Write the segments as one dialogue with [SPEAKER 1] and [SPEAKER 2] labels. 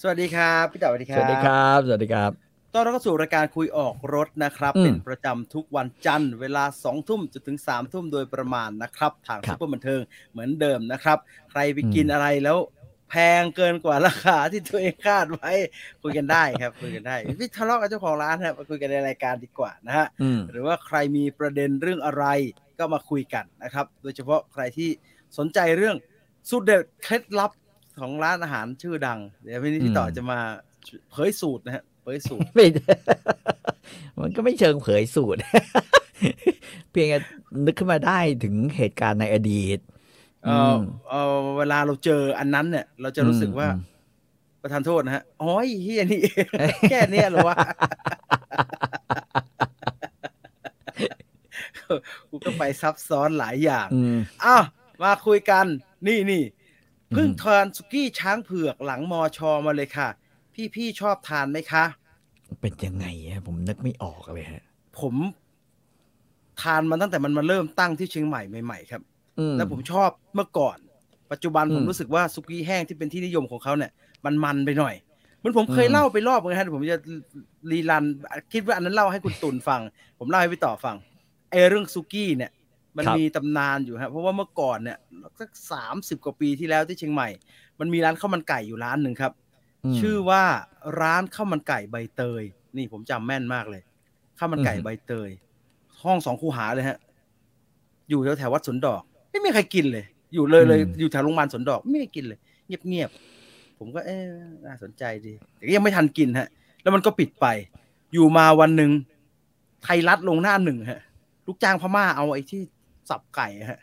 [SPEAKER 1] สวัสดีครับพี่เต๋อสวัสดีครับ
[SPEAKER 2] สวัสดีครับ สวัสดีครับ
[SPEAKER 1] ต้อนรับเข้าสู่รายการคุยออกรถนะครับ
[SPEAKER 2] อืม
[SPEAKER 1] เป็นประจำทุกวันจันทร์เวลา2องทุ่มจนถึง3ามทุ่มโดยประมาณนะครับ ทาง
[SPEAKER 2] ค
[SPEAKER 1] ซุ
[SPEAKER 2] รับ
[SPEAKER 1] ปเปอร์บันเทิงเหมือนเดิมนะครับ ใครไปกิน
[SPEAKER 2] อืม
[SPEAKER 1] อะไรแล้ว แพงเกินกว่าราคาที่ตัวเองคาดไว้ คุยกันได้ครับ คุยกันได้พี่ทะเลาะกับเจ้าของร้านนะมาคุยกันในรายการดีกว่านะฮะ
[SPEAKER 2] อืม
[SPEAKER 1] หรือว่าใครมีประเด็นเรื่องอะไรก็มาคุยกันนะครับ โดยเฉพาะใครที่สนใจเรื่องสูตรเด็ดเคล็ดลับของร้านอาหารชื่อดัง เดี๋ยววันนี้พี่ต่ออ
[SPEAKER 2] ม
[SPEAKER 1] จะมาเผยสูตรนะฮะเผยสูตร
[SPEAKER 2] ไม่ มันก็ไม่เชิงเผยสูตร เพียงแต่นึกขึ้นมาได้ถึงเหตุการณ์ในอดีต
[SPEAKER 1] เอออเออเวลาเราเจออันนั้นเนี่ย เราจะรู้สึกว่า
[SPEAKER 2] อืม
[SPEAKER 1] ประทานโทษนะฮะโอ้ยเฮีย นี่ แค่เนี้ยเหรอวะกูก็ไปซับซ้อนหลายอย่าง
[SPEAKER 2] อืม
[SPEAKER 1] อ้าวมาคุยกันนี่นี่
[SPEAKER 2] อืม
[SPEAKER 1] เพิ่งทานสุกี้ช้างเผือกหลังมอชอมาเลยค่ะ พี่พี่ชอบทานไหมคะ
[SPEAKER 2] เป็นยังไงฮะผมนึกไม่ออกเลยฮะ
[SPEAKER 1] ผมทานมันตั้งแต่มันมาเริ่มตั้งที่เชียงใหม่ใหม่ๆครับ
[SPEAKER 2] อืม
[SPEAKER 1] แล้วผมชอบเมื่อก่อน ปัจจุบันผม
[SPEAKER 2] อืม
[SPEAKER 1] รู้สึกว่าสุกี้แห้งที่เป็นที่นิยมของเขาเนี่ย มันมันไปหน่อยเหมือนผมเคย
[SPEAKER 2] อืม
[SPEAKER 1] เล่าไปรอบนึงฮะเดี๋ยวผมจะรีรัน คิดว่าอันนั้นเล่าให้คุณตุนฟัง ผมเล่าให้พี่ต่อฟังไอ้เรื่องสุกี้เนี่ย มันมีตำนานอยู่ฮะเพราะว่าเมื่อก่อนเนี่ยสักสามสิบกว่าปีที่แล้วที่เชียงใหม่ มันมีร้านข้าวมันไก่อยู่ร้านหนึ่งครับ
[SPEAKER 2] ม
[SPEAKER 1] ชื่อว่าร้านข้าวมันไก่ใบเตย นี่ผมจำแม่นมากเลยข้าวมันไก่
[SPEAKER 2] อืม
[SPEAKER 1] ใบเตย ห้องสองคูหาเลยฮะ อยู่แถวแถววัดสวนดอก ไม่มีใครกินเลย อยู่เลยเลยอยู่แถวโรงพยาบาลสวนดอก ไม่มีกินเลย เงียบเงียบๆผมก็เออน่าสนใจดีแต่ก็ยังไม่ทันกินฮะ แล้วมันก็ปิดไป อยู่มาวันหนึ่งไทยรัฐลงหน้าหนึ่งฮะ ลูกจ้างพม่าเอาไอ้ที่สับไก่ฮะ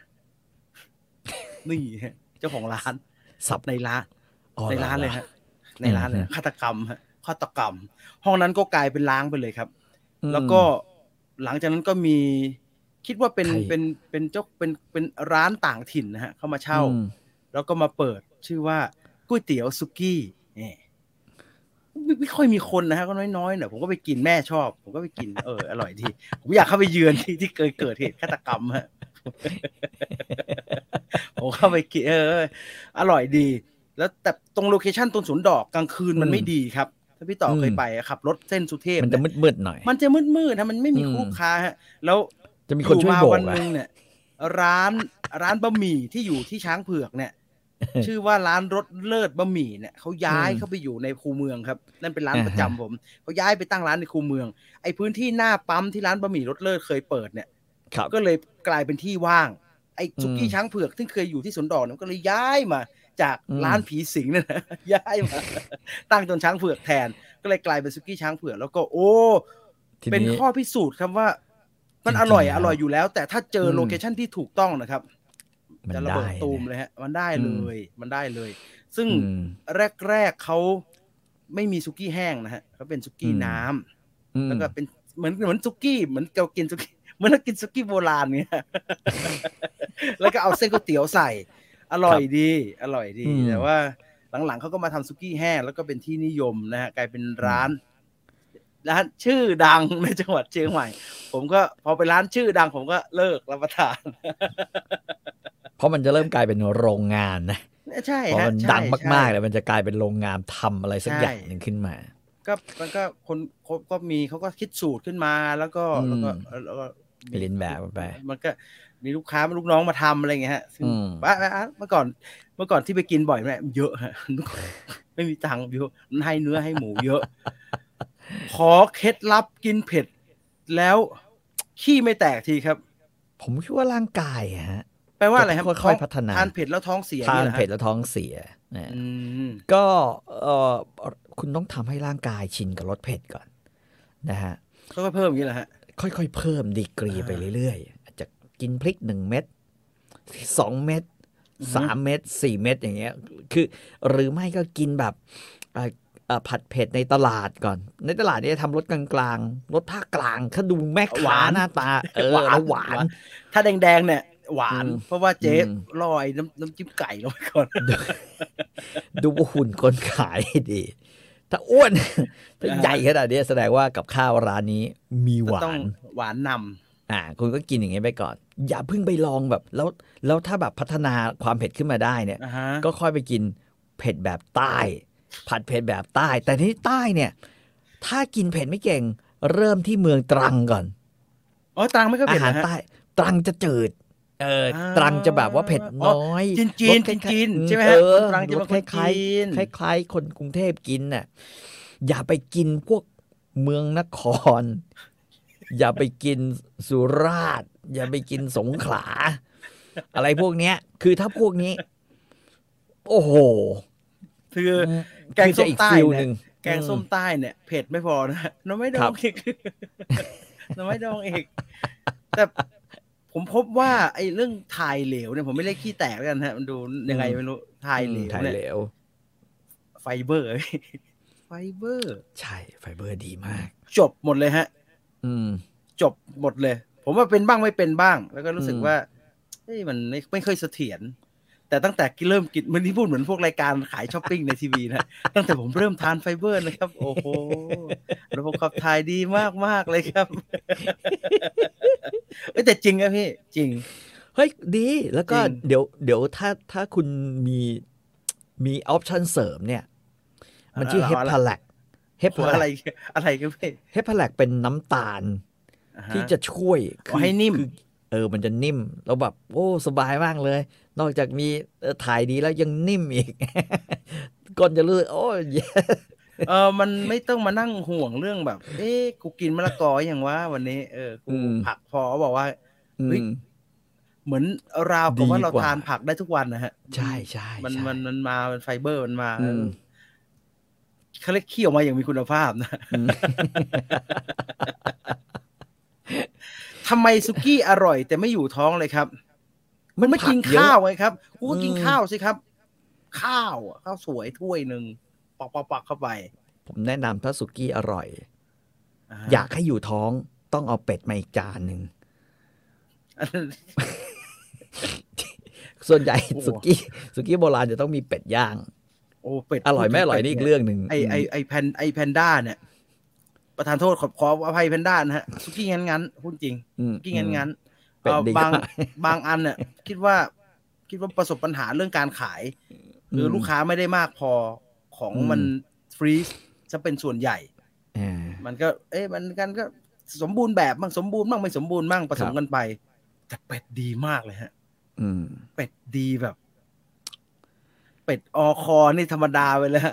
[SPEAKER 1] นี่ฮะ เจ้าของร้าน
[SPEAKER 2] สับ
[SPEAKER 1] ในร้าน
[SPEAKER 2] อ๋อ
[SPEAKER 1] ในร้าน
[SPEAKER 2] หอ
[SPEAKER 1] เลยฮะ ในร้านเลย
[SPEAKER 2] อืม
[SPEAKER 1] ฆาตกรรมฮะฆาตกรรม ห้องนั้นก็กลายเป็นล้างไปเลยครับ
[SPEAKER 2] อืม
[SPEAKER 1] แล้วก็หลังจากนั้นก็มีคิดว่าเป็น
[SPEAKER 2] ใคร
[SPEAKER 1] เป็นเป็นเจ้าเป็นเป็นร้านต่างถิ่นนะฮะเข้ามาเช่า
[SPEAKER 2] อืม
[SPEAKER 1] แล้วก็มาเปิดชื่อว่าก๋วยเตี๋ยวซุกี้เนี่ยไม่ไม่ค่อยมีคนนะฮะก็น้อยๆหน่อยผมก็ไปกินแม่ชอบ ผมก็ไปกินเอออร่อยดี ผมอยากเข้าไปเยือน ที่ที่เคยเกิดเหตุฆาตกรรมฮะ ผมเข้าไปกินเออเออ อร่อยดี แล้วแต่ตรงโลเคชั่นตรงสวนดอกกลางคืนมันไม่ดีครับ ถ้าพี่ต่อเคยไปอะขับรถเส้นสุเทพ
[SPEAKER 2] มันจะ
[SPEAKER 1] เนี่ย
[SPEAKER 2] มืดๆหน่อย
[SPEAKER 1] มันจะมืดๆนะมันไม่มี
[SPEAKER 2] อืม
[SPEAKER 1] ลูกค้าฮะ แล้ว
[SPEAKER 2] จะมีคนช่วยโบ
[SPEAKER 1] อยู่มาวั
[SPEAKER 2] ก
[SPEAKER 1] น
[SPEAKER 2] อะ
[SPEAKER 1] หนึ่งเนี่ย ร้านร้านบะหมี่ที่อยู่ที่ช้างเผือกเนี่ย ชื่อว่าร้านรถเลิศบะหมี่เนี่ยเขาย้ายเข้าไปอยู่ในคูเมืองครับ นั่นเป็นร้านประจำผมเขาย้ายไปตั้งร้านในคูเมือง ไอ้พื้นที่หน้าปั๊มที่ร้านบะหมี่รถเลิศเคยเปิดเนี่ย
[SPEAKER 2] ครับ
[SPEAKER 1] ก็เลยกลายเป็นที่ว่าง ไอ้สุกี้
[SPEAKER 2] อืม
[SPEAKER 1] ช้างเผือกที่เคยอยู่ที่สวนดอกเนี่ยมันก็เลยย้ายมา จาก
[SPEAKER 2] อืม
[SPEAKER 1] ร้านผีสิงเนี่ยนะ ย้ายมา ตั้งจนช้างเผือกแทน ก็เลยกลายเป็นสุกี้ช้างเผือกแล้วก็โอ้
[SPEAKER 2] ที
[SPEAKER 1] เป็น
[SPEAKER 2] นี้
[SPEAKER 1] ข้อพิสูจน์ครับว่า มัน
[SPEAKER 2] จริงๆ
[SPEAKER 1] อร่อย
[SPEAKER 2] แล้ว
[SPEAKER 1] อร่อยอยู่แล้ว แต่ถ้าเจออ
[SPEAKER 2] ม
[SPEAKER 1] โลเคชั่นที่ถูกต้องนะครับ
[SPEAKER 2] มัน
[SPEAKER 1] จะระ
[SPEAKER 2] ได้
[SPEAKER 1] เบิดตูม
[SPEAKER 2] นะ
[SPEAKER 1] เลยฮะ มันได้
[SPEAKER 2] อื
[SPEAKER 1] เล
[SPEAKER 2] ม
[SPEAKER 1] ย มันได้เลย ซึ่ง
[SPEAKER 2] อืม
[SPEAKER 1] แรกๆเขาไม่มีซุกี้แห้งนะฮะเขาเป็นซุกี้
[SPEAKER 2] อืม
[SPEAKER 1] น้ำ
[SPEAKER 2] อืม
[SPEAKER 1] แล้วก็เป็นเหมือนเหมือนซุกี้เหมือนเรากินซุกี้ เหมือนเรากินซุกี้โบราณเนี่ย แล้วก็เอาเส้นก๋วยเตี๋ยวใส่ อร่อยดี อร่อยดีแต่ว่า หลังๆเขาก็มาทำซุกี้แห้งแล้วก็เป็นที่นิยมนะฮะกลายเป็นร้าน ร้านชื่อดังในจังหวัดเชียงใหม่ ผมก็พอไปร้านชื่อดัง ผมก็เลิกรับประทาน
[SPEAKER 2] เพราะมันจะเริ่มกลายเป็นโรงงานนะ
[SPEAKER 1] ใช่
[SPEAKER 2] พอ
[SPEAKER 1] ฮะ
[SPEAKER 2] มัน
[SPEAKER 1] ใช่
[SPEAKER 2] ดังมากๆ
[SPEAKER 1] ใช่
[SPEAKER 2] เลยมันจะกลายเป็นโรงงานทำอะไรสัก
[SPEAKER 1] ใช่
[SPEAKER 2] อย่างหนึ่งขึ้นมา
[SPEAKER 1] ก็มันก็คนคนก็มีเขาก็คิดสูตรขึ้นมาแล้วก็
[SPEAKER 2] อืม
[SPEAKER 1] แล้วก็แล้วก็มี
[SPEAKER 2] เรียนแบบมันไป
[SPEAKER 1] มันก็มีลูกค้ามีลูกน้องมาทำอะไรอย่างเงี้ยฮะซึ่ง
[SPEAKER 2] อืม
[SPEAKER 1] ว่าว่าว่าเมื่อก่อน เมื่อก่อนที่ไปกินบ่อยแม่เยอะ ฮะ ไม่มีตังค์เยอะมันให้เนื้อให้หมูเยอะ ขอเคล็ดลับกินเผ็ด แล้วขี้ไม่แตกทีครับ
[SPEAKER 2] ผมคิดว่าร่างกายอะฮะ
[SPEAKER 1] แปลว่าอะไรครับ
[SPEAKER 2] ค่อยๆพัฒนา
[SPEAKER 1] ทานเผ็ดแล้วท้องเสีย
[SPEAKER 2] ทาน
[SPEAKER 1] ยหรอฮะ
[SPEAKER 2] เผ็ดแล้วท้องเสียนะ
[SPEAKER 1] อืม
[SPEAKER 2] ก็เออคุณต้องทำให้ร่างกายชินกับรสเผ็ดก่อนนะฮะ
[SPEAKER 1] ค่อยๆเพิ่มอย่างนี้แหละฮะ
[SPEAKER 2] ค่อยๆ เพิ่มดีกรี
[SPEAKER 1] อ่า
[SPEAKER 2] ไปเรื่อยๆอาจจะกินพริกหนึ่งเม็ดสองเม็ด
[SPEAKER 1] อือฮึ
[SPEAKER 2] สามเม็ดสี่เม็ดอย่างเงี้ย คือ หรือไม่ก็กินแบบเอ่อ อ่าผัดเผ็ดในตลาดก่อน ในตลาดเนี่ยทำรสกลางๆรสภาคกลางถ้าดูแม่
[SPEAKER 1] ห
[SPEAKER 2] ค้าว
[SPEAKER 1] าน
[SPEAKER 2] หน้าตา เออ
[SPEAKER 1] หวาน
[SPEAKER 2] แล้วหวาน
[SPEAKER 1] ถ้าแดงๆเนี่ย หวาน
[SPEAKER 2] อืม
[SPEAKER 1] เพราะว่าเจ๊
[SPEAKER 2] อืม
[SPEAKER 1] ลอยน้ำน้ำจิ้มไก่ลงไปก่อน
[SPEAKER 2] ดูว่าหุ่นคนขายดี ถ้าอ้วน ถ้า
[SPEAKER 1] อ่า
[SPEAKER 2] ใหญ่ขนาดเนี้ยแสดงว่ากับข้าวร้านนี้มีหวา
[SPEAKER 1] ต้อง
[SPEAKER 2] น
[SPEAKER 1] หวานน
[SPEAKER 2] อ่า คุณก็กินอย่างเงี้ยไปก่อน อย่าเพิ่งไปลองแบบ แล้วแล้วถ้าแบบพัฒนาความเผ็ดขึ้นมาได้เนี่ย
[SPEAKER 1] ำนะฮะ
[SPEAKER 2] ก็ค่อยไปกินเผ็ดแบบใต้ ผัดเผ็ดแบบใต้ แต่ที่ใต้เนี่ย ถ้ากินเผ็ดไม่เก่ง เริ่มที่เมืองตรังก่อน
[SPEAKER 1] อ๋อตรังไม่ก็
[SPEAKER 2] อา
[SPEAKER 1] เผ็ด
[SPEAKER 2] หาร
[SPEAKER 1] นะฮะ
[SPEAKER 2] ใต้ ตรังจะจืด เอออา ตรังจะแบบว่าเผ็ดน้อย
[SPEAKER 1] จีนจีน
[SPEAKER 2] รสค
[SPEAKER 1] จีน
[SPEAKER 2] ล้ายๆอื
[SPEAKER 1] ใช่ไหมฮะ
[SPEAKER 2] เอ
[SPEAKER 1] ค
[SPEAKER 2] อ
[SPEAKER 1] นตรังจะ
[SPEAKER 2] ร
[SPEAKER 1] เป็
[SPEAKER 2] ส
[SPEAKER 1] น
[SPEAKER 2] ค
[SPEAKER 1] ค
[SPEAKER 2] ล้าน ยคล้าย
[SPEAKER 1] จีน
[SPEAKER 2] ๆคล้ายๆ คนกรุงเทพกินน่ะอย่าไปกินพวกเมืองนคร อย่าไปกินสุราษฎร์อย่าไปกินสงขลา อะไรพวกเนี้ย คือถ้าพวกนี้ โอ้โห
[SPEAKER 1] คือ แกงส้ม
[SPEAKER 2] คือจะอี
[SPEAKER 1] ใต้
[SPEAKER 2] ฟิล
[SPEAKER 1] เนี่ย
[SPEAKER 2] หนึ่ง
[SPEAKER 1] แกงส้มใต้เนี่ยเผ็ดไม่พอนะหน้ำไม่ด
[SPEAKER 2] ครั
[SPEAKER 1] อง
[SPEAKER 2] บ
[SPEAKER 1] อีก หน้ำไม่ดองอีกแต่ผมพบว่าไอ้เรื่องทายเหลวเนี่ยผมไม่เรียกขี้แตกแล้วกันฮะ มันดูยังไงไม่รู้ทายเหล
[SPEAKER 2] อืม
[SPEAKER 1] ว
[SPEAKER 2] ถ่าย
[SPEAKER 1] เนี่ย
[SPEAKER 2] เหลว
[SPEAKER 1] ไฟเบอร์ เว้ยไฟเบอร์
[SPEAKER 2] ใช่ไฟเบอร์ดีมาก
[SPEAKER 1] จบหมดเลยฮะ
[SPEAKER 2] อืม
[SPEAKER 1] จบหมดเลย ผมว่าเป็นบ้างไม่เป็นบ้าง แล้วก็รู้สึก
[SPEAKER 2] อืม
[SPEAKER 1] ว่าเฮ้ยมันไม่ไม่ค่อยเสถียรแต่ตั้งแต่เริ่มกินมันที่พูดเหมือนพวกรายการขายช้อปปิ้งในทีวีนะ ตั้งแต่ผมเริ่มทานไฟเบอร์นะครับ โอ้โหระบบขับถ่ายดีมากมากๆเลยครับ เอ้ยแต่จริงอะพี่ จริง
[SPEAKER 2] เฮ้ยดีแล้วก็
[SPEAKER 1] จริง
[SPEAKER 2] เดี๋ยวเดี๋ยวถ้าถ้าคุณมีมีออปชันเสริมเนี่ย มันชื่อเฮปพาแลกเฮป
[SPEAKER 1] หัว
[SPEAKER 2] พา
[SPEAKER 1] อะไร
[SPEAKER 2] แลก
[SPEAKER 1] อะไรกันพี่
[SPEAKER 2] เฮปพาแลกเป็นน้ำตาล
[SPEAKER 1] อ่าฮ
[SPEAKER 2] ที่จะช่วย
[SPEAKER 1] อ๋อให้นิ่ม
[SPEAKER 2] คือเออ มันจะนิ่ม แล้วแบบ โอ้ สบายมากเลย นอกจากมีเอ่อถ่ายดีแล้วยังนิ่มอีก ก้นจะรู้สึกโอ้เย้
[SPEAKER 1] เออมันไม่ต้องมานั่งห่วงเรื่องแบบ เอ๊ะกูกินมะละกออย่างว่า วันนี้เออกูผักพอบอกว่า
[SPEAKER 2] อื
[SPEAKER 1] เฮ้ย
[SPEAKER 2] ม
[SPEAKER 1] เหมือนราวกับว่า
[SPEAKER 2] ดีกว่า
[SPEAKER 1] เราทานผักได้ทุกวันนะฮะ
[SPEAKER 2] ใช่ใช่
[SPEAKER 1] มัน
[SPEAKER 2] ใช่
[SPEAKER 1] มันมันมามันไฟเบอร์มันมา
[SPEAKER 2] อืม
[SPEAKER 1] เขาเรียกขี้ออกมาอย่างมีคุณภาพนะ
[SPEAKER 2] อืม
[SPEAKER 1] ทำไมสุกี้อร่อย แต่ไม่อยู่ท้องเลยครับ มันไม่กิน
[SPEAKER 2] ผัเยอะ
[SPEAKER 1] ข้าวไงครับกูก็กิน
[SPEAKER 2] อืม
[SPEAKER 1] ข้าวสิครับ ข้าวอะข้าวสวยถ้วยหนึ่งปักปักปักเข้าไป
[SPEAKER 2] ผมแนะนำถ้าสุกี้อร่อย
[SPEAKER 1] อ่า
[SPEAKER 2] อยากให้อยู่ท้องต้องเอาเป็ดมาอีกจานหนึ่ง
[SPEAKER 1] อันนั้น
[SPEAKER 2] ส่วนใหญ่
[SPEAKER 1] โอ้โห
[SPEAKER 2] สุกี้สุกี้โบราณจะต้องมีเป็ดย่าง
[SPEAKER 1] โอ้เป็ด
[SPEAKER 2] อร่อยไม่อร่อย
[SPEAKER 1] เป็ด
[SPEAKER 2] นี่อีกเรื่องหนึ่ง
[SPEAKER 1] ไอไอไอแพนไอแพนด้าเนี่ย ประธานโทษขอบขออภัยแพนด้านะฮะสุกี้งั้นงั้นๆพูดจริง
[SPEAKER 2] อืม
[SPEAKER 1] กินงั้นงั้น
[SPEAKER 2] เป็ด
[SPEAKER 1] เอ่อ
[SPEAKER 2] ดีกว่า
[SPEAKER 1] บางบางอันเนี่ยคิดว่า คิดว่าประสบปัญหาเรื่องการขาย
[SPEAKER 2] ม
[SPEAKER 1] คือลูกค้าไม่ได้มากพอของ
[SPEAKER 2] อืม
[SPEAKER 1] มันฟรีซจะเป็นส่วนใหญ่
[SPEAKER 2] อ่า
[SPEAKER 1] มันก็ เอ๊ะมันกันก็สมบูรณ์แบบบ้างสมบูรณ์บ้างไม่สมบูรณ์บ้างผสม
[SPEAKER 2] ครับ
[SPEAKER 1] กันไป แต่เป็ดดีมากเลยฮะ
[SPEAKER 2] อืม
[SPEAKER 1] เป็ดดีแบบ เป็ดออคอนี่ธรรมดาไปแล้ว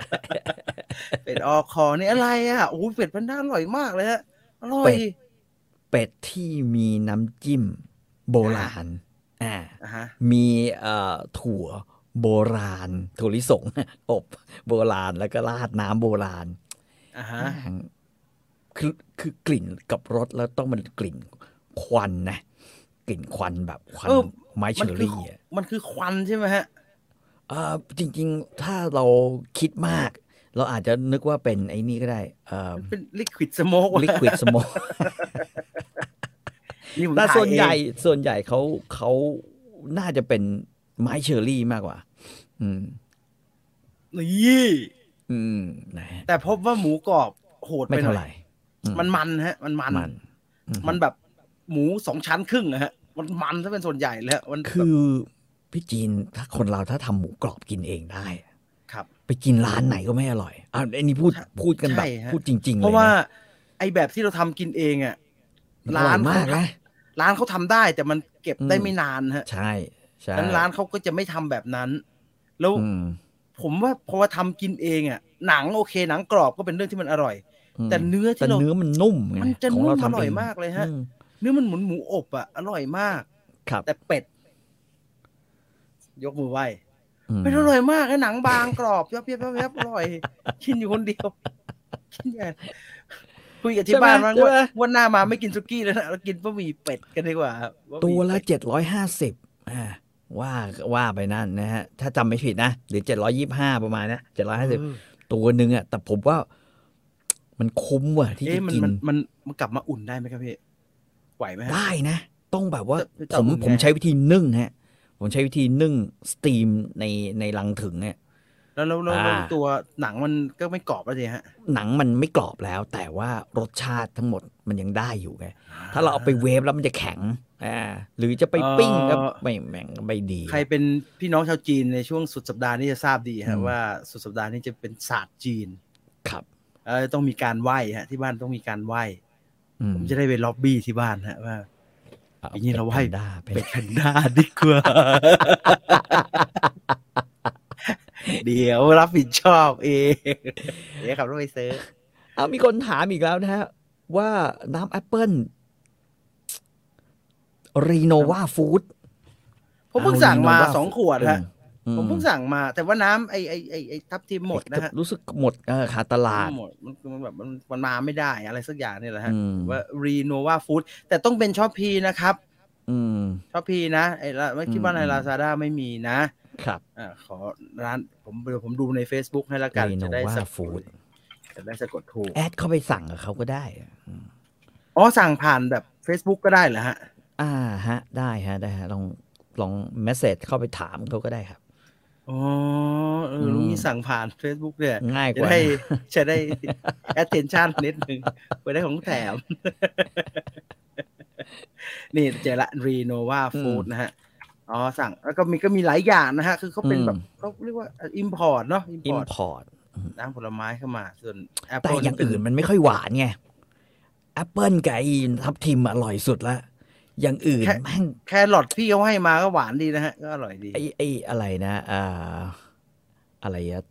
[SPEAKER 1] เป็ดออคอนี่อะไรอ่ะโอ้โหเป็ดมันน่าอร่อยมากเลยฮะอร่อย
[SPEAKER 2] เป็ดที่มีน้ำจิ้มโบราณอ่า
[SPEAKER 1] อ่ะฮะ
[SPEAKER 2] มีเอ่อถั่วโบราณถั่วลิสง อบโบราณแล้วก็ราดน้ำโบราณ
[SPEAKER 1] อ่ะฮะ
[SPEAKER 2] แม่งคือคือกลิ่นกับรสแล้วต้องมันกลิ่นควันนะกลิ่นควันแบบควัน
[SPEAKER 1] เออ
[SPEAKER 2] ไม้เช
[SPEAKER 1] มัน
[SPEAKER 2] อ
[SPEAKER 1] คือ
[SPEAKER 2] รี่อะ
[SPEAKER 1] มันคือควันใช่ไหมฮะ
[SPEAKER 2] เอ่อจริงๆ ถ้าเราคิดมาก เราอาจจะนึกว่าเป็นไอ้นี่ก็ได้เอ่ อ
[SPEAKER 1] เป็นลิควิดสโมก
[SPEAKER 2] ลิควิดส โมก
[SPEAKER 1] นี่ผม
[SPEAKER 2] แต่
[SPEAKER 1] ถ่าย
[SPEAKER 2] ส่วนใหญ่
[SPEAKER 1] เอง
[SPEAKER 2] ส่วนใหญ่เขาเขาน่าจะเป็นไม้เชอรี่มากกว่า อืม
[SPEAKER 1] นี่
[SPEAKER 2] อืมนะฮะ
[SPEAKER 1] แต่พบว่าหมูกรอบโหด
[SPEAKER 2] ไม่
[SPEAKER 1] ไปห
[SPEAKER 2] เท่า
[SPEAKER 1] น่
[SPEAKER 2] ไห
[SPEAKER 1] อ
[SPEAKER 2] ร่
[SPEAKER 1] ย
[SPEAKER 2] อื
[SPEAKER 1] มันมันฮะ มันมัน
[SPEAKER 2] มันอืม
[SPEAKER 1] มันแบบหมูสองชั้นครึ่งอะฮะ มันมันซะเป็นส่วนใหญ่แล้วมันแบบ
[SPEAKER 2] คือพี่จีนถ้าคนเราถ้าทำหมูกรอบกินเองได้
[SPEAKER 1] ครับ
[SPEAKER 2] ไปกินร้านไหนก็ไม่อร่อยอ่ะอันนี้พูดพูดกันแบบ
[SPEAKER 1] ใช่ฮะ
[SPEAKER 2] พูดจริง ๆ เลยน
[SPEAKER 1] เพราะว่า ไอแบบที่เราทำกินเองอะ
[SPEAKER 2] มันอ
[SPEAKER 1] ร้า
[SPEAKER 2] ร่อน ย
[SPEAKER 1] เขา
[SPEAKER 2] มากนะ
[SPEAKER 1] ร้านเขาทำได้ แต่มันเก็บได้
[SPEAKER 2] อืม
[SPEAKER 1] ไม่นานฮะ
[SPEAKER 2] ใช่ใช่
[SPEAKER 1] ดังนั้นร้านเขาก็จะไม่ทำแบบนั้น แล้ว
[SPEAKER 2] อืม
[SPEAKER 1] ผมว่าพอมาทำกินเองอะหนังโอเค หนังกรอบก็เป็นเรื่องที่มันอร่อย
[SPEAKER 2] อืม
[SPEAKER 1] แต่เนื้อ
[SPEAKER 2] แต่
[SPEAKER 1] ที่เรา
[SPEAKER 2] เนื้อมันนุ่มไง
[SPEAKER 1] มันจะ
[SPEAKER 2] ขง
[SPEAKER 1] นุ่
[SPEAKER 2] เาม
[SPEAKER 1] อ
[SPEAKER 2] ทำ
[SPEAKER 1] ร่อย
[SPEAKER 2] ง
[SPEAKER 1] มากเลยฮะ
[SPEAKER 2] อืม
[SPEAKER 1] เนื้อมันเหมุนหมูอบอ่ะ อร่อยมาก
[SPEAKER 2] ครับ
[SPEAKER 1] แต่เป็ด ยกมือไหว้
[SPEAKER 2] ม
[SPEAKER 1] เป็ดอร่อยมากไอ้หนังบางกรอบยับยับยับยับอร่อย กินอยู่คนเดียวกินอย่างคุยกับที่บ้านมันว่าวันหน้ามาไม่กินซุกี้แล้วนะเรากินบะหมี่เป็ดกันดีกว่าครับบหมี่
[SPEAKER 2] ตัวละ
[SPEAKER 1] เป็ด
[SPEAKER 2] เจ็ดร้อยห้าสิบว่าว่าไปนั่นนะฮะ ถ้าจำไม่ผิดนะหรือเจ็ดร้อยี่ห้าประมาณนะเจ็ดร้อยห้าสิบ
[SPEAKER 1] เออ
[SPEAKER 2] ตัวหนึ่งอ่ะ แต่ผมว่า มันคุ้มว่ะที่
[SPEAKER 1] เอ๊ะ
[SPEAKER 2] จะ
[SPEAKER 1] มัน
[SPEAKER 2] กิน
[SPEAKER 1] มันมันมันกลับมาอุ่นได้ไหมครับพี่ไหวไหมฮะ
[SPEAKER 2] ได้นะ ต้องแบบว่า
[SPEAKER 1] แต่แต่
[SPEAKER 2] ผม
[SPEAKER 1] อุ่นไง
[SPEAKER 2] ผมใช้วิธีนึ่งฮะ ผมใช้วิธีนึ่งสตีมในในรังถึงเนี่ย
[SPEAKER 1] แล้วแล้วแล้วแล้ว
[SPEAKER 2] อ่า
[SPEAKER 1] ตัวหนังมันก็ไม่กรอบแล้วสิฮะ
[SPEAKER 2] หนังมันไม่กรอบแล้ว แต่ว่ารสชาติทั้งหมดมันยังได้อยู่ไง ถ้าเราเอาไปเวฟแล้วมันจะแข็ง อ่า หรือจะไปปิ้งก็ไม่แม่งไม่ดี
[SPEAKER 1] ใครเป็นพี่น้องชาวจีนในช่วงสุดสัปดาห์นี้จะทราบดีฮะ
[SPEAKER 2] อืม
[SPEAKER 1] ว่าสุดสัปดาห์นี้จะเป็นศาสตร์จีน
[SPEAKER 2] ครับ
[SPEAKER 1] เออต้องมีการไหว้ฮะที่บ้านต้องมีการไหว้
[SPEAKER 2] อื
[SPEAKER 1] ผมจะได้ไปล็อบบี้ที่บ้านฮะว่า
[SPEAKER 2] อ
[SPEAKER 1] ปีนี้เราไหว้
[SPEAKER 2] ป็นด้าเป็น
[SPEAKER 1] เป็นแพนด้าดีกว่า เดี๋ยวรับผิดชอบเอง เดี๋ยวขับรถไปซื้อ
[SPEAKER 2] เอามีคนถามอีกแล้วนะฮะ ว่าน้ำแอปเปิ้ลรีโนวาฟู้ด
[SPEAKER 1] ผมเพิ่งสั่งมา
[SPEAKER 2] เอา Lenovo
[SPEAKER 1] สองขวดฮะ
[SPEAKER 2] อื
[SPEAKER 1] ผมเพิ่งสั่งมา แต่ว่าน้ำไอไอไอไอทับทิมหมดนะฮะ
[SPEAKER 2] รู้สึกหมดเออขาดตลาด
[SPEAKER 1] หมดมันมันแบบมันมันมาไม่ได้อะไรสักอย่างเนี่ยแหละฮะ
[SPEAKER 2] อืม
[SPEAKER 1] ว่ารีโนวาฟู้ดแต่ต้องเป็นชอปพีนะครับ
[SPEAKER 2] อืม
[SPEAKER 1] ชอปพีนะไอละไม่คิดว่าใน
[SPEAKER 2] อืม
[SPEAKER 1] ลาซาด้าไม่มีนะครับ อ่าขอร้านผมเดี๋ยวผมดูใน Facebook ให้ละกัน จะได้
[SPEAKER 2] Lenovo
[SPEAKER 1] สะกด
[SPEAKER 2] Food
[SPEAKER 1] จะได้สะกดถูก
[SPEAKER 2] แอดเข้าไปสั่งกับเขาก็ได้อะอืม
[SPEAKER 1] อ๋อสั่งผ่านแบบ Facebook ก็ได้เหรอฮะ
[SPEAKER 2] อ่าฮะ ได้ฮะ ได้ฮะ ลองลองเมสเซจเข้าไปถามเขาก็ได้ครับ
[SPEAKER 1] อ๋อเออลุง
[SPEAKER 2] อืม
[SPEAKER 1] นี่สั่งผ่าน Facebook เนี่ย
[SPEAKER 2] ง่ายก
[SPEAKER 1] จะ
[SPEAKER 2] ว่า
[SPEAKER 1] ได้จะได้ attention นิดนึงไปได้ของแถม นี่เจอละ Renova
[SPEAKER 2] อืม
[SPEAKER 1] Food นะฮะ อ๋อสั่งแล้วก็มีก็มีหลายอย่างนะฮะ คือเขาเป็น
[SPEAKER 2] อืม
[SPEAKER 1] แบบเขาเรียกว่า import เนาะ
[SPEAKER 2] อิม
[SPEAKER 1] import
[SPEAKER 2] พอร์ต
[SPEAKER 1] น้ำผลไม้เข้ามา ส่วน
[SPEAKER 2] แต่
[SPEAKER 1] Apple
[SPEAKER 2] อย่าง
[SPEAKER 1] เป็
[SPEAKER 2] อื่นมันไม่ค่อยหวานไงแอปเปิลกับไอ้ทับทิมอร่อยสุดละ อย่างอื่น
[SPEAKER 1] แค่
[SPEAKER 2] แม่ง
[SPEAKER 1] แครอทพี่เขาให้มาก็หวานดีนะฮะ ก็อร่อยดี
[SPEAKER 2] ไอ้ไอ้อะไรนะ อ่า อะไรอะ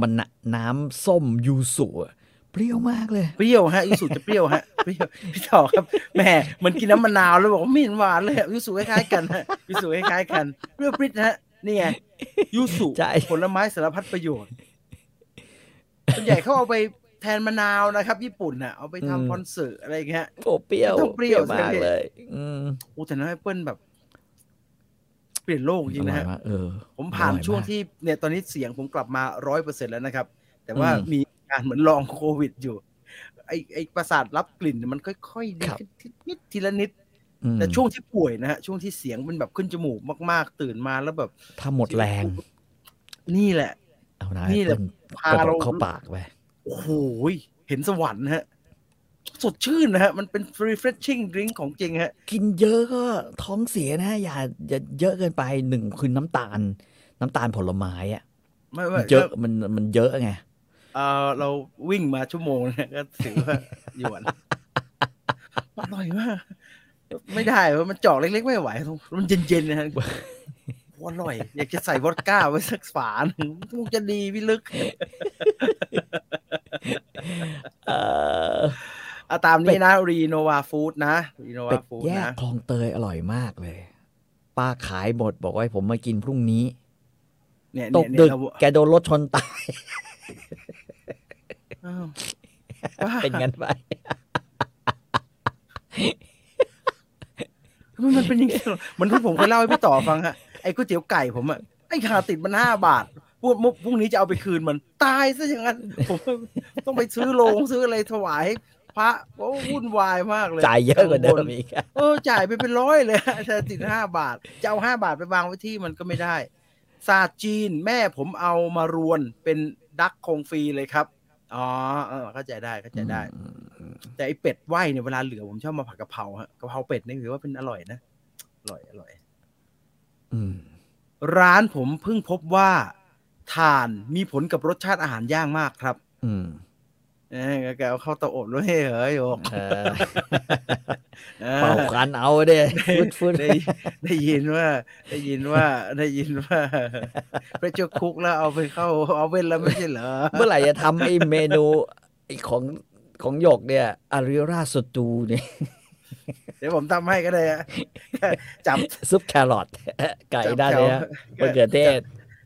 [SPEAKER 2] มันน่ะน้ำส้มยูสุอะเปรี้ยวมากเลย
[SPEAKER 1] เปรี้ยวฮะยูสุจะเปรี้ยวฮะเปรี้ยวพี่ต่อครับแหม่เหมือนกินน้ำมะนาวแล้วบอกว่าไม่เห็นหวานเลยอะยูสุคล้ายๆกันฮะยูสุคล้ายๆกันเปรี้ยวปริ๊ดฮะนี่ไงยูสุ
[SPEAKER 2] ใช่
[SPEAKER 1] ผลไม้สารพัดประโยชน์ส่วนใหญ่เขาเอาไปแทนมะนาวนะครับ ญี่ปุ่นน่ะเอาไป
[SPEAKER 2] อืม
[SPEAKER 1] ทำคอนเสิร์ตอะไรอย่างเงี้ย
[SPEAKER 2] โอ้เปรี้ยว
[SPEAKER 1] มันต้องเปรี้ยวสิ
[SPEAKER 2] มากเลย อืม
[SPEAKER 1] โอ้แต่น้ำแอปเปิ้ลแบบ เปลี่ยนโลกจริงๆนะฮะ
[SPEAKER 2] อร่อยมากเออ
[SPEAKER 1] ผมผ่าน
[SPEAKER 2] อร่อย
[SPEAKER 1] ช่วง
[SPEAKER 2] มก
[SPEAKER 1] ที่เนี่ยตอนนี้เสียงผมกลับมาร้อยเปอร์เซ็นแล้วนะครับ แต่ว่า
[SPEAKER 2] อืม
[SPEAKER 1] มีอาการเหมือนลองโควิดอยู่ ไอไอประสาทรับกลิ่นมันค่อยๆดี
[SPEAKER 2] ครับ
[SPEAKER 1] ขึ้นทีนิดทีละนิด
[SPEAKER 2] อืม
[SPEAKER 1] แต่ช่วงที่ป่วยนะฮะ ช่วงที่เสียงมันแบบขึ้นจมูกมากๆ ตื่นมาแล้วแบบ
[SPEAKER 2] ถ้าหมดแรง
[SPEAKER 1] นี่แหละ
[SPEAKER 2] เอาน้ำ
[SPEAKER 1] นี่
[SPEAKER 2] แอป
[SPEAKER 1] แห
[SPEAKER 2] เปิ
[SPEAKER 1] ละพาก
[SPEAKER 2] ลระด
[SPEAKER 1] เรา
[SPEAKER 2] กเข้าปากไป
[SPEAKER 1] โอ้โหยเห็นสวรรค์นะฮะ สดชื่นนะฮะ มันเป็น refreshing drink ของจริงฮะ
[SPEAKER 2] กินเยอะก็ท้องเสียนะอย่าอย่าเยอะเกินไปหนึ่งคือน้ำตาล น้ำตาลผลไม้อะ
[SPEAKER 1] ไม่ไม่
[SPEAKER 2] เยอะมันมันเยอะไง
[SPEAKER 1] เออเราวิ่งมาชั่วโมงเนี่ยก็ถือว่า หยวนอร่อยมาก ไม่ได้ว่ามันเจอกเล็ก ๆ ไม่ไหวต้องมันเย็นๆนะฮะอร่อย อยากจะใส่วอดก้าไว้สักฝาหนึ่งคงจะดีพี่ลึก
[SPEAKER 2] เอ่อ
[SPEAKER 1] เอาตามนี้นะรีโนวาฟู้ดนะรีโนวา
[SPEAKER 2] เป็ด
[SPEAKER 1] ฟู้ด
[SPEAKER 2] แยก
[SPEAKER 1] นะ
[SPEAKER 2] คลองเตยอร่อยมากเลย ป้าขายหมดบอกว่าให้ผมมากินพรุ่งนี้
[SPEAKER 1] เนี่ย
[SPEAKER 2] ต
[SPEAKER 1] เนี่ย
[SPEAKER 2] ก
[SPEAKER 1] เนี่
[SPEAKER 2] ดึ
[SPEAKER 1] ย
[SPEAKER 2] ก
[SPEAKER 1] เรา
[SPEAKER 2] แกโดนรถชนตาย
[SPEAKER 1] อ้าวบ้า
[SPEAKER 2] เป็นงั้นไป
[SPEAKER 1] ทำไมมันเป็นอย่างนี้เหรอเหมือนที่ผมเคยเล่าให้พี่ต่อฟังฮะไอ้ก๋วยเตี๋ยวไก่ผมอะไอ้ขาติดมันห้าบาทพูดมุกพรุ่งนี้จะเอาไปคืนมัน ตายซะอย่างนั้น ผมต้องไปซื้อโรงซื้ออะไรถวาย พระโอ้วุ่นวายมากเลย
[SPEAKER 2] จ่ายเยอะกว่าเดิม
[SPEAKER 1] งวล
[SPEAKER 2] อีก
[SPEAKER 1] เออจ่ายไปเป็นร้อยเลย ฮะแต่ติดห้าบาท จะเอาห้าบาทไปวางไว้ที่มันก็ไม่ได้ศาสตร์จีนแม่ผมเอามารวนเป็นดักคงฟรีเลยครับ อ๋อเออเข้าใจได้เข้าใจได้ แต่ไอเป็ดไหวเนี่ยเวลาเหลือผมชอบมาผัดกะเพราฮะกะเพราเป็ดนี่ถือว่าเป็นอร่อยนะ อร่อยอร่อย
[SPEAKER 2] อืม
[SPEAKER 1] ร้านผมเพิ่งพบว่าถ่านมีผลกับรสชาติอาหารย่างมากครับ
[SPEAKER 2] อืม
[SPEAKER 1] เออแกเอาเข้าเตาอบด้วยเหรอโยก
[SPEAKER 2] เออ
[SPEAKER 1] ออ
[SPEAKER 2] เป่าคันเอาเด้ฟืดฟืด
[SPEAKER 1] ได้ได้ยินว่าได้ยินว่าได้ยินว่าพระเจ้าคุกแล้วเอาไปเข้าเอาเว้นแล้วไม่ใช่เหรอ
[SPEAKER 2] เมื่อไหร่จะทำไอ้เมนูไอ้ของของหยกเนี่ยอาริราสตูเนี่ย
[SPEAKER 1] เดี๋ยวผมทำให้ก็ได้อะจับ
[SPEAKER 2] ซุปแครอท ไก่
[SPEAKER 1] จับ
[SPEAKER 2] ได้
[SPEAKER 1] แถ
[SPEAKER 2] เล
[SPEAKER 1] วย
[SPEAKER 2] ฮะมะเขือเทศ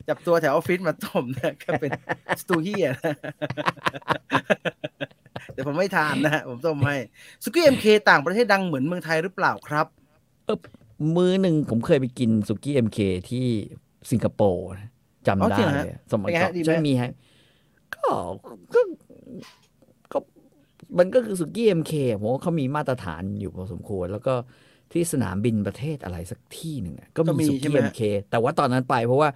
[SPEAKER 1] จับตัวแถวออฟฟิศมาต้มนะก็เป็นสตูเฮียนะแต่ผมไม่ทานนะผมต้มให้สุกี้เอ็มเคต่างประเทศดังเหมือนเมืองไทยหรือเปล่าครับ
[SPEAKER 2] มือหนึ่งผมเคยไปกินสุกี้เอ็มเคที่สิงคโปร์นะ
[SPEAKER 1] อ๋อ
[SPEAKER 2] จำได้
[SPEAKER 1] จริงเหรอฮะ
[SPEAKER 2] เลยสมัย
[SPEAKER 1] เป็นไง
[SPEAKER 2] ก่อ
[SPEAKER 1] ฮะ
[SPEAKER 2] น
[SPEAKER 1] ดีไหม
[SPEAKER 2] ใช่มีฮะ ก็ก็ก็มันก็คือสุกี้เอ็มเคผมว่าเขามีมาตรฐานอยู่พอสมควร แล้วก็ที่สนามบินประเทศอะไรสักที่หนึ่งอะก็
[SPEAKER 1] ก็มี
[SPEAKER 2] มีสุ
[SPEAKER 1] ใช่
[SPEAKER 2] กี้
[SPEAKER 1] ไหม
[SPEAKER 2] เอ็
[SPEAKER 1] ฮะ
[SPEAKER 2] มเคแต่ว่าตอนนั้นไปเพราะว่า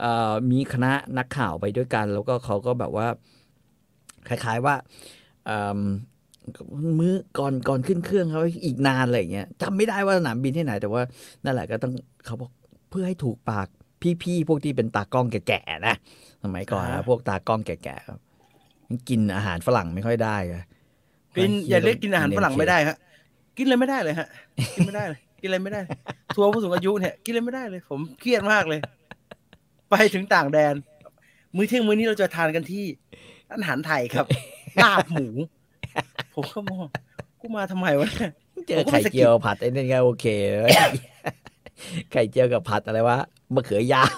[SPEAKER 2] เอ่อมีคณะนักข่าวไปด้วยกัน แล้วก็เขาก็แบบว่า คล้ายๆว่าเอิ่มมื้อก่อนก่อนขึ้นเครื่องเขาอีกนานอะไรอย่างเงี้ยจำไม่ได้ว่าสนามบินที่ไหน แต่ว่านั่นแหละก็ต้องเขาบอกเพื่อให้ถูกปากพี่ๆพวกที่เป็นตากล้องแก่ๆนะสมัยก่อนนะ
[SPEAKER 1] อ่า
[SPEAKER 2] พวกตากล้องแก่ๆครับมันกินอาหารฝรั่งไม่ค่อยได้อะ
[SPEAKER 1] กินอย่าเรียกกินอาหารฝรั่งไม่ได้ฮะกินเลยไม่ได้เลยฮะ กินไม่ได้ เลย กินอะไรไม่ได้เลยทัวร์ผู้สูงอายุเนี่ย กินอะไรไม่ได้เลย ผมเครียดมากเลย ไปถึงต่างแดน มื้อเที่ยงมื้อนี้เราจะทานกันที่อาหารไทย ครับลาบหมู ผมก็มองกูมาทำไมวะเนี่ย
[SPEAKER 2] เจอไข่เจียวผัดไอ้นี่นก็โอเค ไข่เจียวกับผัดอะไรวะมะเขือยาว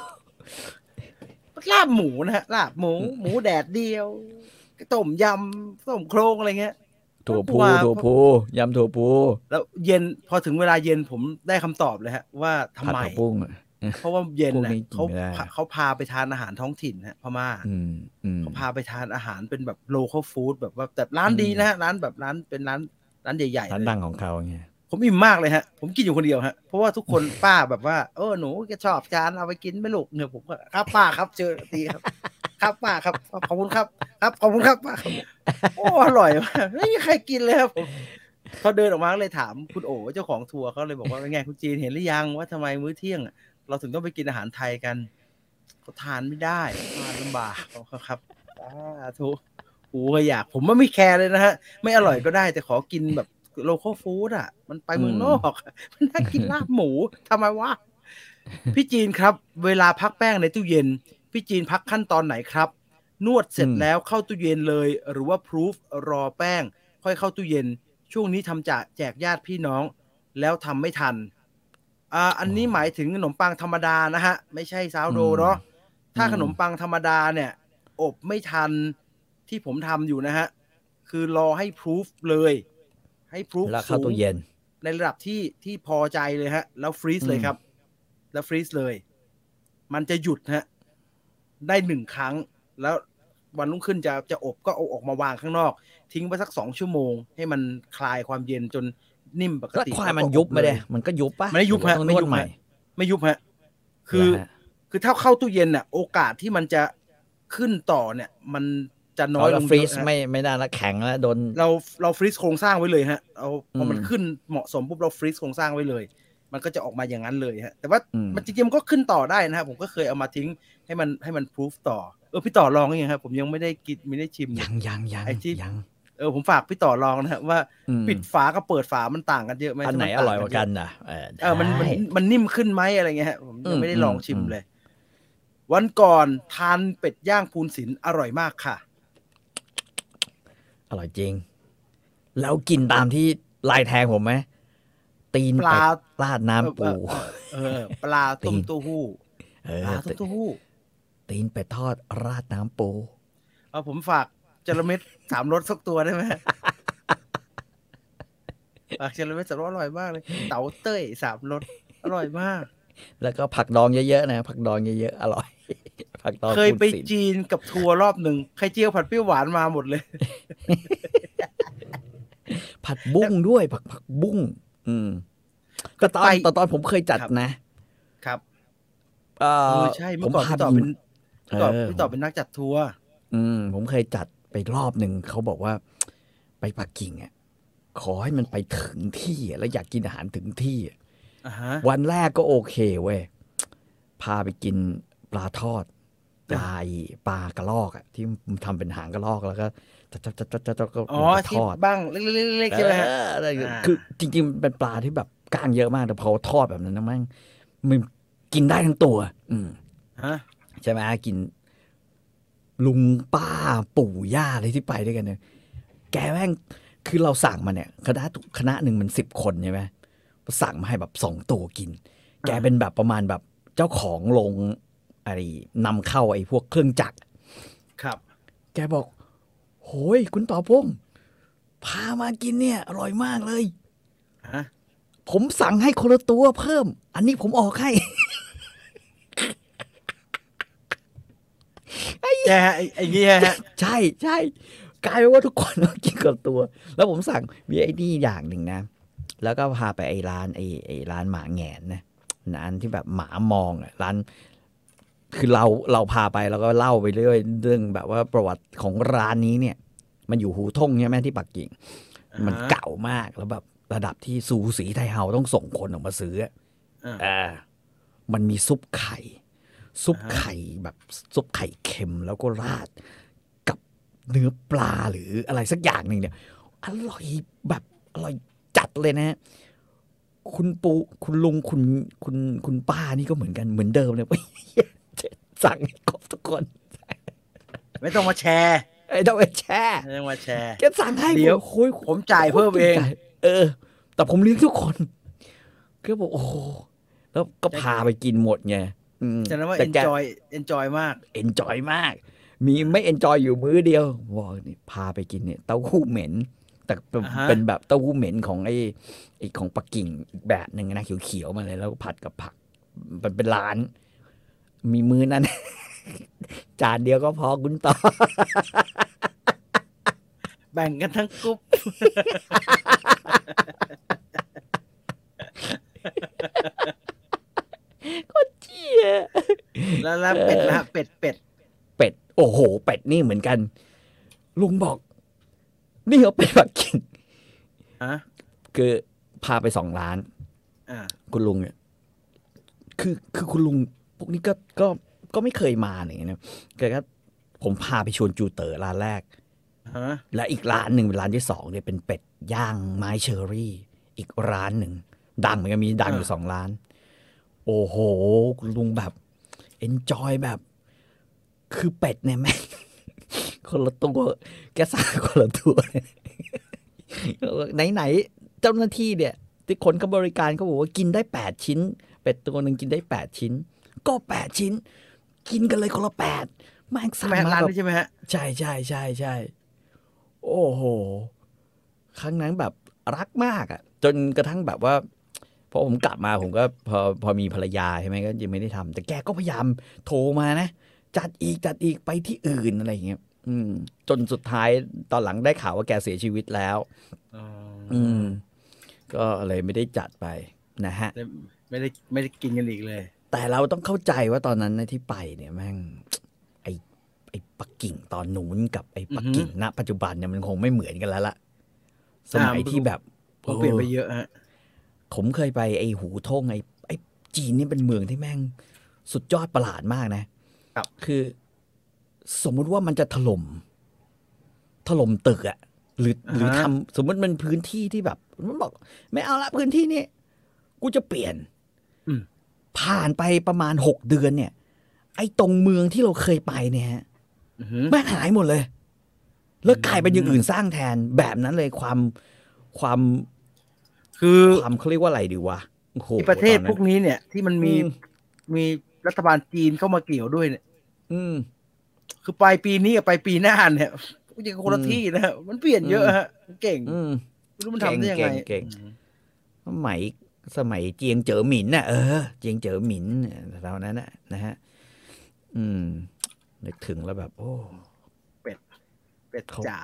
[SPEAKER 1] ลาบหมูนะฮะลาบหมู หมูแดดเดียวต้มยำต้มโครงอะไรเงี้ย
[SPEAKER 2] ถั่วพู
[SPEAKER 1] ว้าว
[SPEAKER 2] ถั่วพูยำถั่วพู
[SPEAKER 1] แล้วเย็นพอถึงเวลาเย็นผมได้คำตอบเลยฮะ ว่าทำ
[SPEAKER 2] ผัด
[SPEAKER 1] ไม
[SPEAKER 2] ถั่วปุ้งอะ
[SPEAKER 1] เพราะว่าเย็นนะ
[SPEAKER 2] พวกนี้กิน
[SPEAKER 1] เขา
[SPEAKER 2] ไม่ได้
[SPEAKER 1] พาเขาพาไปทานอาหารท้องถิ่นนะพม่า
[SPEAKER 2] อืมอืม
[SPEAKER 1] เขาพาไปทานอาหารเป็นแบบโลเคอลฟู้ดแบบว่าแต่ร้าน
[SPEAKER 2] อืม
[SPEAKER 1] ดีนะฮะร้านแบบร้านเป็นร้านร้านใหญ่ๆ
[SPEAKER 2] ร้าน
[SPEAKER 1] เลย
[SPEAKER 2] ดังของเขาไง
[SPEAKER 1] ผมอิ่มมากเลยฮะ ผมกินอยู่คนเดียวฮะ เพราะว่าทุกคน ป้าแบบว่าเออหนูแกชอบจานเอาไปกินไหม่ลูกเนี่ยผมก็ครับป้าครับเจอตีครับ ครับป้าครับขอบคุณครับ ครับขอบคุณครับป้าครับโอ้อร่อยมากไม่มีใครกินเลยครับผมเขาเดินออกมาเลยถามคุณโอ๋เจ้าของทัวร์เขาเลยบอกว่าเป็นไงคุณจีนเห็นหรือยังว่าทำไมมื้อเที่ยงอะ เราถึงต้องไปกินอาหารไทยกันเขาทานไม่ได้ทานลำบากเขาครับสาธุหูก็อยาก ผมว่าไม่แคร์เลยนะฮะ ไม่อร่อยก็ได้ แต่ขอกินแบบโลคอลฟู้ดอ่ะ มันไปเมืองนอก มันน่ากินลาบหมูทำไมวะ พี่จีนครับ เวลาพักแป้งในตู้เย็น พี่จีนพักขั้นตอนไหนครับ นวดเสร็จแล้วเข้าตู้เย็นเลย หรือว่าพรูฟรอแป้ง ค่อยเข้าตู้เย็น ช่วงนี้ทำจะแจกญาติพี่น้อง แล้วทำไม่ทัน อ่า อันนี้หมายถึงขนมปังธรรมดานะฮะ ไม่ใช่ซาวโดว์เนาะ ถ้าขนมปังธรรมดาเนี่ย อบไม่ทันที่ผมทำอยู่นะฮะ คือรอให้พรูฟเลย ให้พรูฟ
[SPEAKER 2] แล้วเข้าตู้
[SPEAKER 1] สูง
[SPEAKER 2] เย็น
[SPEAKER 1] ในระดับที่ที่พอใจเลยฮะ แล้วฟรีซ
[SPEAKER 2] อืม
[SPEAKER 1] เลยครับ แล้วฟรีซเลย มันจะหยุดฮะ ได้หนึ่งครั้ง แล้ววันรุ่งขึ้นจะจะอบก็เอาออกมาวางข้างนอก ทิ้งไว้สักสองชั่วโมง ให้มันคลายความเย็นจนนิ่มปก
[SPEAKER 2] แล้ว
[SPEAKER 1] ติ
[SPEAKER 2] ควายมั
[SPEAKER 1] แล้
[SPEAKER 2] น
[SPEAKER 1] ก็
[SPEAKER 2] ยุบไหม
[SPEAKER 1] เล
[SPEAKER 2] เด้มันก็ยุบปะ
[SPEAKER 1] มันไม่ยุบฮะ
[SPEAKER 2] หรือว่าต้อง
[SPEAKER 1] ไม่
[SPEAKER 2] นว
[SPEAKER 1] ยุ
[SPEAKER 2] ด
[SPEAKER 1] บฮะ
[SPEAKER 2] ใหม่
[SPEAKER 1] ไม่ยุบฮะ คือ
[SPEAKER 2] เหรฮะ
[SPEAKER 1] คือถ้าเข้าตู้เย็นน่ะ โอกาสที่มันจะขึ้นต่อเนี่ย มันจะน้อยล
[SPEAKER 2] เรา
[SPEAKER 1] ง
[SPEAKER 2] ฟรี
[SPEAKER 1] เย
[SPEAKER 2] ซ
[SPEAKER 1] อะฮะ
[SPEAKER 2] ไม่ไม่ได้แล้วแข็งแล้วโดน
[SPEAKER 1] เราเราฟรีซโครงสร้างไว้เลยฮะเราพอมัน
[SPEAKER 2] อืม
[SPEAKER 1] ขึ้นเหมาะสมปุ๊บเราฟรีซโครงสร้างไว้เลย มันก็จะออกมาอย่างนั้นเลยฮะแต่ว่า
[SPEAKER 2] อืม
[SPEAKER 1] มันจริงๆมันก็ขึ้นต่อได้นะฮะผมก็เคยเอามาทิ้งให้มันให้มันพิสูจต่อเออพี่ต่อลองหรือยังครับผมยังไม่ได้กินไม่ได้ชิม
[SPEAKER 2] ยังยังยัง
[SPEAKER 1] ไอ้ที่
[SPEAKER 2] ยัง
[SPEAKER 1] เออผมฝากพี่ต่อลองนะฮะว่า
[SPEAKER 2] อืม
[SPEAKER 1] ปิดฝากับเปิดฝามันต่างกันเยอะไหม
[SPEAKER 2] อันไหนอ
[SPEAKER 1] ถ้มั
[SPEAKER 2] ร่อยกว่ากันน่ะ
[SPEAKER 1] เยอะเออมันมัน
[SPEAKER 2] ได้
[SPEAKER 1] มันนิ่มขึ้นไหมอะไรเงี้ยฮะผมยัง
[SPEAKER 2] อืม
[SPEAKER 1] ไม่ได้ลองชิม
[SPEAKER 2] อืม
[SPEAKER 1] เลย วันก่อนทานเป็ดย่างภูนศิลป์อร่อยมากค่ะ
[SPEAKER 2] อร่อยจริง แล้วกินตามที่ลายแทงผมไหมตีน
[SPEAKER 1] ปลา
[SPEAKER 2] เป็ดราดน้ำปู
[SPEAKER 1] เออปลาต้มเต้าหู้
[SPEAKER 2] เอ
[SPEAKER 1] ป
[SPEAKER 2] อ
[SPEAKER 1] ลาต้มเต้าหู้
[SPEAKER 2] ตีนเป็ดทอดราดน้ำปู
[SPEAKER 1] เอาผมฝากจระเม็ด สามรสสักตัวได้ไหม ฝากจระเม็ดสามรสอร่อยมากเลย เต๋าเต้ยสามรสอร่อยมาก
[SPEAKER 2] แล้วก็ผักดองเยอะๆนะผักดองเยอะๆอร่อย ผักดอง
[SPEAKER 1] เคยไป
[SPEAKER 2] พูดสิ
[SPEAKER 1] จีนกับทัวร์รอบหนึ่งไข่เจียวผัดเปรี้ยวหวานมาหมดเลย
[SPEAKER 2] ผัดบุ้งด้วยผักผักบุ้ง อืมแต่ตอน
[SPEAKER 1] ไป
[SPEAKER 2] แต่ตอนผมเคยจัด
[SPEAKER 1] ครับ
[SPEAKER 2] นะครับ เอ
[SPEAKER 1] เอ
[SPEAKER 2] อ
[SPEAKER 1] อใช่
[SPEAKER 2] ผ
[SPEAKER 1] เมื่
[SPEAKER 2] ม
[SPEAKER 1] อก่อน
[SPEAKER 2] พา
[SPEAKER 1] พี่
[SPEAKER 2] ไป
[SPEAKER 1] ต่อเป็น
[SPEAKER 2] เอ
[SPEAKER 1] เมื่อก่อน
[SPEAKER 2] อ
[SPEAKER 1] พี่ต่อเป็นนักจัดทัวร์
[SPEAKER 2] อืม ผมเคยจัดไปรอบหนึ่งเขาบอกว่า ไปปักกิ่งอ่ะขอให้มันไปถึงที่อะแล้วอยากกินอาหารถึงที่อะ
[SPEAKER 1] อ่าฮะ
[SPEAKER 2] วันแรกก็โอเคเว้ย พาไปกินปลาทอด ป
[SPEAKER 1] จ้ะ
[SPEAKER 2] ลาอีปลากระลอกอะที่มันทำเป็นหางกระลอกแล้วก็จับจับจับจับจับจับก็
[SPEAKER 1] อ๋อ
[SPEAKER 2] ท
[SPEAKER 1] ที่
[SPEAKER 2] อด
[SPEAKER 1] บ้างเล็กๆๆๆใช่ไหมฮะ
[SPEAKER 2] เอออะไรอย่างเงี้ย
[SPEAKER 1] อ่า
[SPEAKER 2] คือจริงๆมันเป็นปลาที่แบบกล้างเยอะมากแต่พอทอดแบบนั้นนะแมั่งมันกินได้ทั้งตัว อืม
[SPEAKER 1] ฮะ
[SPEAKER 2] ใช่ไหมกิน ลุงป้าปู่ย่าอะไรที่ไปด้วยกันเนี่ยแกแม่งคือเราสั่งมาเนี่ย คณะคณะหนึ่งมันสิบคนใช่ไหมสั่งมาให้แบบสองตัวกิน แกเป็นแบบประมาณแบบเจ้าของลงอะไรนำเข้าไอ้พวกเครื่องจักร
[SPEAKER 1] ครับ
[SPEAKER 2] แกบอก โหย คุณต่อพงษ์พามากินเนี่ย อร่อยมากเลย
[SPEAKER 1] ฮะ
[SPEAKER 2] ผมสั่งให้คนละตัวเพิ่ม อันนี้ผมออกให้ ไอ้เ
[SPEAKER 1] แย่ฮะไอ้ไอ้เงี้ยฮะ
[SPEAKER 2] ใช่ใช่กลายเป็นว่าทุกคนต้องกินกับตัว แล้วผมสั่งมีไอ้นี่อย่างหนึ่งนะ แล้วก็พาไปไอ้ร้านไอ้ไอ้ร้านหมาแหงนนะร้านที่แบบหมามองอะร้าน คือเราเราพาไปแล้วก็เล่าไปเรื่อยเรื่องแบบว่าประวัติของร้านนี้เนี่ย มันอยู่หูทงใช่ไหมที่ปักกิ่ง
[SPEAKER 1] อ่าฮะ
[SPEAKER 2] มันเก่ามากแล้วแบบระดับที่สูสีไทยเฮาต้องส่งคนออกมาซื้ออะ
[SPEAKER 1] อ่า
[SPEAKER 2] อ่ามันมีซุปไข่ ซุป
[SPEAKER 1] อ่าฮะ
[SPEAKER 2] ไข่แบบซุปไข่เค็มแล้วก็ราดกับเนื้อปลาหรืออะไรสักอย่างหนึ่งเนี่ย อร่อยแบบอร่อยจัดเลยนะฮะคุณปูคุณลุงคุณคุณคุณป้านี่ก็เหมือนกันเหมือนเดิมเลยเว้ยสั่งให้ครบทุกคน
[SPEAKER 1] ไม่ต้องมาแชร์
[SPEAKER 2] ไอ้ต้องไปแช่
[SPEAKER 1] ไม่ต้องมาแชร์
[SPEAKER 2] แกสั่งให้
[SPEAKER 1] เดี๋ยว
[SPEAKER 2] ผมโอ้ย
[SPEAKER 1] ผมจ่ายเพิ่มเอง
[SPEAKER 2] เออ แต่ผมเลี้ยงทุกคนก็บอกโอ้โหแล้วก็พาไปกินหมดไงอืม
[SPEAKER 1] ฉะนั้นว่า
[SPEAKER 2] แต่แก
[SPEAKER 1] enjoy enjoy มาก
[SPEAKER 2] เอนจอยมาก มีไม่เอนจอยอยู่มื้อเดียวบอกนี่พาไปกินเนี่ยเต้าหู้เหม็น แต่เป็น
[SPEAKER 1] อ่าฮะ
[SPEAKER 2] เป็นแบบเต้าหู้เหม็นของไอ้ไอ้ของปักกิ่งอีกแบบหนึ่งนะเขียวๆมาเลย แล้วผัดกับผัก มันเป็นร้าน มีมื้อนั้น จานเดียวก็พอคุณต่อ
[SPEAKER 1] แบ่งกันทั้งกรุ๊ปแล้วแล้วเป็ดนะฮะเป็ดเป็ด
[SPEAKER 2] เป็ด โอ้โห เป็ดนี่เหมือนกัน ลุงบอก นี่เขาเป็ดปักกิ่ง
[SPEAKER 1] ฮะ
[SPEAKER 2] คือพาไปสองร้าน
[SPEAKER 1] อ่า
[SPEAKER 2] คุณลุงเนี่ยคือคือคุณลุงพวกนี้ก็ก็ก็ไม่เคยมาอย่างเงี้ยนะแกก็ผมพาไปชวนจูเตอร์ร้านแรก
[SPEAKER 1] ฮะ
[SPEAKER 2] และอีกร้านหนึ่งเป็นร้านที่สองเนี่ยเป็นเป็ดย่างไม้เชอรี่ อีกร้านหนึ่งดังเหมือนกันมีดังอยู่สองร้าน โอ้โห คุณลุงแบบเอนจอยแบบ คือเป็ดเนี่ยแม่ง คนละตัวแกสั่งคนละตัวไหนไหนๆเจ้าหน้าที่เนี่ย ที่คนเขาบริการเขาบอกว่ากินได้แปดชิ้น เป็ดตัวหนึ่งกินได้แปดชิ้น ก็แปดชิ้น กินกันเลยคนละแปดแม่งสั่ง
[SPEAKER 1] แปด
[SPEAKER 2] มา
[SPEAKER 1] ร้าน
[SPEAKER 2] แบบ
[SPEAKER 1] นี่ใช่ไหมฮะ
[SPEAKER 2] ใช่ใช่ใช่ใช่โอ้โห ครั้งนั้นแบบรักมากอะ่ะ จนกระทั่งแบบว่า พอผมกลับมาผมก็พอพอมีภรรยาใช่ไหมก็ยังไม่ได้ทำแต่แกก็พยายามโทรมานะ จัดอีกจัดอีกไปที่อื่นอะไรอย่างเงี้ยอืม จนสุดท้ายตอนหลังได้ข่าวว่าแกเสียชีวิตแล้ว อืม ก็เลยไม่ได้จัดไปนะฮะ
[SPEAKER 1] ไม่ได้ไม่ได้กินกันอีกเลย
[SPEAKER 2] แต่เราต้องเข้าใจว่าตอนนั้นนะที่ไปเนี่ยแม่ง ไอ้ไอ้ปักกิ่งตอนนู้นกับไอ้ปักกิ่งณปัจจุบันเนี่ยมันคงไม่เหมือนกันแล้วล่ะ สมัย
[SPEAKER 1] อ่า
[SPEAKER 2] ที่แบบ
[SPEAKER 1] ผมเปลี่ยนไป
[SPEAKER 2] ออ
[SPEAKER 1] เยอะฮะ
[SPEAKER 2] ผมเคยไปไอ้หูท่งไอ้ไอ้จีนนี่เป็นเมืองที่แม่ง สุดยอดประหลาดมากนะ
[SPEAKER 1] ครับ
[SPEAKER 2] คือ สมมุติว่ามันจะถล่มถล่มตึกอะหรือหรืออา
[SPEAKER 1] ฮะ
[SPEAKER 2] ทำสมมติมันพื้นที่ที่แบบ มันบอก ไม่เอาละพื้นที่นี้กูจะเปลี่ยน
[SPEAKER 1] อืม
[SPEAKER 2] ผ่านไปประมาณหกเดือนเนี่ย ไอ้ตรงเมืองที่เราเคยไปเนี่ยฮะ
[SPEAKER 1] อื้อหือ
[SPEAKER 2] แม่งหายหมดเลย แล้วกลายเป็นอย่างอื่นสร้างแทนแบบนั้นเลยความความ
[SPEAKER 1] คือ
[SPEAKER 2] ความเขาเรียกว่าอะไรดีวะโอ้โห
[SPEAKER 1] ที่ประเทศ
[SPEAKER 2] ตอน
[SPEAKER 1] พ
[SPEAKER 2] นั้
[SPEAKER 1] วน กนี้เนี่ย ที่มันมี
[SPEAKER 2] อืม
[SPEAKER 1] มีรัฐบาลจีนเข้ามาเกี่ยวด้วยเนี่ย
[SPEAKER 2] อืม
[SPEAKER 1] คือปลายปีนี้กับปลายปีหน้าเนี่ยยังคนละ
[SPEAKER 2] อืม
[SPEAKER 1] ที่นะฮะมันเปลี่ยนเยอะฮะมันเก่ง
[SPEAKER 2] อืม
[SPEAKER 1] ไม่รู้มันทำได้ยังไง
[SPEAKER 2] เก่งเก่งเก่ง สมัยสมัยเจียงเจ๋อหมินน่ะเออเจียงเจ๋อหมินแถวนั้นน่ะนะฮะอืม นึกถึงแล้วแบบ โอ้
[SPEAKER 1] เป็ดจ๋า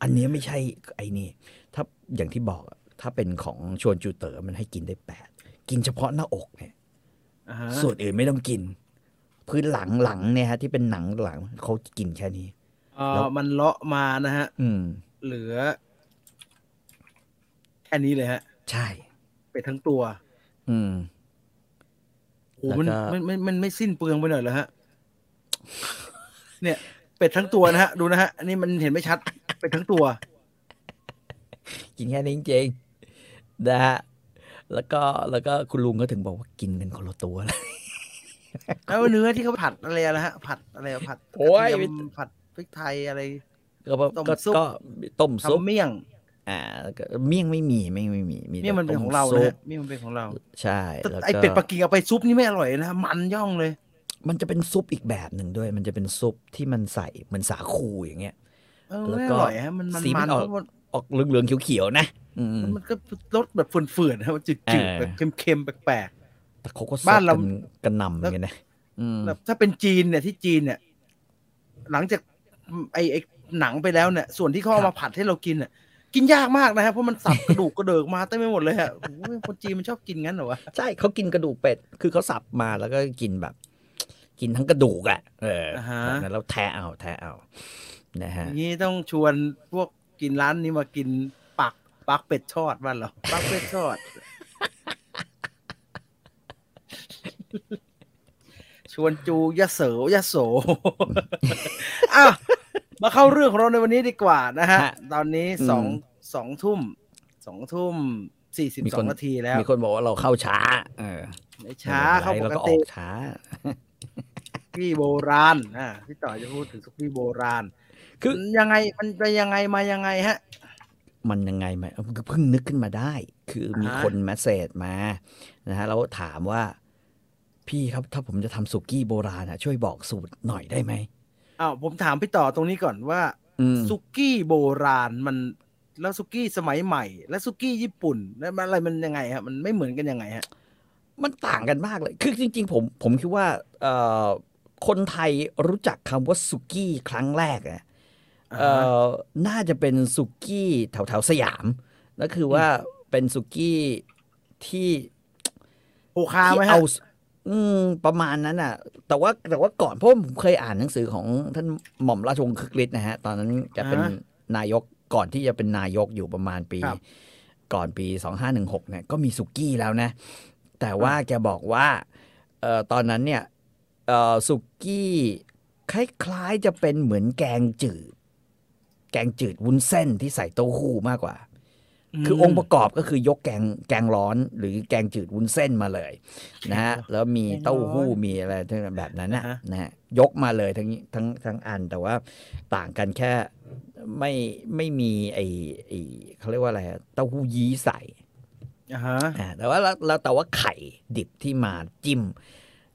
[SPEAKER 2] อันเนี้ยไม่ใช่ไอ้นี่ ถ้าอย่างที่บอกอะถ้าเป็นของชวนจูเต๋อมันให้กินได้แปดกินเฉพาะหน้าอกเนี่ย
[SPEAKER 1] อ่าฮะ
[SPEAKER 2] ส่วนอื่นไม่ต้องกิน พื้นหลังหลังเนี่ยฮะที่เป็นหนังหลังเขากินแค่นี้
[SPEAKER 1] เอ่อมันเลาะมานะฮะ
[SPEAKER 2] อืม
[SPEAKER 1] เหลือ แค่นี้เลยฮะ
[SPEAKER 2] ใช่
[SPEAKER 1] เป็ดทั้งตัว
[SPEAKER 2] อืม
[SPEAKER 1] โอ้โหมัน
[SPEAKER 2] แล้วก็
[SPEAKER 1] มันมันมันไม่สิ้นเปลืองไปหน่อยเหรอฮะ เนี่ย เป็ดทั้งตัวนะฮะ ดูนะฮะอันนี้มันเห็นไม่ชัด เป็ดทั้งตัว
[SPEAKER 2] กินแค่นี้จริง ๆนะฮะแล้วก็แล้วก็คุณลุงก็ถึงบอกว่ากินกันคนละ ตัวเลย
[SPEAKER 1] แล้วเนื้อที่เขาผัดอะไรนะฮะ ผัดอะไรอะผัด
[SPEAKER 2] โอ้ย
[SPEAKER 1] กระเทีมผัดพริกไทยอะไร
[SPEAKER 2] ก็ว่า
[SPEAKER 1] ต้ม
[SPEAKER 2] ก็
[SPEAKER 1] ซุป
[SPEAKER 2] ก็ต้มซุป
[SPEAKER 1] ทำเมี่ยง
[SPEAKER 2] อ่าแล้วก็เมี่ยงไม่มีไม่ไม่มีมีแต่
[SPEAKER 1] เมี่ยงมันเป็น
[SPEAKER 2] ต้
[SPEAKER 1] ของเรา
[SPEAKER 2] ซุ
[SPEAKER 1] นะ
[SPEAKER 2] ป
[SPEAKER 1] ฮะเมี่ยงมันเป็นของเรา
[SPEAKER 2] ใช่
[SPEAKER 1] แต่
[SPEAKER 2] แล้ว
[SPEAKER 1] ไอ
[SPEAKER 2] ก็
[SPEAKER 1] เป็ดปักกิ่งเอาไปซุปนี่ไม่อร่อยนะฮะมันย่องเลย
[SPEAKER 2] มันจะเป็นซุปอีกแบบหนึ่งด้วย มันจะเป็นซุปที่มันใส่เหมือนสาคูอย่างเงี้ย
[SPEAKER 1] เออ
[SPEAKER 2] แล้ว
[SPEAKER 1] ไม่
[SPEAKER 2] ก็
[SPEAKER 1] อร่อยฮะมันมัน
[SPEAKER 2] สีมั
[SPEAKER 1] มัน น
[SPEAKER 2] อ
[SPEAKER 1] เพ
[SPEAKER 2] อก
[SPEAKER 1] ราะว่า
[SPEAKER 2] ออกเหลืองๆเขียวๆนะอืม
[SPEAKER 1] มันก็รสแบบเฟื่อนๆนะจื
[SPEAKER 2] เอ
[SPEAKER 1] ด
[SPEAKER 2] อ
[SPEAKER 1] ๆแบบเค็มๆแปลก
[SPEAKER 2] แต่เขาก็ซด
[SPEAKER 1] บ้านเรา
[SPEAKER 2] กันกระหนำเหมือนกันนะอืม
[SPEAKER 1] ๆแบบถ้าเป็นจีนเนี่ยที่จีนเนี่ย หลังจากไอไอหนังไปแล้วเนี่ย ส่วนที่เขาเอามาผัดให้เรากินเนี่ยกินยากมากนะฮะเพราะมันสับกระดูกกระเดิกมาเต็มไปหมดเลยฮะโอ้ยคนจีนมันชอบกินงั้นเหรอวะ
[SPEAKER 2] ใช่เขากินกระดูกเป็ด คือเขาสับมาแล้วก็กินแบบ กินทั้งกระดูกอ่ะ เอออา
[SPEAKER 1] ฮะ
[SPEAKER 2] แบบนั้นแล้วแทะเอาแทะเอานะฮะ
[SPEAKER 1] อย่างนี้ต้องชวนพวกกินร้านนี้มากินปักปักเป็ดทอดบ้าน เราปักเป็ดทอด ชวนจูยะเสวยะโส อ่ะมาเข้าเรื่องของเราในวันนี้ดีกว่านะฮะ
[SPEAKER 2] ฮะ
[SPEAKER 1] ตอนนี้สอง
[SPEAKER 2] อืม
[SPEAKER 1] สองทุ่มสองทุ่มสี่สิบสองนาทีแล้ว
[SPEAKER 2] มีคนบอกว่าเราเข้าช้า เออ
[SPEAKER 1] ไม่ช้าเข้าป
[SPEAKER 2] แล้ว
[SPEAKER 1] ก
[SPEAKER 2] ก็อ
[SPEAKER 1] ติ
[SPEAKER 2] อกช้า
[SPEAKER 1] สุกี้โบราณอ่ะพี่ต่อจะพูดถึงสุกี้โบราณคื
[SPEAKER 2] คื
[SPEAKER 1] อ อยังไงมันไปยังไงมายังไงฮะ
[SPEAKER 2] มันยังไงไหมเออเพิ่งนึกขึ้นมาได้ คือมี
[SPEAKER 1] อ่า
[SPEAKER 2] คนมาเสจมานะฮะแล้วถามว่า พี่ครับถ้าผมจะทำสุกี้โบราณอะช่วยบอกสูตรหน่อยได้ไหม
[SPEAKER 1] อ้าวผมถามพี่ต่อตรงนี้ก่อนว่า
[SPEAKER 2] อืม
[SPEAKER 1] สุกี้โบราณมันแล้วสุกี้สมัยใหม่ และสุกี้ญี่ปุ่นแล้วมันอะไรมันยังไงฮะมันไม่เหมือนกันยังไงฮะ
[SPEAKER 2] มันต่างกันมากเลย คือจริง ๆ ผมผมคิดว่าเอ่อคนไทยรู้จักคำว่าสุกี้ครั้งแรกนะเอ่อน่าจะเป็นสุกี้แถวๆสยามนั่นคือว่าเป็นสุกี้ที่
[SPEAKER 1] โฮคาไหม
[SPEAKER 2] ที่
[SPEAKER 1] ฮะ
[SPEAKER 2] เอาอืมประมาณนั้นอ่ะ แต่ว่าแต่ว่าก่อนเพราะผมเคยอ่านหนังสือของท่านหม่อมราชวงศ์คึกฤทธิ์นะฮะ ตอนนั้นจะเป็น
[SPEAKER 1] อ่าน
[SPEAKER 2] ายกก่อนที่จะเป็นนายกอยู่ประมาณปี
[SPEAKER 1] ครับ
[SPEAKER 2] ก่อนปี 2516เนี่ยก็มีสุกี้แล้วนะ แต่ว่าแกบอกว่าเออตอนนั้นเนี่ยเอ่อสุกี้คล้ายๆจะเป็นเหมือนแกงจืด แกงจืดวุ้นเส้นที่ใส่เต้าหู้มากกว่า คือองค์ประกอบก็คือยกแกงแกงร้อน หรือแกงจืดวุ้นเส้นมาเลยนะฮะแล้วมีเต้าหู้มีอะไรทั้งแบบนั้นนะ
[SPEAKER 1] อ่าฮะ
[SPEAKER 2] นะฮะยกมาเลยทั้งทั้งทั้งอันแต่ว่าต่างกันแค่ไม่ไม่มีไอไอเขาเรียกว่าอะไรอะเต้าหู้ยี้ใส่
[SPEAKER 1] อ่าฮะ
[SPEAKER 2] อ่าแต่ว่าแล้วแล้วแต่ว่าไข่ดิบที่มาจิ้ม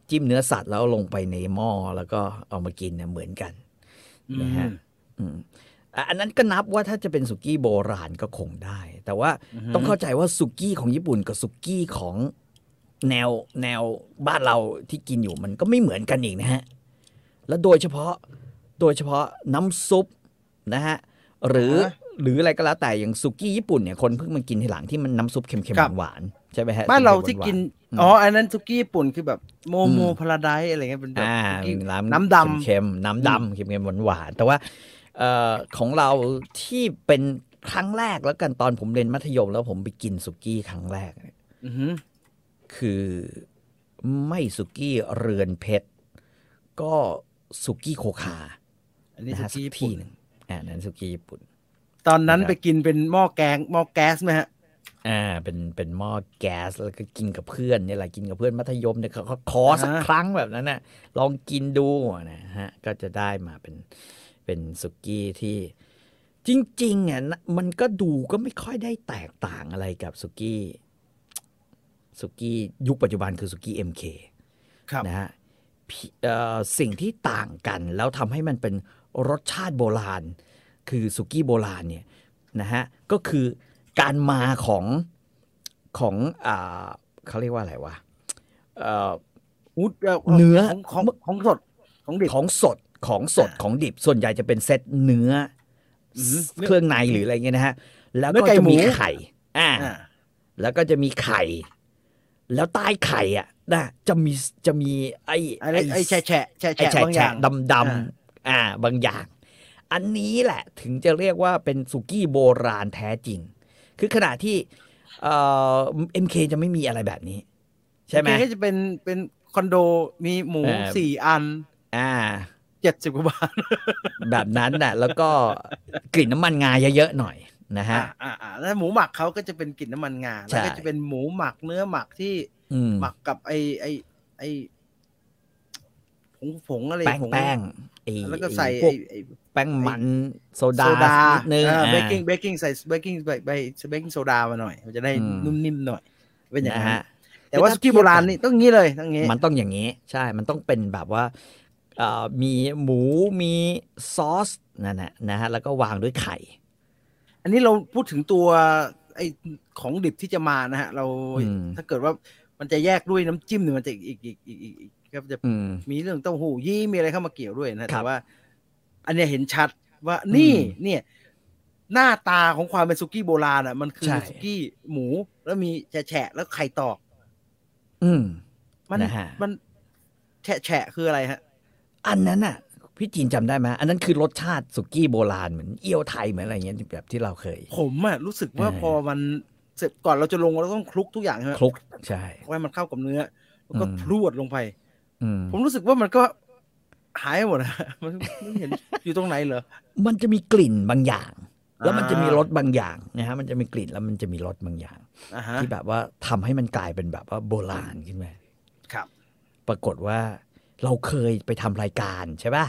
[SPEAKER 2] จิ้มเนื้อสัตว์แล้วลงไปในหม้อแล้วก็เอามากินเนี่ยเหมือนกัน
[SPEAKER 1] อื
[SPEAKER 2] นะ
[SPEAKER 1] ม
[SPEAKER 2] ฮะ อืมอ่ะอันนั้นก็นับว่าถ้าจะเป็นสุกี้โบราณก็คงได้ แต่ว่า
[SPEAKER 1] อือฮึ
[SPEAKER 2] ต้องเข้าใจว่าสุกี้ของญี่ปุ่นกับสุกี้ของแนวแนวบ้านเราที่กินอยู่มันก็ไม่เหมือนกันอีกนะฮะ แล้วโดยเฉพาะโดยเฉพาะน้ำซุปนะฮะหรืออหรืออะไรก็แล้วแต่อย่างสุกี้ญี่ปุ่นเนี่ยคนเพิ่งมากินทีหลังที่มันน้ำซุปเค็มๆหวานๆใช่ไหมฮะ
[SPEAKER 1] บ้านเราที่
[SPEAKER 2] ค็มๆหวๆ
[SPEAKER 1] กิน
[SPEAKER 2] อืม
[SPEAKER 1] อ๋ออันนั้นสุกี้ญี่ปุ่นคือแบบโมโม
[SPEAKER 2] อืม
[SPEAKER 1] พาราไดซ์อะไรเงี้ยเป็นแบบ
[SPEAKER 2] อ่า
[SPEAKER 1] สุกี้
[SPEAKER 2] น้ำ
[SPEAKER 1] น้ำดำ
[SPEAKER 2] เค็มๆน้ำดำเค็มๆหวานๆแต่ว่าเอ่อของเราที่เป็นครั้งแรกแล้วกันตอนผมเรียนมัธยม แล้วผมไปกินสุกี้ครั้งแรกเนี่ย
[SPEAKER 1] อือฮึ
[SPEAKER 2] คือไม่สุกี้เรือนเพชร ก็สุกี้โคคา
[SPEAKER 1] อันนี้
[SPEAKER 2] นะ
[SPEAKER 1] สุ
[SPEAKER 2] ฮะสั
[SPEAKER 1] กี้
[SPEAKER 2] ก
[SPEAKER 1] ญี่
[SPEAKER 2] ที่
[SPEAKER 1] ปุ่น
[SPEAKER 2] หนึ่งอ่านั้นสุกี้ญี่ปุ่น
[SPEAKER 1] ตอนนั้น
[SPEAKER 2] นะครับ
[SPEAKER 1] ไปกินเป็นหม้อแกงหม้อแก๊สไหมฮะ
[SPEAKER 2] อ่าเป็นเป็นหม้อแก๊สแล้วก็กินกับเพื่อนเนี่ยแหละกินกับเพื่อนมัธยมเนี่ยเขาเขาขอสัก
[SPEAKER 1] อ่าฮะ
[SPEAKER 2] ครั้งแบบนั้นน่ะลองกินดูนะฮะก็จะได้มาเป็นเป็นสุกี้ที่จริงๆอ่ะนะมันก็ดูก็ไม่ค่อยได้แตกต่างอะไรกับสุกี้สุกี้ยุคปัจจุบันคือสุกี้ MK
[SPEAKER 1] ครับ
[SPEAKER 2] นะฮะพี่เอ่อสิ่งที่ต่างกันแล้วทำให้มันเป็นรสชาติโบราณ คือสุกี้โบราณเนี่ยนะฮะก็คือการมาของของอ่าเขาเรียกว่าอะไรวะเอ่อ
[SPEAKER 1] อุ๊ดา
[SPEAKER 2] เนื้อ
[SPEAKER 1] ของของของสดของดิบ
[SPEAKER 2] ของสดของสดของดิบส่วนใหญ่จะเป็นเซตเนื้ออ
[SPEAKER 1] อหือ
[SPEAKER 2] เครื่องในหรืออะไรเงี้ยนะฮะแล้ว
[SPEAKER 1] เนื้
[SPEAKER 2] ก็
[SPEAKER 1] อไก่
[SPEAKER 2] จะ
[SPEAKER 1] หมู
[SPEAKER 2] มีไข่อ่า
[SPEAKER 1] อ่า
[SPEAKER 2] แล้วก็จะมีไข่ แล้วใต้ไข่อ่ะนะจะมีจะมีไอ้
[SPEAKER 1] อะไรไอ้แฉะแฉะแฉะ
[SPEAKER 2] ไอ้
[SPEAKER 1] แฉะบางอย่า
[SPEAKER 2] แฉะ
[SPEAKER 1] ง
[SPEAKER 2] ดำด
[SPEAKER 1] อ่า
[SPEAKER 2] ำๆอ่า บางอย่าง อันนี้แหละถึงจะเรียกว่าเป็นสุกี้โบราณแท้จริง คือขณะที่เอ็มเคจะไม่มีอะไรแบบนี้ ใช่ไหม
[SPEAKER 1] จริงๆก็จะเป็นเป็นคอนโดมีหมู
[SPEAKER 2] เออ
[SPEAKER 1] สี่อัน
[SPEAKER 2] อ่า
[SPEAKER 1] เจ็ดสิบกว่าบาท
[SPEAKER 2] แบบนั้นน่ะ แล้วก็กลิ่นน้ำมันงาเยอะๆหน่อยนะฮะ
[SPEAKER 1] อ่าอ่าอ่าแล้วหมูหมักเขาก็จะเป็นกลิ่นน้ำมันงา
[SPEAKER 2] ใช่
[SPEAKER 1] แล้วก็จะเป็นหมูหมักเนื้อหมักที่
[SPEAKER 2] อืม
[SPEAKER 1] หมักกับไอไอไอผงผงอะไร
[SPEAKER 2] แป้ง
[SPEAKER 1] ผง
[SPEAKER 2] แป้งไอ้
[SPEAKER 1] แล้วก็ใส่
[SPEAKER 2] พวก
[SPEAKER 1] ไอ้ไอ้
[SPEAKER 2] แป้งมันโซ
[SPEAKER 1] โซ
[SPEAKER 2] ดา
[SPEAKER 1] ดา
[SPEAKER 2] นิดนึง
[SPEAKER 1] เบ
[SPEAKER 2] อ่า
[SPEAKER 1] กกิ้งเบกกิ้งใส่เบกกิ้งใบใบเบกกิ้งโซดามาหน่อย มันจะได้
[SPEAKER 2] อืม
[SPEAKER 1] นุ่มนิ่มหน่อย เป็นอย่าง
[SPEAKER 2] นะ
[SPEAKER 1] นั้น
[SPEAKER 2] ฮะ
[SPEAKER 1] แต่ว่าสกี้โบราณนี่ต้องงี้เลยต้องงี้
[SPEAKER 2] มันต้องอย่างนี้ ใช่ มันต้องเป็นแบบว่าเอ่อมีหมูมีซอสนั่นแหละนะฮะแล้วก็วางด้วยไข่
[SPEAKER 1] อันนี้เราพูดถึงตัวไอของดิบที่จะมานะฮะ เรา
[SPEAKER 2] อืม
[SPEAKER 1] ถ้าเกิดว่ามันจะแยกด้วยน้ำจิ้มเนี่ยมันจะอีกอีกอีกอีกอีกก็จะ
[SPEAKER 2] อืม
[SPEAKER 1] มีเรื่องเต้าหู้ยี่มีอะไรเข้ามาเกี่ยวด้วยนะ
[SPEAKER 2] ครั
[SPEAKER 1] แต่
[SPEAKER 2] บ
[SPEAKER 1] ว่า อันเนี้ยเห็นชัดว่านี่
[SPEAKER 2] อืม
[SPEAKER 1] เนี่ย หน้าตาของความเป็นสุกี้โบราณอ่ะ มันคือ
[SPEAKER 2] ใช่
[SPEAKER 1] สุกี้หมู แล้วมีแฉะแฉะแล้วไข่ตอก
[SPEAKER 2] อืม
[SPEAKER 1] มัน
[SPEAKER 2] นะฮะ
[SPEAKER 1] มันแฉะแฉะคืออะไรฮะ
[SPEAKER 2] อันนั้นอ่ะ พี่จีนจำได้ไหมอันนั้นคือรสชาติสุกี้โบราณเหมือนเอียวไทยเหมือนอะไรเงี้ยแบบที่เราเคย
[SPEAKER 1] ผมอ่ะรู้สึกว่า
[SPEAKER 2] เออ
[SPEAKER 1] พอมันเสร็จก่อนเราจะลงเราต้องคลุกทุกอย่างใช่ไหม
[SPEAKER 2] คลุกใช่
[SPEAKER 1] ให้มันเข้ากับเนื้อ แล้วก็
[SPEAKER 2] อืม
[SPEAKER 1] พรวดลงไป
[SPEAKER 2] อืม
[SPEAKER 1] ผมรู้สึกว่ามันก็หายไปหมดนะ มันไม่เห็นอยู่ตรงไหนเหรอ
[SPEAKER 2] มันจะมีกลิ่นบางอย่าง แล้วมันจะมี
[SPEAKER 1] อ่าร ร
[SPEAKER 2] สบางอย่างนะฮะมันจะมีกลิ่นแล้วมันจะมีรสบางอย่าง
[SPEAKER 1] อ่าฮะ
[SPEAKER 2] ที่แบบว่าทำให้มันกลายเป็นแบบว่าโบราณขึ้นมา
[SPEAKER 1] ครับ
[SPEAKER 2] ปรากฏว่าเราเคยไปทำรายการใช่ป่ะ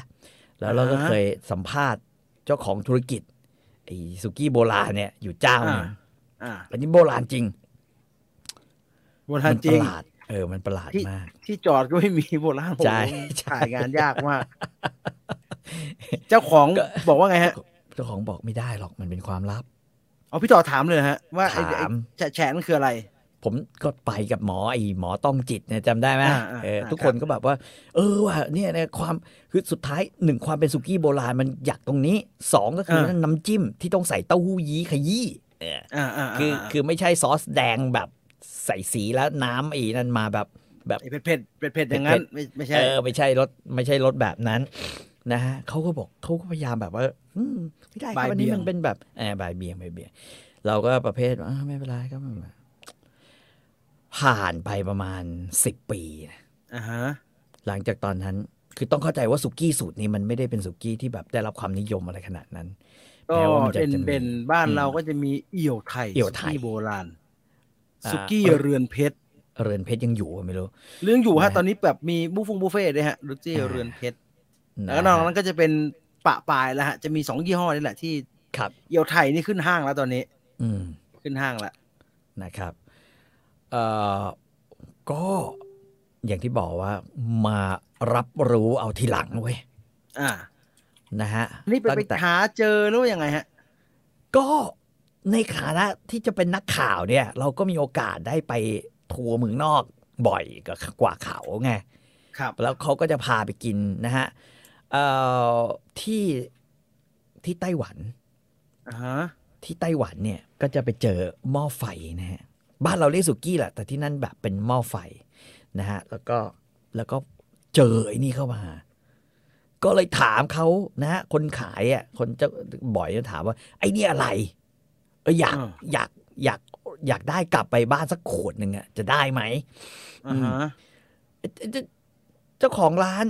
[SPEAKER 2] แล้วเราก็
[SPEAKER 1] อ่าฮะ
[SPEAKER 2] เคยสัมภาษณ์เจ้าของธุรกิจไอ้สุกี้โบราณเนี่ยอยู่เจ้าหนึง
[SPEAKER 1] อ่า อ่า
[SPEAKER 2] อันนี้โบราณจริง
[SPEAKER 1] โบราณ
[SPEAKER 2] มัน
[SPEAKER 1] จ
[SPEAKER 2] ป
[SPEAKER 1] ริ
[SPEAKER 2] ระ
[SPEAKER 1] ง
[SPEAKER 2] หลาด เออ มันประหลาด
[SPEAKER 1] ที่
[SPEAKER 2] มาก
[SPEAKER 1] ที่จอดก็ไม่มีโบราณผม
[SPEAKER 2] ใช่
[SPEAKER 1] ถ่ายงานยากมาก เจ้าของ
[SPEAKER 2] ก็
[SPEAKER 1] บอกว่าไงฮะ
[SPEAKER 2] เจ้าของบอกไม่ได้หรอกมันเป็นความลับ
[SPEAKER 1] เอาพี่ต่อถามเลยฮะ ว่าไอ้
[SPEAKER 2] ถาม
[SPEAKER 1] ไอ้แฉะนั่นคืออะไร
[SPEAKER 2] ผมก็ไปกับหมอไอ้หมอต้องจิตเนี่ยจำได้ไหม
[SPEAKER 1] อ่าอ่า
[SPEAKER 2] เออ
[SPEAKER 1] อ่า
[SPEAKER 2] ทุกคนก็แบบว่า เออว่าเนี่ยนะความคือสุดท้ายหนึ่งความเป็นสุกี้โบราณมันอยากตรงนี้สองก็คืออา น้ำจิ้มที่ต้องใส่เต้าหู้ยี้ขยี้เออ
[SPEAKER 1] อ่าอ่า
[SPEAKER 2] คือคือไม่ใช่ซอสแดงแบบใส่สีแล้วน้ำไอีนั่นมาแบบ
[SPEAKER 1] ไอ้เผ็ดเผ็ดเผ็ดเผ็ดๆอย่างนั้น ไม่ไม่ใช่
[SPEAKER 2] เออไม่ใช่รสไม่ใช่รสแบบนั้นนะฮะเขาก็บอกเขาก็พยายามแบบว่า อืมไม่ได้ครับอันนี้มันเป็นแบบแอบบายเบียงบายเบียง เราก็ประเภทว่าอ่าไม่เป็นไรก็ไม่เป็นไรผ่านไปประมาณสิบปีนะ
[SPEAKER 1] อ่าฮะ
[SPEAKER 2] หลังจากตอนนั้น คือต้องเข้าใจว่าสุกี้สูตรนี้มันไม่ได้เป็นสุกี้ที่แบบได้รับความนิยมอะไรขนาดนั้น
[SPEAKER 1] ก็
[SPEAKER 2] แม้ว่ามัจะ
[SPEAKER 1] เป็น
[SPEAKER 2] จะมี
[SPEAKER 1] เป็นบ้านเราก็จะมีเอี่ยวไทย
[SPEAKER 2] เอี่ยวไทย
[SPEAKER 1] สุกี้โบราณ
[SPEAKER 2] อ่า
[SPEAKER 1] สุกี้เรือนเพชร
[SPEAKER 2] เรือนเพชรยังอยู่ก็ไม่รู้
[SPEAKER 1] เรื่องอยู่ฮะ
[SPEAKER 2] นะ
[SPEAKER 1] ตอนนี้แบบมีบุฟฟงบุฟเฟ่ด้วยฮะลูกี้เรือนเพชร
[SPEAKER 2] นะ
[SPEAKER 1] แล้วก็นอกนั้นก็จะเป็นปะปลายแล้วฮะ จะมีสองยี่ห้อนี่แหละที่
[SPEAKER 2] ครับ
[SPEAKER 1] เอียวไทยนี่ขึ้นห้างแล้วตอนนี้
[SPEAKER 2] อืม
[SPEAKER 1] ขึ้นห้างแล้ว
[SPEAKER 2] นะครับเอ่อก็อย่างที่บอกว่ามารับรู้เอาทีหลังเว้ย
[SPEAKER 1] อ่า
[SPEAKER 2] นะฮะ
[SPEAKER 1] นี่ไป
[SPEAKER 2] ตั้
[SPEAKER 1] ไป
[SPEAKER 2] งแต่
[SPEAKER 1] หาเจอหรือว่ายังไงฮะ
[SPEAKER 2] ก็ในฐานะที่จะเป็นนักข่าวเนี่ย เราก็มีโอกาสได้ไปทัวร์เมืองนอกบ่อยกว่ากว่าเขาไง
[SPEAKER 1] ครับ
[SPEAKER 2] แล้วเขาก็จะพาไปกินนะฮะเอ่อที่ที่ไต้หวัน
[SPEAKER 1] อ่าฮะ
[SPEAKER 2] ที่ไต้หวันเนี่ยก็จะไปเจอหม้อไฟนะฮะบ้านเราเรียกสุกี้แหละแต่ที่นั่นแบบเป็นหม้อไฟนะฮะแล้วก็แล้วก็เจอไอ้นี่เข้ามา ก็เลยถามเขานะฮะคนขายอ่ะคนเจ้าบ่อยจะถามว่า ไอ้นี่อะไรเอออยาก
[SPEAKER 1] อ่า
[SPEAKER 2] อยากอยากอยากได้กลับไปบ้านสักขวดหนึ่งอ่ะจะได้ไหม
[SPEAKER 1] อ่าฮะ
[SPEAKER 2] เอ่อเจ้าเจ้าของร้าน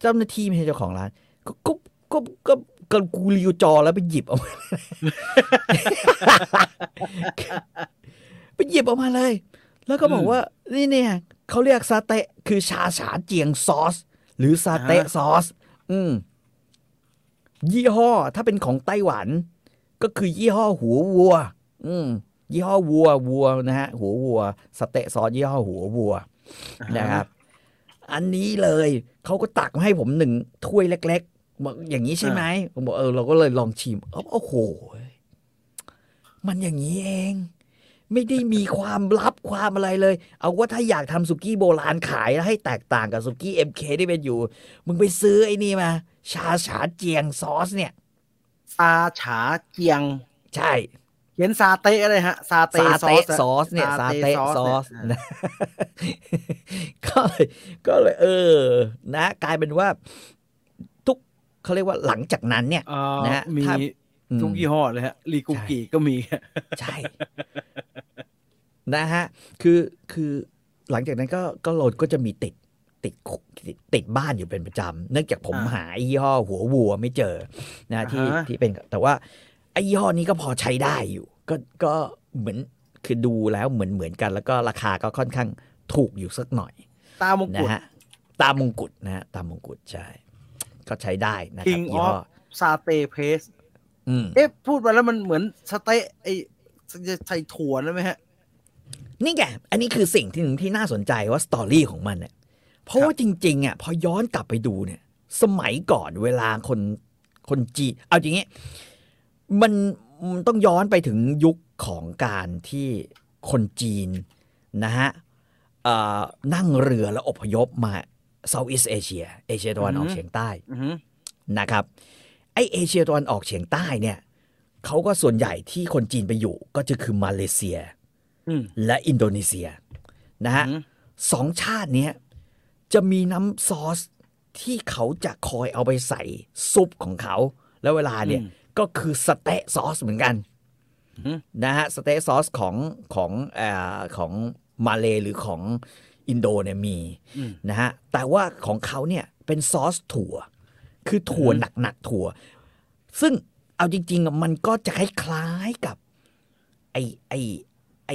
[SPEAKER 2] เจ้าหน้าที่ไม่ใช่เจ้าของร้าน ก็ก็ก็ก็ก็กูรีวจอแล้วไปหยิบออกมา ไปหยิบออกมาเลย แล้วก็บอก
[SPEAKER 1] อืม
[SPEAKER 2] ว่า นี่เนี่ยเขาเรียกซาเตะคือชาฉาเจียงซอส หรือซาเตะ
[SPEAKER 1] อ่าฮะ
[SPEAKER 2] ซอส อืม ยี่ห้อถ้าเป็นของไต้หวัน ก็คือยี่ห้อหัววัว อืม ยี่ห้อวัววัวนะฮะ หัววัวสเตะซอสยี่ห้อหัววัว
[SPEAKER 1] อ่าฮ
[SPEAKER 2] นะครับ อันนี้เลยเขาก็ตักมาให้ผมหนึ่งถ้วยเล็กๆบอกอย่างนี้ใช่ไหมผมบอกเออเราก็เลยลองชิมเอ้าโอ้โห มันอย่างนี้เอง ไม่ได้มีความลับความอะไรเลย เอาว่าถ้าอยากทำสุกี้โบราณขายแล้วให้แตกต่างกับสุกี้เอ็มเคที่เป็นอยู่ มึงไปซื้อไอ้นี่มา ชาฉาเจียงซอสเนี่ย
[SPEAKER 1] ซาฉาเจียง
[SPEAKER 2] ใช่
[SPEAKER 1] เขียนซาเตะก็ได้ฮะ ซาเตะซอ
[SPEAKER 2] ซาเตะ
[SPEAKER 1] สะ
[SPEAKER 2] ซอสเนี่ยซาเตะซอส
[SPEAKER 1] เนี่ย
[SPEAKER 2] นะ ก็เลยก็เลยเออ นะ กลายเป็นว่า ทุกเขาเรียกว่าหลังจากนั้นเนี่ย
[SPEAKER 1] เอ่อ
[SPEAKER 2] นะฮะ
[SPEAKER 1] มี
[SPEAKER 2] ถ้า อืม
[SPEAKER 1] ทุกยี่ห้อเลยฮะรีกุกิก็มี
[SPEAKER 2] ใช่ นะฮะ คือคือหลังจากนั้นก็ก็โหลดก็จะมีติดติดติดติดบ้านอยู่เป็นประจำเนื่องจากผม
[SPEAKER 1] อ่า
[SPEAKER 2] หาไอ้ยี่ห้อหัววัวไม่เจอ นะที่
[SPEAKER 1] อ่าฮะ
[SPEAKER 2] ที่เป็น แต่ว่าไอ้ยี่ห้อนี้ก็พอใช้ได้อยู่ ก็ก็เหมือนคือดูแล้วเหมือนเหมือนกัน แล้วก็ราคาก็ค่อนข้างถูกอยู่สักหน่อย
[SPEAKER 1] ตามง
[SPEAKER 2] นะ
[SPEAKER 1] กุฎ
[SPEAKER 2] ฮะตามมงกุฎนะฮะตามมงกุฎใช่ ก็ใช้ได้นะครับ
[SPEAKER 1] King
[SPEAKER 2] ยี่ห้อ
[SPEAKER 1] of ซาเตะเพส
[SPEAKER 2] อืม
[SPEAKER 1] เอ๊ะ พูดไปแล้วมันเหมือนสเต๊ะไอ้จะใส่ถั่วนะไหมฮะ
[SPEAKER 2] นี่ไงอันนี้คือสิ่งที่หนึ่งที่น่าสนใจว่าสตอรี่ของมันเนี่ยเพราะว่าจริงๆอ่ะพอย้อนกลับไปดูเนี่ย สมัยก่อนเวลาคนคนจีนเอาอย่างงี้ มันมันต้องย้อนไปถึงยุคของการที่คนจีนนะฮะเอ่อนั่งเรือแล้วอพยพมาเซาท์อีสเอเชีย เอเชียตะวันออ
[SPEAKER 1] อื
[SPEAKER 2] ก
[SPEAKER 1] อฮึ
[SPEAKER 2] เฉียงใต้
[SPEAKER 1] อือฮึ
[SPEAKER 2] นะครับ ไอเอเชียตะวันออกเฉียงใต้เนี่ยเขาก็ส่วนใหญ่ที่คนจีนไปอยู่ก็จะคือมาเลเซีย
[SPEAKER 1] อืม
[SPEAKER 2] และอินโดนีเซียนะฮะ
[SPEAKER 1] อืม
[SPEAKER 2] สองชาติเนี้ยจะมีน้ำซอสที่เขาจะคอยเอาไปใส่ซุปของเขา แล้วเวลาเนี่ยก็คือสเต๊ะซอสเหมือนกันนะฮะสเต๊ะซอสของของเออของมาเลหรือของอินโดเนี่ยมี
[SPEAKER 1] อืม
[SPEAKER 2] นะฮะแต่ว่าของเขาเนี่ยเป็นซอสถั่ว คือถั่ว
[SPEAKER 1] อือฮึ
[SPEAKER 2] หนักๆถั่ว ซึ่งเอาจริงๆอะมันก็จะคล้ายๆกับไอไอไอ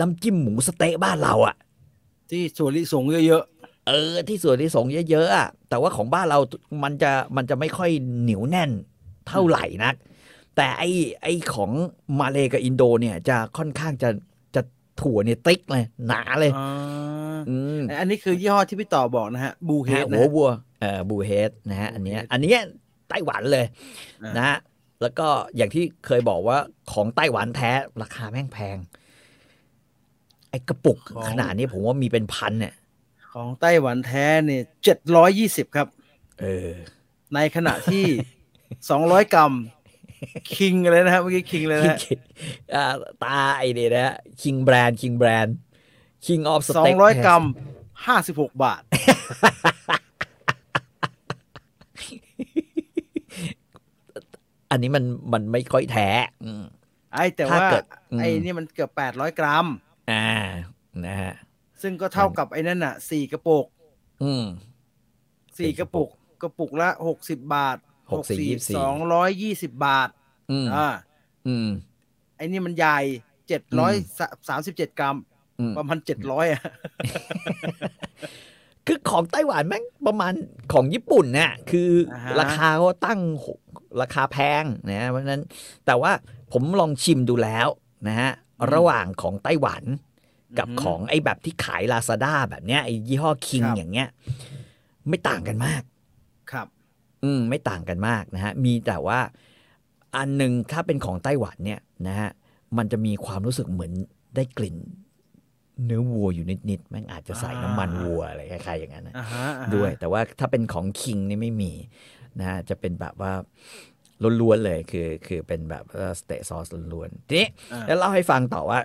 [SPEAKER 2] น้ำจิ้มหมูสเต๊ะบ้านเราอะ
[SPEAKER 1] ที่สวนลิสงเยอะ
[SPEAKER 2] เออที่สวนที่สงเยอะๆอะแต่ว่าของบ้านเรา มันจะมันจะไม่ค่อยเหนียวแน่นเท่าไหร่นัก แต่ไอไอของมาเลกับอินโดเนี่ยจะค่อนข้างจะจะถั่วเนี่ยติ๊กเลยหนาเลย
[SPEAKER 1] ๆอ่า
[SPEAKER 2] อืม
[SPEAKER 1] อันนี้คือยี่ห้อที่พี่ต่อบอกนะฮะ บูเฮดนะ
[SPEAKER 2] หัว
[SPEAKER 1] ฮะ
[SPEAKER 2] วัวเอ่อบูเฮดนะฮะอันเนี้ยอันเนี้ยไต้หวันเลย
[SPEAKER 1] อ่าน
[SPEAKER 2] นะฮะแล้วก็อย่างที่เคยบอกว่าของไต้หวันแท้ราคาแม่งแพง ไอกระปุกขนาดนี้ผมว่ามีเป็นพันเนี่ย
[SPEAKER 1] ของไต้หวันแท้เนี่ยเจ็ดร้อยยี่สิบครับ
[SPEAKER 2] เออ
[SPEAKER 1] ในขณะที่ สองร้อยกรัม คิงเลยนะครับเมื่อกี้คิงเลยนะฮะ
[SPEAKER 2] King- อ่าตาไอเดียนะฮะคิงแบรนด์คิงแบรนด์คิงออฟส
[SPEAKER 1] สอง
[SPEAKER 2] เต็ก
[SPEAKER 1] ร้อยกรัมห้าสิบหกบาท
[SPEAKER 2] อันนี้มันมันไม่ค่อยแท้อืม
[SPEAKER 1] ไอ้แต่
[SPEAKER 2] ถ้า
[SPEAKER 1] ว่า
[SPEAKER 2] เกิดอืม
[SPEAKER 1] ไอ้นี่มันเกือบแปดร้อยกรัม
[SPEAKER 2] อ่านะฮะ
[SPEAKER 1] ซึ่งก็เท่ากับไอ้นั่นน่ะสี่กระปุก
[SPEAKER 2] อืม
[SPEAKER 1] สี่กระปุก กระปุกละหกสิบบาท
[SPEAKER 2] หกสี่ยี่สิบสี่
[SPEAKER 1] สองร้อยยี่สิบบาท
[SPEAKER 2] อืม
[SPEAKER 1] อ่า
[SPEAKER 2] อืม
[SPEAKER 1] ไอ้นี่มันใหญ่เจ็ดร้อยสามสิบเจ็ดกรัม
[SPEAKER 2] อืม
[SPEAKER 1] ประมาณเจ็ดร้อยอ่ะ
[SPEAKER 2] คือของไต้หวันแม่งประมาณของญี่ปุ่นเนี่ยคืออา
[SPEAKER 1] ฮะ
[SPEAKER 2] ราคาเขาตั้งหกราคาแพงนะฮะเพราะฉะนั้นแต่ว่าผมลองชิมดูแล้วนะฮะระหว่างของไต้หวัน กับของไอ้แบบที่ขายลาซาด้าแบบเนี้ยไอ้ยี่ห้อคิง
[SPEAKER 1] ครับ
[SPEAKER 2] อย่างเงี้ย ไม่ต่างกันมาก
[SPEAKER 1] ครับ
[SPEAKER 2] อืมไม่ต่างกันมากนะฮะ มีแต่ว่าอันหนึ่งถ้าเป็นของไต้หวันเนี่ยนะฮะมันจะมีความรู้สึกเหมือนได้กลิ่น เนื้อวัวอยู่นิดๆแม่งอาจจะใส่น้ำมันวัวอะไรคล้ายๆอย่างนั้นนะ
[SPEAKER 1] อ่าฮะอ่าฮะ
[SPEAKER 2] ด้วย แต่ว่าถ้าเป็นของคิงนี่ไม่มีนะฮะจะเป็นแบบว่าล้วนๆเลยคือ คือเป็นแบบสเตซอสล้วนๆทีนี้
[SPEAKER 1] อ่า
[SPEAKER 2] แล้วเล่าให้ฟังต่อว่า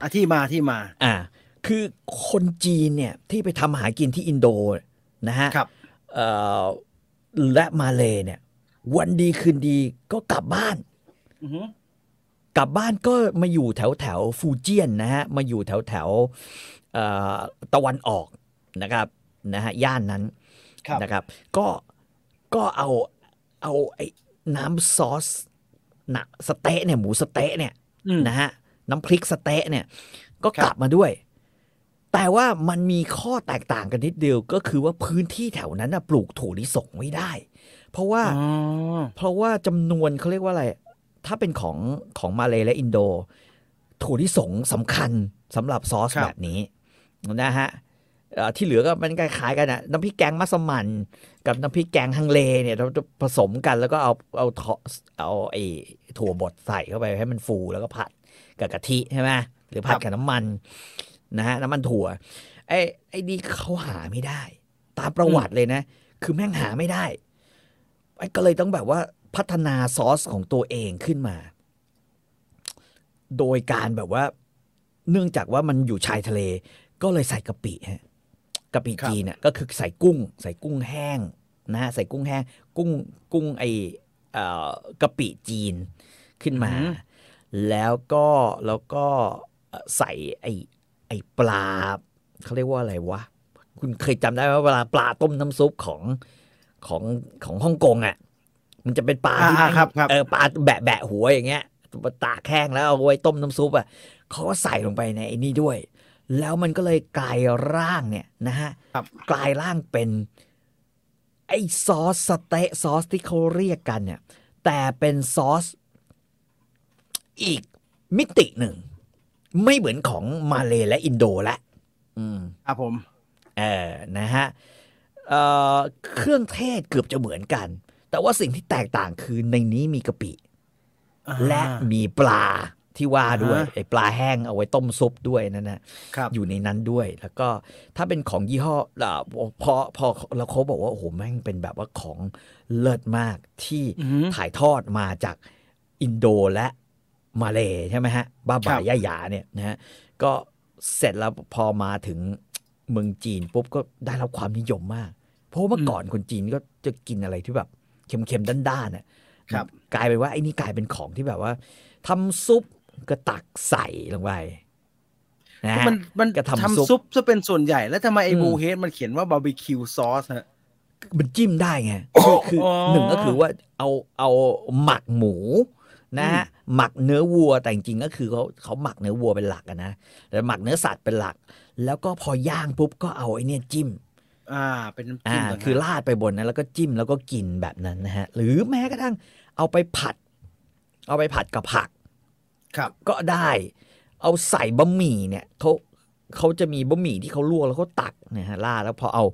[SPEAKER 1] อ่ะที่มาที่มา
[SPEAKER 2] อ่า คือคนจีนเนี่ยที่ไปทำหากินที่อินโดนะฮะ
[SPEAKER 1] ครับ
[SPEAKER 2] เอ่อและมาเลเนี่ย วันดีคืนดีก็กลับบ้าน
[SPEAKER 1] อือฮึ
[SPEAKER 2] กลับบ้านก็มาอยู่แถวแถวฟูเจียนนะฮะ มาอยู่แถวแถวเอ่อตะวันออกนะครับนะฮะย่านนั้น
[SPEAKER 1] ครับ
[SPEAKER 2] นะครับ ก็ก็เอาเอาไอ้น้ำซอสหนักสเต๊ะเนี่ยหมูสเต๊ะเนี่ย
[SPEAKER 1] อืม
[SPEAKER 2] นะฮะน้ำพริกสเต๊ะเนี่ยก็
[SPEAKER 1] ครับ
[SPEAKER 2] กลับมาด้วย แต่ว่ามันมีข้อแตกต่างกันนิดเดียวก็คือว่าพื้นที่แถวนั้นนะปลูกถั่วลิสงไม่ได้ เพราะว่า
[SPEAKER 1] อ๋อ
[SPEAKER 2] เพราะว่าจำนวนเขาเรียกว่าอะไร ถ้าเป็นของของมาเลและอินโด ถั่วลิสงสำคัญสำหรับซอสแบบนี้นะฮะเอ่อที่เหลือก็มันคล้ายๆกันนะน้ำพริกแกงมัสมั่นกับน้ำพริกแกงฮังเลเนี่ยเราจะผสมกันแล้วก็เอาเอาทอเอาไอ้ถั่วบดใส่เข้าไปให้มันฟูแล้วก็ผัด กับกะทิใช่ไหมหรือผัดกับน้ำมันนะฮะน้ำมันถั่วไอ้ไอ้นี่เขาหาไม่ได้ ตามประวัติเลยนะ คือแม่งหาไม่ได้ไอ้ก็เลยต้องแบบว่าพัฒนาซอสของตัวเองขึ้นมา โดยการแบบว่า เนื่องจากว่ามันอยู่ชายทะเล ก็เลยใส่กะปิฮะกะปิจีนเนี่ยก็คือใส่กุ้ง ใส่กุ้งแห้งนะฮะใส่กุ้งแห้ง กุ้งกุ้งไอเอ่อกะปิจีนขึ้นมา แล้วก็แล้วก็เอ่อใส่ไอไอปลาเขาเรียกว่าอะไรวะ คุณเคยจำได้ไหมเวลาปลาต้มน้ำซุปของของของฮ่องกงอ่ะ มันจะเป็นปลาที่
[SPEAKER 1] อ่า
[SPEAKER 2] แม่ง
[SPEAKER 1] ครับครับ
[SPEAKER 2] เออปลาแบะแบะหัวอย่างเงี้ยตากแห้งแล้วเอาไว้ต้มน้ำซุปอ่ะเขาก็ใส่ลงไปในไอ้นี่ด้วย แล้วมันก็เลยกลายร่างเนี่ยนะฮะ
[SPEAKER 1] ครับ
[SPEAKER 2] กลายร่างเป็น ไอ้ซอสสเต๊ะซอสที่เขาเรียกกันเนี่ย แต่เป็นซอส อีกมิติหนึ่ง ไม่เหมือนของมาเลและอินโดละอืม
[SPEAKER 1] ครับผม
[SPEAKER 2] เออ นะฮะเอ่อเครื่องเทศเกือบจะเหมือนกัน แต่ว่าสิ่งที่แตกต่างคือในนี้มีกะปิ และมีปลา ที่ว่าด้วย
[SPEAKER 1] อ่าฮะ
[SPEAKER 2] ไอ้ปลาแห้งเอาไว้ต้มซุปด้วยนั่นนะ
[SPEAKER 1] ครับ
[SPEAKER 2] อยู่ในนั้นด้วย แล้วก็ถ้าเป็นของยี่ห้ออ่าพอพอเราเขาบอกว่าโอ้โหแม่งเป็นแบบว่าของเลิศมากที่
[SPEAKER 1] อือหือ
[SPEAKER 2] ถ่ายทอดมาจากอินโดและมาเลย์ใช่ไหมฮะ บ้า
[SPEAKER 1] ครับ
[SPEAKER 2] ่า
[SPEAKER 1] บ
[SPEAKER 2] ย่าหยาเนี่ยนะฮะก็เสร็จแล้วพอมาถึงเมืองจีนปุ๊บก็ได้รับความนิยมมาก เพราะว่าเมื่อก่อนคนจีนก็จะกินอะไรที่แบบเค็มๆด้านๆน่ะ
[SPEAKER 1] ครับ
[SPEAKER 2] กลายเป็นว่าไอ้นี่กลายเป็นของที่แบบว่าทำซุปก็ตักใส่ลงไปนะฮะ
[SPEAKER 1] มันมัน
[SPEAKER 2] กระทำ
[SPEAKER 1] ทำ
[SPEAKER 2] ซุ
[SPEAKER 1] ซุ
[SPEAKER 2] ป
[SPEAKER 1] ปซะเป็นส่วนใหญ่แล้วทำไมไอ้
[SPEAKER 2] อืม
[SPEAKER 1] บูเฮดมันเขียนว่าบาร์บีคิวซอสฮะ
[SPEAKER 2] มันจิ้มได้ไงคือคือ
[SPEAKER 1] อ๋อ
[SPEAKER 2] หนึ่งก็คือว่าเอาเอาหมักหมูนะฮะหมักเนื้อวัวแต่จริงๆก็คือเขาเขาหมักเนื้อวัวเป็นหลักอะนะแล้วหมักเนื้อสัตว์เป็นหลัก แล้วก็พอย่างปุ๊บก็เอาไอ้เนี่ยจิ้ม
[SPEAKER 1] อ่า เป็นน้ำจิ้
[SPEAKER 2] อ่าม
[SPEAKER 1] ต่างหาก
[SPEAKER 2] คือราดไปบนนั้นแล้วก็จิ้มแล้วก็กินแบบนั้นนะฮะ หรือแม้กระทั่งเอาไปผัด เอาไปผัดกับผัก
[SPEAKER 1] ครับ
[SPEAKER 2] ก็ได้ เอาใส่บะหมี่เนี่ยเขาเขาจะมีบะหมี่ที่เขาลวกแล้วเขาตักเนะฮะราดแล้วพอเอา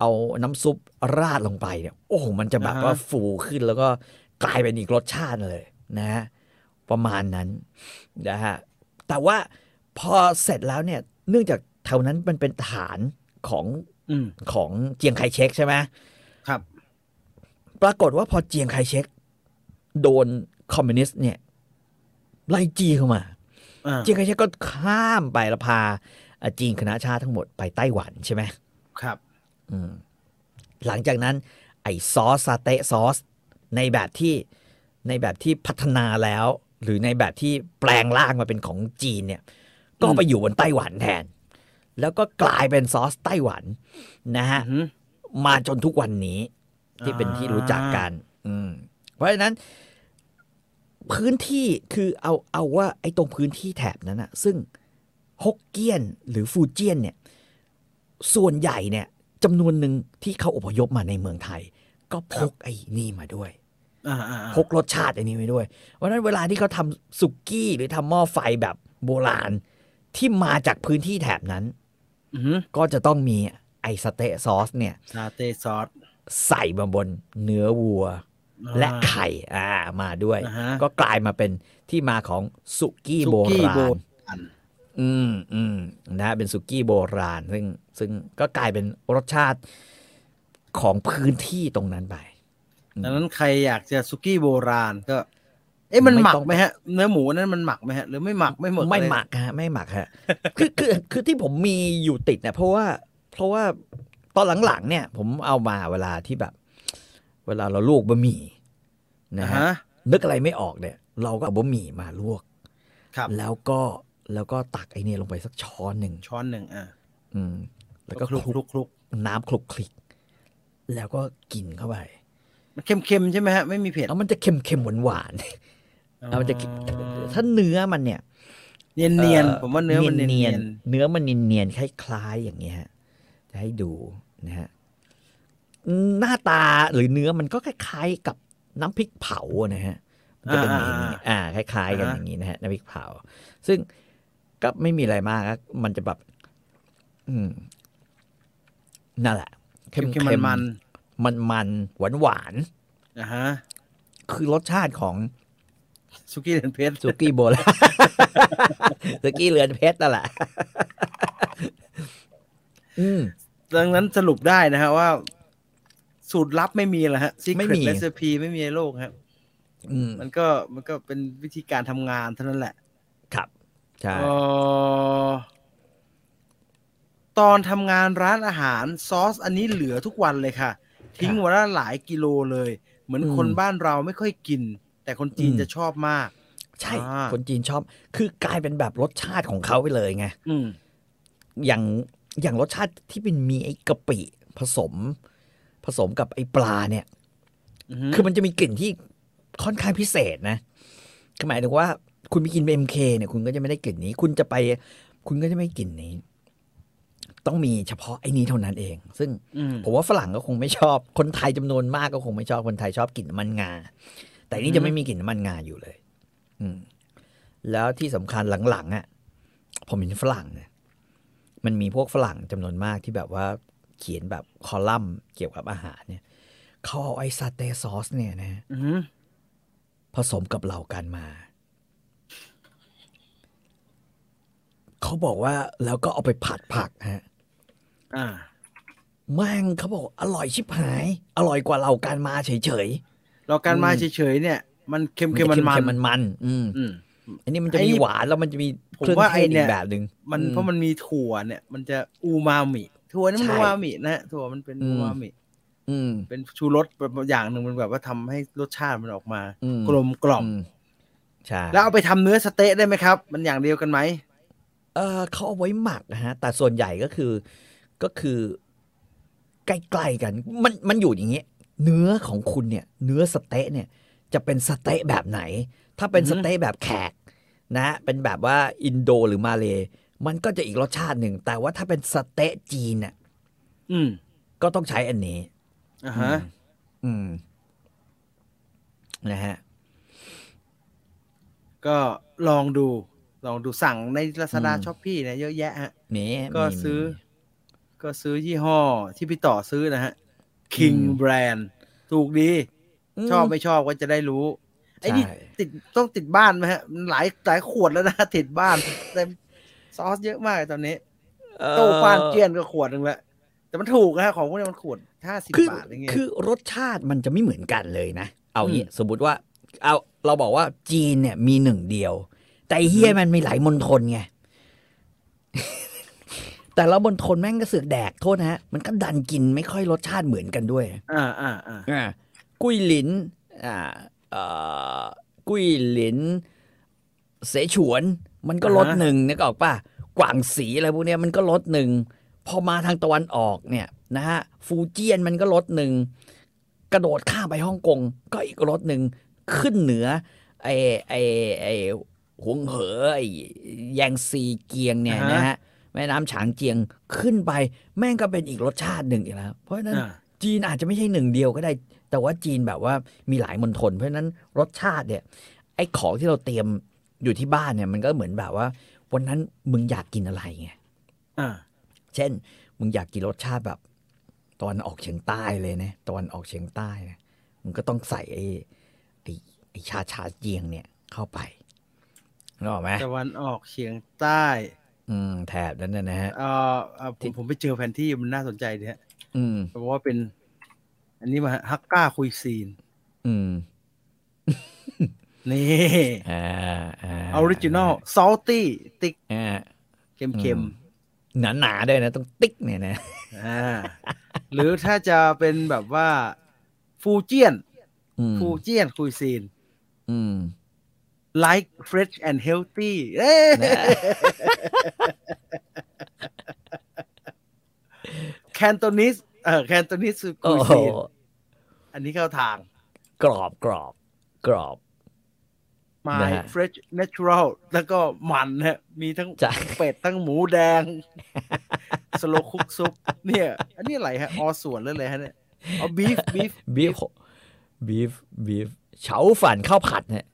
[SPEAKER 2] เอาน้ำซุปราดลงไปเนี่ย โอ้โหมันจะแบบว่าฟูขึ้นแล้วก็กลายเป็นอีกรสชาติเลยนะฮะประมาณนั้นนะฮะแต่ว่าพอเสร็จแล้วเนี่ยเนื่องจากแถวนั้นมันเป็นฐานของ
[SPEAKER 1] อืม
[SPEAKER 2] ของเจียงไคเชกใช่ไหม
[SPEAKER 1] ครับ
[SPEAKER 2] ปรากฏว่าพอเจียงไคเชกโดนคอมมิวนิสต์เนี่ยไล่จีเข้ามา
[SPEAKER 1] อ่า
[SPEAKER 2] เจียงไคเชกก็ข้ามไปแล้วพาเอ่อจีนคณะชาติทั้งหมดไปไต้หวันใช่ไหม
[SPEAKER 1] ครับ
[SPEAKER 2] อืมหลังจากนั้นไอ้ซอสซาเตะซอส ในแบบที่ในแบบที่พัฒนาแล้ว หรือในแบบที่แปลงร่างมาเป็นของจีนเนี่ย ก็ไปอยู่บนไต้หวันแทน แล้วก็กลายเป็นซอสไต้หวันนะฮะ
[SPEAKER 1] อือหือ
[SPEAKER 2] มาจนทุกวันนี้ที่เป็นที่รู้จักกัน อืม เพราะฉะนั้น พื้นที่คือเอาเอาว่า ไอ้ตรงพื้นที่แถบนั้นอะซึ่งฮกเกี้ยนหรือฟูเจียนเนี่ย ส่วนใหญ่เนี่ยจำนวนหนึ่งที่เขาอพยพมาในเมืองไทย ก็พกไอ้นี่มาด้วย
[SPEAKER 1] อ่าอ่าอ่า
[SPEAKER 2] พกรสชาติอันนี้ไว้ด้วย เพราะฉะนั้นเวลาที่เขาทำสุกี้หรือทำหม้อไฟแบบโบราณที่มาจากพื้นที่แถบนั้น
[SPEAKER 1] อือหือ
[SPEAKER 2] ก็จะต้องมีไอ้สเต๊ะซอสเนี่ย
[SPEAKER 1] ซาเต้ซอส
[SPEAKER 2] ใส่มาบนเนื้อวัวและไข่อ่ามาด้วย
[SPEAKER 1] อ่าฮะ
[SPEAKER 2] ก็กลายมาเป็นที่มาของสุกี้
[SPEAKER 1] ซุ
[SPEAKER 2] โบ
[SPEAKER 1] กี้
[SPEAKER 2] รา
[SPEAKER 1] โบ
[SPEAKER 2] ณ
[SPEAKER 1] ราณ
[SPEAKER 2] อืมอืมนะฮะเป็นสุกี้โบราณ ซึ่งซึ่งก็กลายเป็นรสชาติของพื้นที่ตรงนั้นไป
[SPEAKER 1] ดังนั้นใครอยากจะซุกี้โบราณก็ เอ๊ะมัน
[SPEAKER 2] ไม่
[SPEAKER 1] หมัก
[SPEAKER 2] ต้อง
[SPEAKER 1] ไหมฮะ เนื้อหมูนั้นมันหมักไหมฮะ หรือไม่หมักไม่หมด
[SPEAKER 2] ไม่
[SPEAKER 1] เลย
[SPEAKER 2] หมักฮะไม่หมักฮะ คือคือคือที่ผมมีอยู่ติดเนี่ยเพราะว่าเพราะว่าตอนหลังๆเนี่ย ผมเอามาเวลาที่แบบ เวลาเราลวกบะหมี่นะฮะ
[SPEAKER 1] อ่าฮะ
[SPEAKER 2] นึกอะไรไม่ออกเนี่ย เราก็เอาบะหมี่มาลวก
[SPEAKER 1] ครับ
[SPEAKER 2] แล้วก็แล้วก็ตักไอเนี่ยลงไปสักช้อนหนึ่ง
[SPEAKER 1] ช้อนหนึ่งอ่า
[SPEAKER 2] อืม แล้วก็ค
[SPEAKER 1] คลุกค
[SPEAKER 2] ลุ
[SPEAKER 1] ลุ
[SPEAKER 2] ก
[SPEAKER 1] กคลุก
[SPEAKER 2] น้ำคลุกคลิก แล้วก็กินเข้าไป
[SPEAKER 1] มันเค็มๆใช่ไหมฮะ ไม่มีเผ็ด
[SPEAKER 2] แล้วมันจะเค็มเค็มหวานหวานๆแล้วมันจะกินถ้าเนื้อมันเนี่ย
[SPEAKER 1] เนียนเนียน
[SPEAKER 2] อ่
[SPEAKER 1] ๆผมว่าเนื้อมันเนียน
[SPEAKER 2] ๆเนื้อมันเนียนเนียนๆคล้ายๆอย่างเงี้ยฮะจะให้ดูนะฮะหน้าตาหรือเนื้อมันก็คล้ายๆกับน้ำพริกเผาอะนะฮะมันจะเป็นอย่างนี้อ่าคล้ายๆกันอย่างนี้นะฮะน้ำพริกเผา ซึ่งก็ไม่มีอะไรมากครับมันจะแบบ อืม นั่นแหละ
[SPEAKER 1] ๆเค็มๆมัน
[SPEAKER 2] มันมันหวานหวาน
[SPEAKER 1] ๆอ่าฮะ
[SPEAKER 2] ๆคือรสชาติของ
[SPEAKER 1] ซุกี้เดือนเพชร
[SPEAKER 2] สุกี้โบราณ สุกี้เรือนเพชรนั่นแหละ อืม
[SPEAKER 1] ดังนั้นสรุปได้นะฮะว่า สูตรลับไม่มีแล้วฮะซี
[SPEAKER 2] ไม่
[SPEAKER 1] เร
[SPEAKER 2] มี
[SPEAKER 1] ตเรซปีไม่มีในโลกฮะ
[SPEAKER 2] อืม
[SPEAKER 1] มันก็มันก็เป็นวิธีการทำงานเท่านั้นแหละ
[SPEAKER 2] ครับใช่
[SPEAKER 1] เออตอนทำงานร้านอาหารซอสอันนี้เหลือทุกวันเลยค่ะ ทิ้งวันละหลายกิโลเลย เหมือนคนบ้านเราไม่ค่อยกิน แต่คนจีนจะชอบมาก
[SPEAKER 2] ใช่
[SPEAKER 1] อ่า
[SPEAKER 2] คนจีนชอบ คือกลายเป็นแบบรสชาติของเขาไปเลยไง
[SPEAKER 1] อืม
[SPEAKER 2] อย่างอย่างรสชาติที่เป็นมีไอ้กะปิผสม ผสมกับไอ้ปลาเนี่ย
[SPEAKER 1] อือหือ
[SPEAKER 2] คือมันจะมีกลิ่นที่ค่อนข้างพิเศษนะคือหมายถึงว่า คุณไปกินเอ็มเคเนี่ย คุณก็จะไม่ได้กลิ่นนี้ คุณจะไป คุณก็จะไม่กลิ่นนี้ ต้องมีเฉพาะไอ้นี้เท่านั้นเอง ซึ่ง
[SPEAKER 1] อืม
[SPEAKER 2] ผมว่าฝรั่งก็คงไม่ชอบ คนไทยจำนวนมากก็คงไม่ชอบ คนไทยชอบกลิ่นน้ำมันงา แต่อันนี่จะไม่มีกลิ่นน้ำมันงาอยู่เลย อืม แล้วที่สำคัญหลังๆอะ่ะ ผมเห็นฝรั่งเนี่ย มันมีพวกฝรั่งจำนวนมากที่แบบว่าเขียนแบบคอลัมน์เกี่ยวกับอาหารเนี่ย เขาเอาไอ้ซาเตซอสเนี่ยนะฮะ
[SPEAKER 1] อือหือ
[SPEAKER 2] ผสมกับเหล่ากันมา เขาบอกว่าแล้วก็เอาไปผัดผักฮะ
[SPEAKER 1] อ่า
[SPEAKER 2] แม่งเขาบอกอร่อยชิบหาย อร่อยกว่าเราการมาเฉย
[SPEAKER 1] เราการมา
[SPEAKER 2] อืม
[SPEAKER 1] เฉยๆเนี่ย มันเค็ม
[SPEAKER 2] ๆ
[SPEAKER 1] ๆมันมัน
[SPEAKER 2] มันมันๆอืม
[SPEAKER 1] อืม
[SPEAKER 2] อันนี้มันจะ
[SPEAKER 1] ไอ้
[SPEAKER 2] มีหวานแล้วมันจะมีเครื่อ
[SPEAKER 1] ผ
[SPEAKER 2] ง
[SPEAKER 1] มว่า
[SPEAKER 2] เท
[SPEAKER 1] ไอ้
[SPEAKER 2] ศ
[SPEAKER 1] เนี่
[SPEAKER 2] อี
[SPEAKER 1] ย
[SPEAKER 2] กแบบหนึ่ง
[SPEAKER 1] มัน
[SPEAKER 2] อืม
[SPEAKER 1] เพราะมันมีถั่วเนี่ย มันจะอูมามิถั่วนี่มัน
[SPEAKER 2] ใช่
[SPEAKER 1] อูมามินะฮะถั่วมันเป็น
[SPEAKER 2] อืม
[SPEAKER 1] อูมามิ
[SPEAKER 2] อืม
[SPEAKER 1] เป็นชูรสแบบอย่างหนึ่งมันแบบว่าทำให้รสชาติมันออกมา
[SPEAKER 2] อืม
[SPEAKER 1] กลมกล่อม
[SPEAKER 2] อืมใช่
[SPEAKER 1] แล้วเอาไปทำเนื้อสเต๊ะได้ไหมครับ มันอย่างเดียวกันไหม
[SPEAKER 2] เออเขาเอาไว้หมักนะฮะ แต่ส่วนใหญ่ก็คือก็คือใกล้ๆกัน มันมันอยู่อย่างเงี้ยเนื้อของคุณเนี่ย เนื้อสเต๊ะเนี่ย จะเป็นสเต๊ะแบบไหน ถ้าเป็นสเต๊ะแบบแขกนะ เป็นแบบว่าอินโดหรือมาเลมันก็จะอีกรสชาติหนึ่ง แต่ว่าถ้าเป็นสเต๊ะจีนน่ะ
[SPEAKER 1] อืม
[SPEAKER 2] ก็ต้องใช้อันนี้
[SPEAKER 1] อ่าฮะ
[SPEAKER 2] อืมนะฮะ
[SPEAKER 1] ก็ลองดู ลองดูสั่งใน Lazada
[SPEAKER 2] อืม
[SPEAKER 1] ช้อปปี้เนี่ยเยอะแยะฮะ
[SPEAKER 2] มี
[SPEAKER 1] ก็
[SPEAKER 2] มี
[SPEAKER 1] ซื้อ
[SPEAKER 2] มี
[SPEAKER 1] ก็ซื้อยี่ห้อที่พี่ต่อซื้อนะฮะ King
[SPEAKER 2] อืม
[SPEAKER 1] Brand ถูกดี
[SPEAKER 2] ม
[SPEAKER 1] ชอบไม่ชอบก็จะได้รู้ ไอ้นี่
[SPEAKER 2] ใช่
[SPEAKER 1] ติดต้องติดบ้านไหมฮะมันหลายหลายขวดแล้วนะ ติดบ้านเต็มซอสเยอะมากตอนนี้
[SPEAKER 2] เอ่อ
[SPEAKER 1] โต้ฟานเจียนก็ขวดหนึ่งละแต่มันถูกนะฮะของพวกนี้มันขวดห้าสิบ
[SPEAKER 2] คือบ
[SPEAKER 1] าทอะไรเงี้ย
[SPEAKER 2] คือรสชาติมันจะไม่เหมือนกันเลยนะ เอา
[SPEAKER 1] อืม
[SPEAKER 2] งี้สมมติว่า เอาเราบอกว่าจีนเนี่ยมีหนึ่งเดียว แต่ไอ้เฮียมันมีหลายมณฑลไง แต่ละมณฑลแม่งก็เสือกแดกโทษนะฮะ มันก็ดันกินไม่ค่อยรสชาติเหมือนกันด้วย
[SPEAKER 1] อ่าอ่าอ่า
[SPEAKER 2] อ่ากุ้ยหลินอ่าเอ่อกุ้ยหลิน เสฉวน มันก็ลดหนึ่งนึกออกป่ะกวางสีอะไรพวกเนี้ยมันก็ลดหนึ่งพอมาทางตะวันออกเนี่ยนะฮะฟูเจียนมันก็ลดหนึ่งกระโดดข้ามไปฮ่องกงก็อีกลดหนึ่งขึ้นเหนือไอ้ไอ้ไอ้หวงเหอไอ้แยงซีเกียงเนี่ยนะฮะแม่น้ำฉางเจียงขึ้นไป แม่งก็เป็นอีกรสชาติหนึ่งอีกแล้วเพราะฉะนั้น
[SPEAKER 1] อ่า
[SPEAKER 2] จีนอาจจะไม่ใช่หนึ่งเดียวก็ได้ แต่ว่าจีนแบบว่ามีหลายมณฑลเพราะฉะนั้นรสชาติเนี่ย ไอ้ของที่เราเตรียมอยู่ที่บ้านเนี่ย มันก็เหมือนแบบว่า วันนั้นมึงอยากกินอะไรไง
[SPEAKER 1] อ่า
[SPEAKER 2] เช่น มึงอยากกินรสชาติแบบตอนออกเฉียงใต้เลยนะตอนออกเฉียงใต้นะมึงก็ต้องใส่ไอ้ไอ้ไอ้ชาชาเยียงเนี่ยเข้าไปนึกออกไหม
[SPEAKER 1] ตะวันออกเฉียงใต้
[SPEAKER 2] อืมแถบนั้นนะนะฮะ
[SPEAKER 1] เอ่อเอ่อผ
[SPEAKER 2] ที่
[SPEAKER 1] มผมไปเจอแผนที่มันน่าสนใจดีฮะ
[SPEAKER 2] อืม
[SPEAKER 1] เพราะว่าเป็น อันนี้มาฮะฮักก้าคุยซีน
[SPEAKER 2] อืม
[SPEAKER 1] นี่
[SPEAKER 2] อ่า
[SPEAKER 1] ออริจินอลซอลตี้ติ๊ก
[SPEAKER 2] อ่า
[SPEAKER 1] เค็มเค็มๆ
[SPEAKER 2] หนาหนาๆด้วยนะต้องติ๊กเนี่ยนะ
[SPEAKER 1] อ่าหรือถ้าจะเป็นแบบว่าฟูเจียน
[SPEAKER 2] อืม
[SPEAKER 1] ฟูเจียนคุยซีน
[SPEAKER 2] อืม
[SPEAKER 1] like fresh and healthy เอ้ย Cantonese เอ่อ Cantonese
[SPEAKER 2] โอ้
[SPEAKER 1] คุย
[SPEAKER 2] โห
[SPEAKER 1] ซีน อันนี้เข้าทาง
[SPEAKER 2] กรอบกรอบกรอบ
[SPEAKER 1] my
[SPEAKER 2] นะฮะ
[SPEAKER 1] fresh natural แล้วก็มันฮะมีทั้ง
[SPEAKER 2] จะ
[SPEAKER 1] เป็ดทั้งหมูแดง สโลคุกซุปเนี่ย อันนี้อะไรฮะ ออส่วนหรืออะไรฮะเนี่ยอ๋อ beef beef
[SPEAKER 2] บีฟบีฟบีฟเฉาฝันข้าวผัดเนี่ย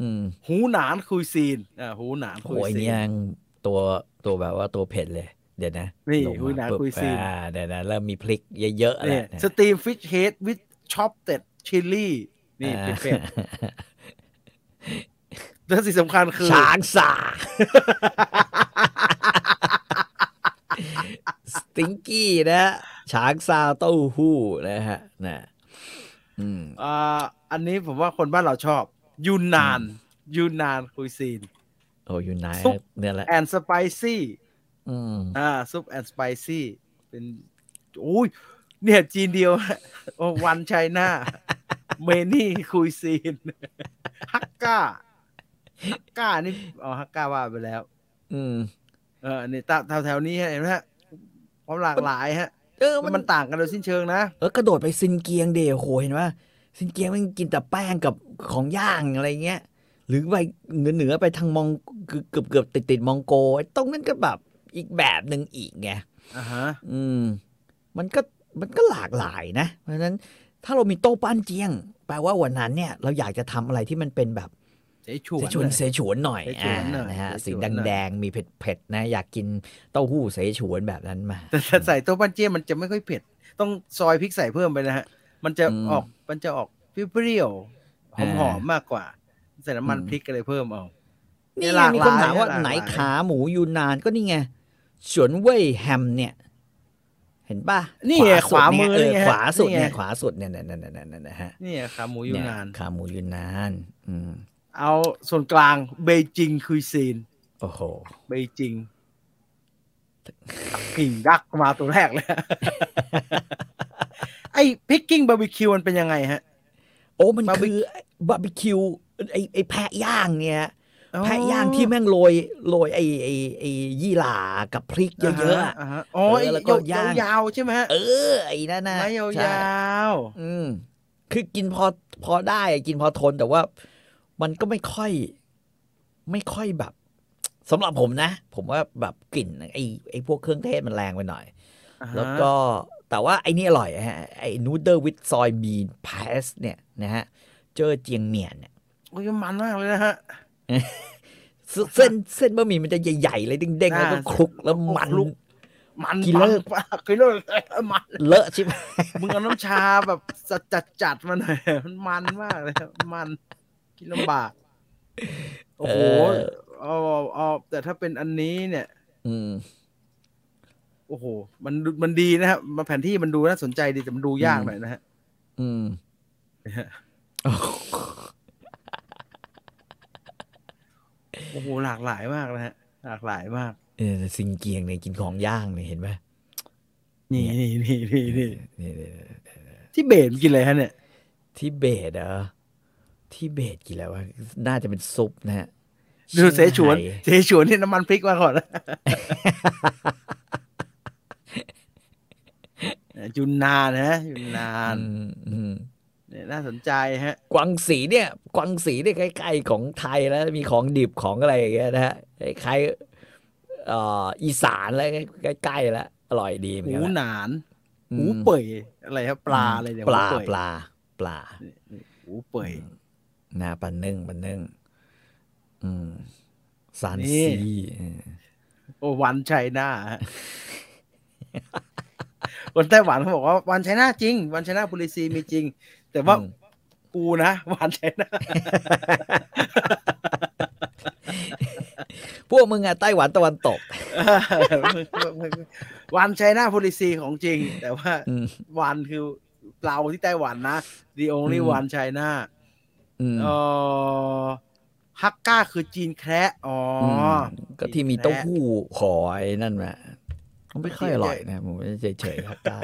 [SPEAKER 2] อืม
[SPEAKER 1] หูหนานคุยซีนอ่าหูหนานคุ
[SPEAKER 2] โอ้
[SPEAKER 1] ย
[SPEAKER 2] ย
[SPEAKER 1] ซี
[SPEAKER 2] เนี่
[SPEAKER 1] น
[SPEAKER 2] ยตัวตัวแบบว่าตัวเผ็ดเลย เดี๋ยวนะ
[SPEAKER 1] นี่
[SPEAKER 2] ลงม
[SPEAKER 1] คุยหนา
[SPEAKER 2] ปุ๊บ
[SPEAKER 1] คุยซีน
[SPEAKER 2] อ่าเดี๋ยวนะเริ่มมีพริกเยอะๆแล้ว
[SPEAKER 1] เนี่ย
[SPEAKER 2] เนี่ย
[SPEAKER 1] สตรีมฟิชเฮดวิดช็อปเต็ดชิลลี่นี่
[SPEAKER 2] อ่า
[SPEAKER 1] เป็น ๆแล้วสิ่งสำคัญคือ
[SPEAKER 2] ช้าง สาสติงกี้นะช้างซาเต้าหู้นะฮะนะอืม
[SPEAKER 1] อ่า อันนี้ผมว่าคนบ้านเราชอบ ยูนนาน ยูนนานคุยซีน
[SPEAKER 2] โอ้ยูนาย
[SPEAKER 1] ซุป
[SPEAKER 2] เนี่ยแหละ
[SPEAKER 1] แอนสไปซี่
[SPEAKER 2] อืม
[SPEAKER 1] อ่าซุปแอนสไปซี่เป็นอุ้ยเนี่ยจีนเดียว วันไชน่าเมนี่คุยซี น ฮักก้า ฮักก้านี่อ๋อฮักก้าว่าไปแล้ว
[SPEAKER 2] อืม
[SPEAKER 1] เอออันนี้ตาแถวๆนี้ฮะเห็นไหมฮะความหลากหลายฮะ
[SPEAKER 2] เออ
[SPEAKER 1] มัน
[SPEAKER 2] มั
[SPEAKER 1] มัน นต่างกันโดยสิ้นเชิงนะ
[SPEAKER 2] เออกระโดดไปซินเกียงเดโอ้โหเห็นว่าซินเกียงมันกินแต่แป้งกับของย่างอะไรเงี้ย หรือไปเหนือเหนือไปทางมองเกือบเกือบติดติดๆมองโกไอ้ตรงนั้นก็แบบอีกแบบหนึ่งอีกไง
[SPEAKER 1] อ่าฮะ
[SPEAKER 2] อืม มันก็มันก็หลากหลายนะ เพราะฉะนั้นถ้าเรามีโต๊ะป้านเจียง แปลว่าวันนั้นเนี่ย เราอยากจะทำอะไรที่มันเป็นแบบ
[SPEAKER 1] เสฉวน
[SPEAKER 2] เสฉวน
[SPEAKER 1] เลย
[SPEAKER 2] เสฉวนหน่อย
[SPEAKER 1] เสฉว
[SPEAKER 2] อ่าน
[SPEAKER 1] หน่อย
[SPEAKER 2] นะฮะ
[SPEAKER 1] เส
[SPEAKER 2] สี
[SPEAKER 1] ฉวนห
[SPEAKER 2] แด
[SPEAKER 1] น่องย
[SPEAKER 2] แดงๆมีเผ็ดเผ็ดๆนะ อยากกินเต้าหู้เสฉวนแบบนั้นมา
[SPEAKER 1] แต่ถ้าใส่โต๊ะบ้านเจี้ยมันจะไม่ค่อยเผ็ด ต้องซอยพริกใส่เพิ่มไปนะฮะ มันจะ
[SPEAKER 2] อืม
[SPEAKER 1] ออก มันจะออกเปรี้ยวๆหอ
[SPEAKER 2] อ่าม
[SPEAKER 1] ๆมากกว่า ใส่น้ำมัน
[SPEAKER 2] อืม
[SPEAKER 1] พริกอะไรเพิ่มเอา
[SPEAKER 2] นี่
[SPEAKER 1] ห
[SPEAKER 2] ไง
[SPEAKER 1] ลาก
[SPEAKER 2] มีคนถามว่า
[SPEAKER 1] หลายนะ
[SPEAKER 2] ไหน
[SPEAKER 1] หลากหลาย
[SPEAKER 2] ขาหมูยูนานก็นี่ไงสวนเว่ยแฮมเนี่ย เห็นป่ะ
[SPEAKER 1] นี่ไง
[SPEAKER 2] สุด
[SPEAKER 1] ขวามือ
[SPEAKER 2] เอ
[SPEAKER 1] นี่
[SPEAKER 2] อ
[SPEAKER 1] ไง
[SPEAKER 2] ขวาสุด
[SPEAKER 1] นี่
[SPEAKER 2] เนี่ย
[SPEAKER 1] ไง
[SPEAKER 2] ขวาสุดเนี่ยเนี่ยเนี่ยเนี่ยเนี่ยนะฮะ
[SPEAKER 1] เนี่ยขาหมูยู
[SPEAKER 2] เ
[SPEAKER 1] นาน
[SPEAKER 2] ขาหมูยูนานอืม
[SPEAKER 1] เอาส่วนกลางเบจิงคุยซีน
[SPEAKER 2] โอ้โห
[SPEAKER 1] เบจิงหิ่งดักมาตัวแรกเลย ไอ้พิกกิ้งบาร์บีคิวมันเป็นยังไงฮะ
[SPEAKER 2] โอ้มัน
[SPEAKER 1] บาร์บี
[SPEAKER 2] คือบาร์บีคิวไอไอแพะย่างเนี่ย
[SPEAKER 1] อ๋อ
[SPEAKER 2] แพะย่างที่แม่งโรยโรยไอไอไอยี่หร่ากับพริกเยอะๆอะ
[SPEAKER 1] าฮาฮะอ๋อ
[SPEAKER 2] เออ
[SPEAKER 1] ไอ้
[SPEAKER 2] แล้วก็
[SPEAKER 1] ยาว
[SPEAKER 2] ย่าง
[SPEAKER 1] ยาวๆใช่ไหมฮะ
[SPEAKER 2] เออ ไอ้นั่นนะ
[SPEAKER 1] ไม้ย
[SPEAKER 2] ใช่
[SPEAKER 1] าว
[SPEAKER 2] อืม คือกินพอพอได้กินพอทนแต่ว่า มันก็ไม่ค่อย ไม่ค่อยแบบสำหรับผมนะ ผมว่าแบบกลิ่นไอไอพวกเครื่องเทศมันแรงไปหน่อย
[SPEAKER 1] ๆอ่าฮะ
[SPEAKER 2] แล้วก็แต่ว่าไอ้นี่อร่อยฮะไอ้นูเดอร์วิ ซอยบีนพาสเนี่ยนะฮะ เจอเจียงเมียนเนี่ย
[SPEAKER 1] โอ้ยมันมากเลยนะฮะ
[SPEAKER 2] เสเส้นเส้นบะหมี่มันจะใหญ่ๆเลยเด้งๆ
[SPEAKER 1] อ่า
[SPEAKER 2] แล้วก็คลุกแล้วมัน
[SPEAKER 1] คลุก มัน
[SPEAKER 2] กินเลิก
[SPEAKER 1] ปังกินเลิกมัน
[SPEAKER 2] เลอะชิบ
[SPEAKER 1] มึงเอาน้ำชาแบบจัดจัดๆมาหน่อยมันมันมากเลยครับมันกินลำบากโอ้โหเอาเอาแต่ถ้าเป็นอันนี้เนี่ย
[SPEAKER 2] อืม
[SPEAKER 1] โอ้โห มันดูมันดีนะครับมาแผนที่มันดูน่าสนใจดีแต่มันดูยากหน่อยนะฮะ
[SPEAKER 2] อืม
[SPEAKER 1] ฮะ โอ้โห หลากหลายมากนะฮะ หลากหลายมาก
[SPEAKER 2] เออซิงเกียงเนี่ยกินของย่างเนี่ยเห็นไหม
[SPEAKER 1] นี่นี่นี่นี่นี่
[SPEAKER 2] นี่ๆ
[SPEAKER 1] ที่เบสกินอะไรฮะเนี่ย
[SPEAKER 2] ๆทิเบตเหรอทิเบตกี่แล้ววะน่าจะเป็นซุปนะฮะ
[SPEAKER 1] ดูเสฉวน
[SPEAKER 2] ชิงไห่
[SPEAKER 1] เสฉวนนี่น้ำมันพริกมา ก่อนนะจุนนานนะฮะจุนนาน
[SPEAKER 2] อืมอืม
[SPEAKER 1] เนี่ยน่าสนใจฮะ
[SPEAKER 2] กวางสีเนี่ย กวางสีเนี่ยใกล้ๆของไทยแล้ว มีของดิบของอะไรอย่างเงี้ยนะฮะคล้ายๆเอ่ออีสานแล้วใกล้ๆแล้วอร่อยดีเหมือน
[SPEAKER 1] หู
[SPEAKER 2] กันนะ
[SPEAKER 1] หนาน
[SPEAKER 2] อืม
[SPEAKER 1] หูเป่ยอะไรครับปลาอะไรเนี่ย
[SPEAKER 2] ปลา
[SPEAKER 1] หูเย
[SPEAKER 2] ปลาปลา
[SPEAKER 1] หูเป่ย
[SPEAKER 2] นาปันนึ่งปันนึ่งอืมซาน
[SPEAKER 1] นี่
[SPEAKER 2] ซีเออ
[SPEAKER 1] โอ้วันไชน่าฮะ คนไต้หวันเขาบอกว่าวันไชน่าจริง วันไชน่าพุลิซีมีจริง แต่ว่า
[SPEAKER 2] อืม
[SPEAKER 1] กูนะ วันไชน่า
[SPEAKER 2] พวกมึงอะไต้หวันตะวันตก
[SPEAKER 1] วันไชน่าพุลิซีของจริง แต่ว่า
[SPEAKER 2] อืม
[SPEAKER 1] วันคือเราที่ไต้หวันนะ the only
[SPEAKER 2] อืม
[SPEAKER 1] one China
[SPEAKER 2] อืม
[SPEAKER 1] เออฮักก้าคือจีนแคระอ๋ออ
[SPEAKER 2] มก็ที่มีเต้าหู้ขอยนั่นแหละก็ไม่ค่อยอร่อยนะผมเฉยๆครับตา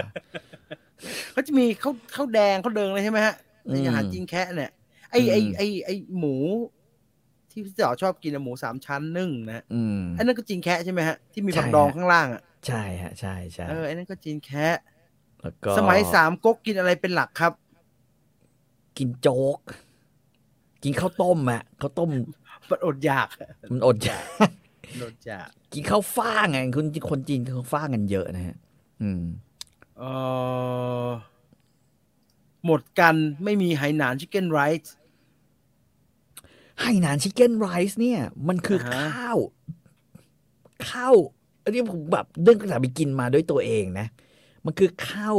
[SPEAKER 1] เขาจะมีข้าวข้าวแดงข้าวเดิงเลยใช่ไหมฮะ
[SPEAKER 2] อืม
[SPEAKER 1] ในอาหารจีนแคะเนี่ยไอ้ไอ้
[SPEAKER 2] อืม
[SPEAKER 1] ไอ้ไอ้หมู ที่พี่ต่อชอบกินอะหมูสามชั้นนึ่งนะฮะ
[SPEAKER 2] อืม
[SPEAKER 1] ไอ้นั่นก็จีนแคะใช่ไหมฮะที่มี
[SPEAKER 2] ใช่
[SPEAKER 1] ผักดอง
[SPEAKER 2] ฮะ
[SPEAKER 1] ข้างล่างอ่ะ
[SPEAKER 2] ใช่ฮะ ใช่ใช่
[SPEAKER 1] เออไอ้นั่นก็จีนแคะ
[SPEAKER 2] แล้วก็
[SPEAKER 1] สมัยสามก๊กกินอะไรเป็นหลักครับ
[SPEAKER 2] กินโจ๊ก กินข้าวต้มอะข้าวต้ม
[SPEAKER 1] มันอดอยาก
[SPEAKER 2] มันอดอยาก
[SPEAKER 1] มันอดอยาก
[SPEAKER 2] กินข้าวฟ่างไงคุณคนจีนกินข้าวฟ่างกันเยอะนะฮะ อืม
[SPEAKER 1] เออหมดกันไม่มีไหหนานชิคเก้นไรซ์
[SPEAKER 2] ไหหนานชิคเก้นไรซ์เนี่ย มันคืออา
[SPEAKER 1] ฮะ
[SPEAKER 2] ข้าว ข้าวอันนี้ผมแบบเรื่องกระดาษไปกินมาด้วยตัวเองนะ มันคือข้าว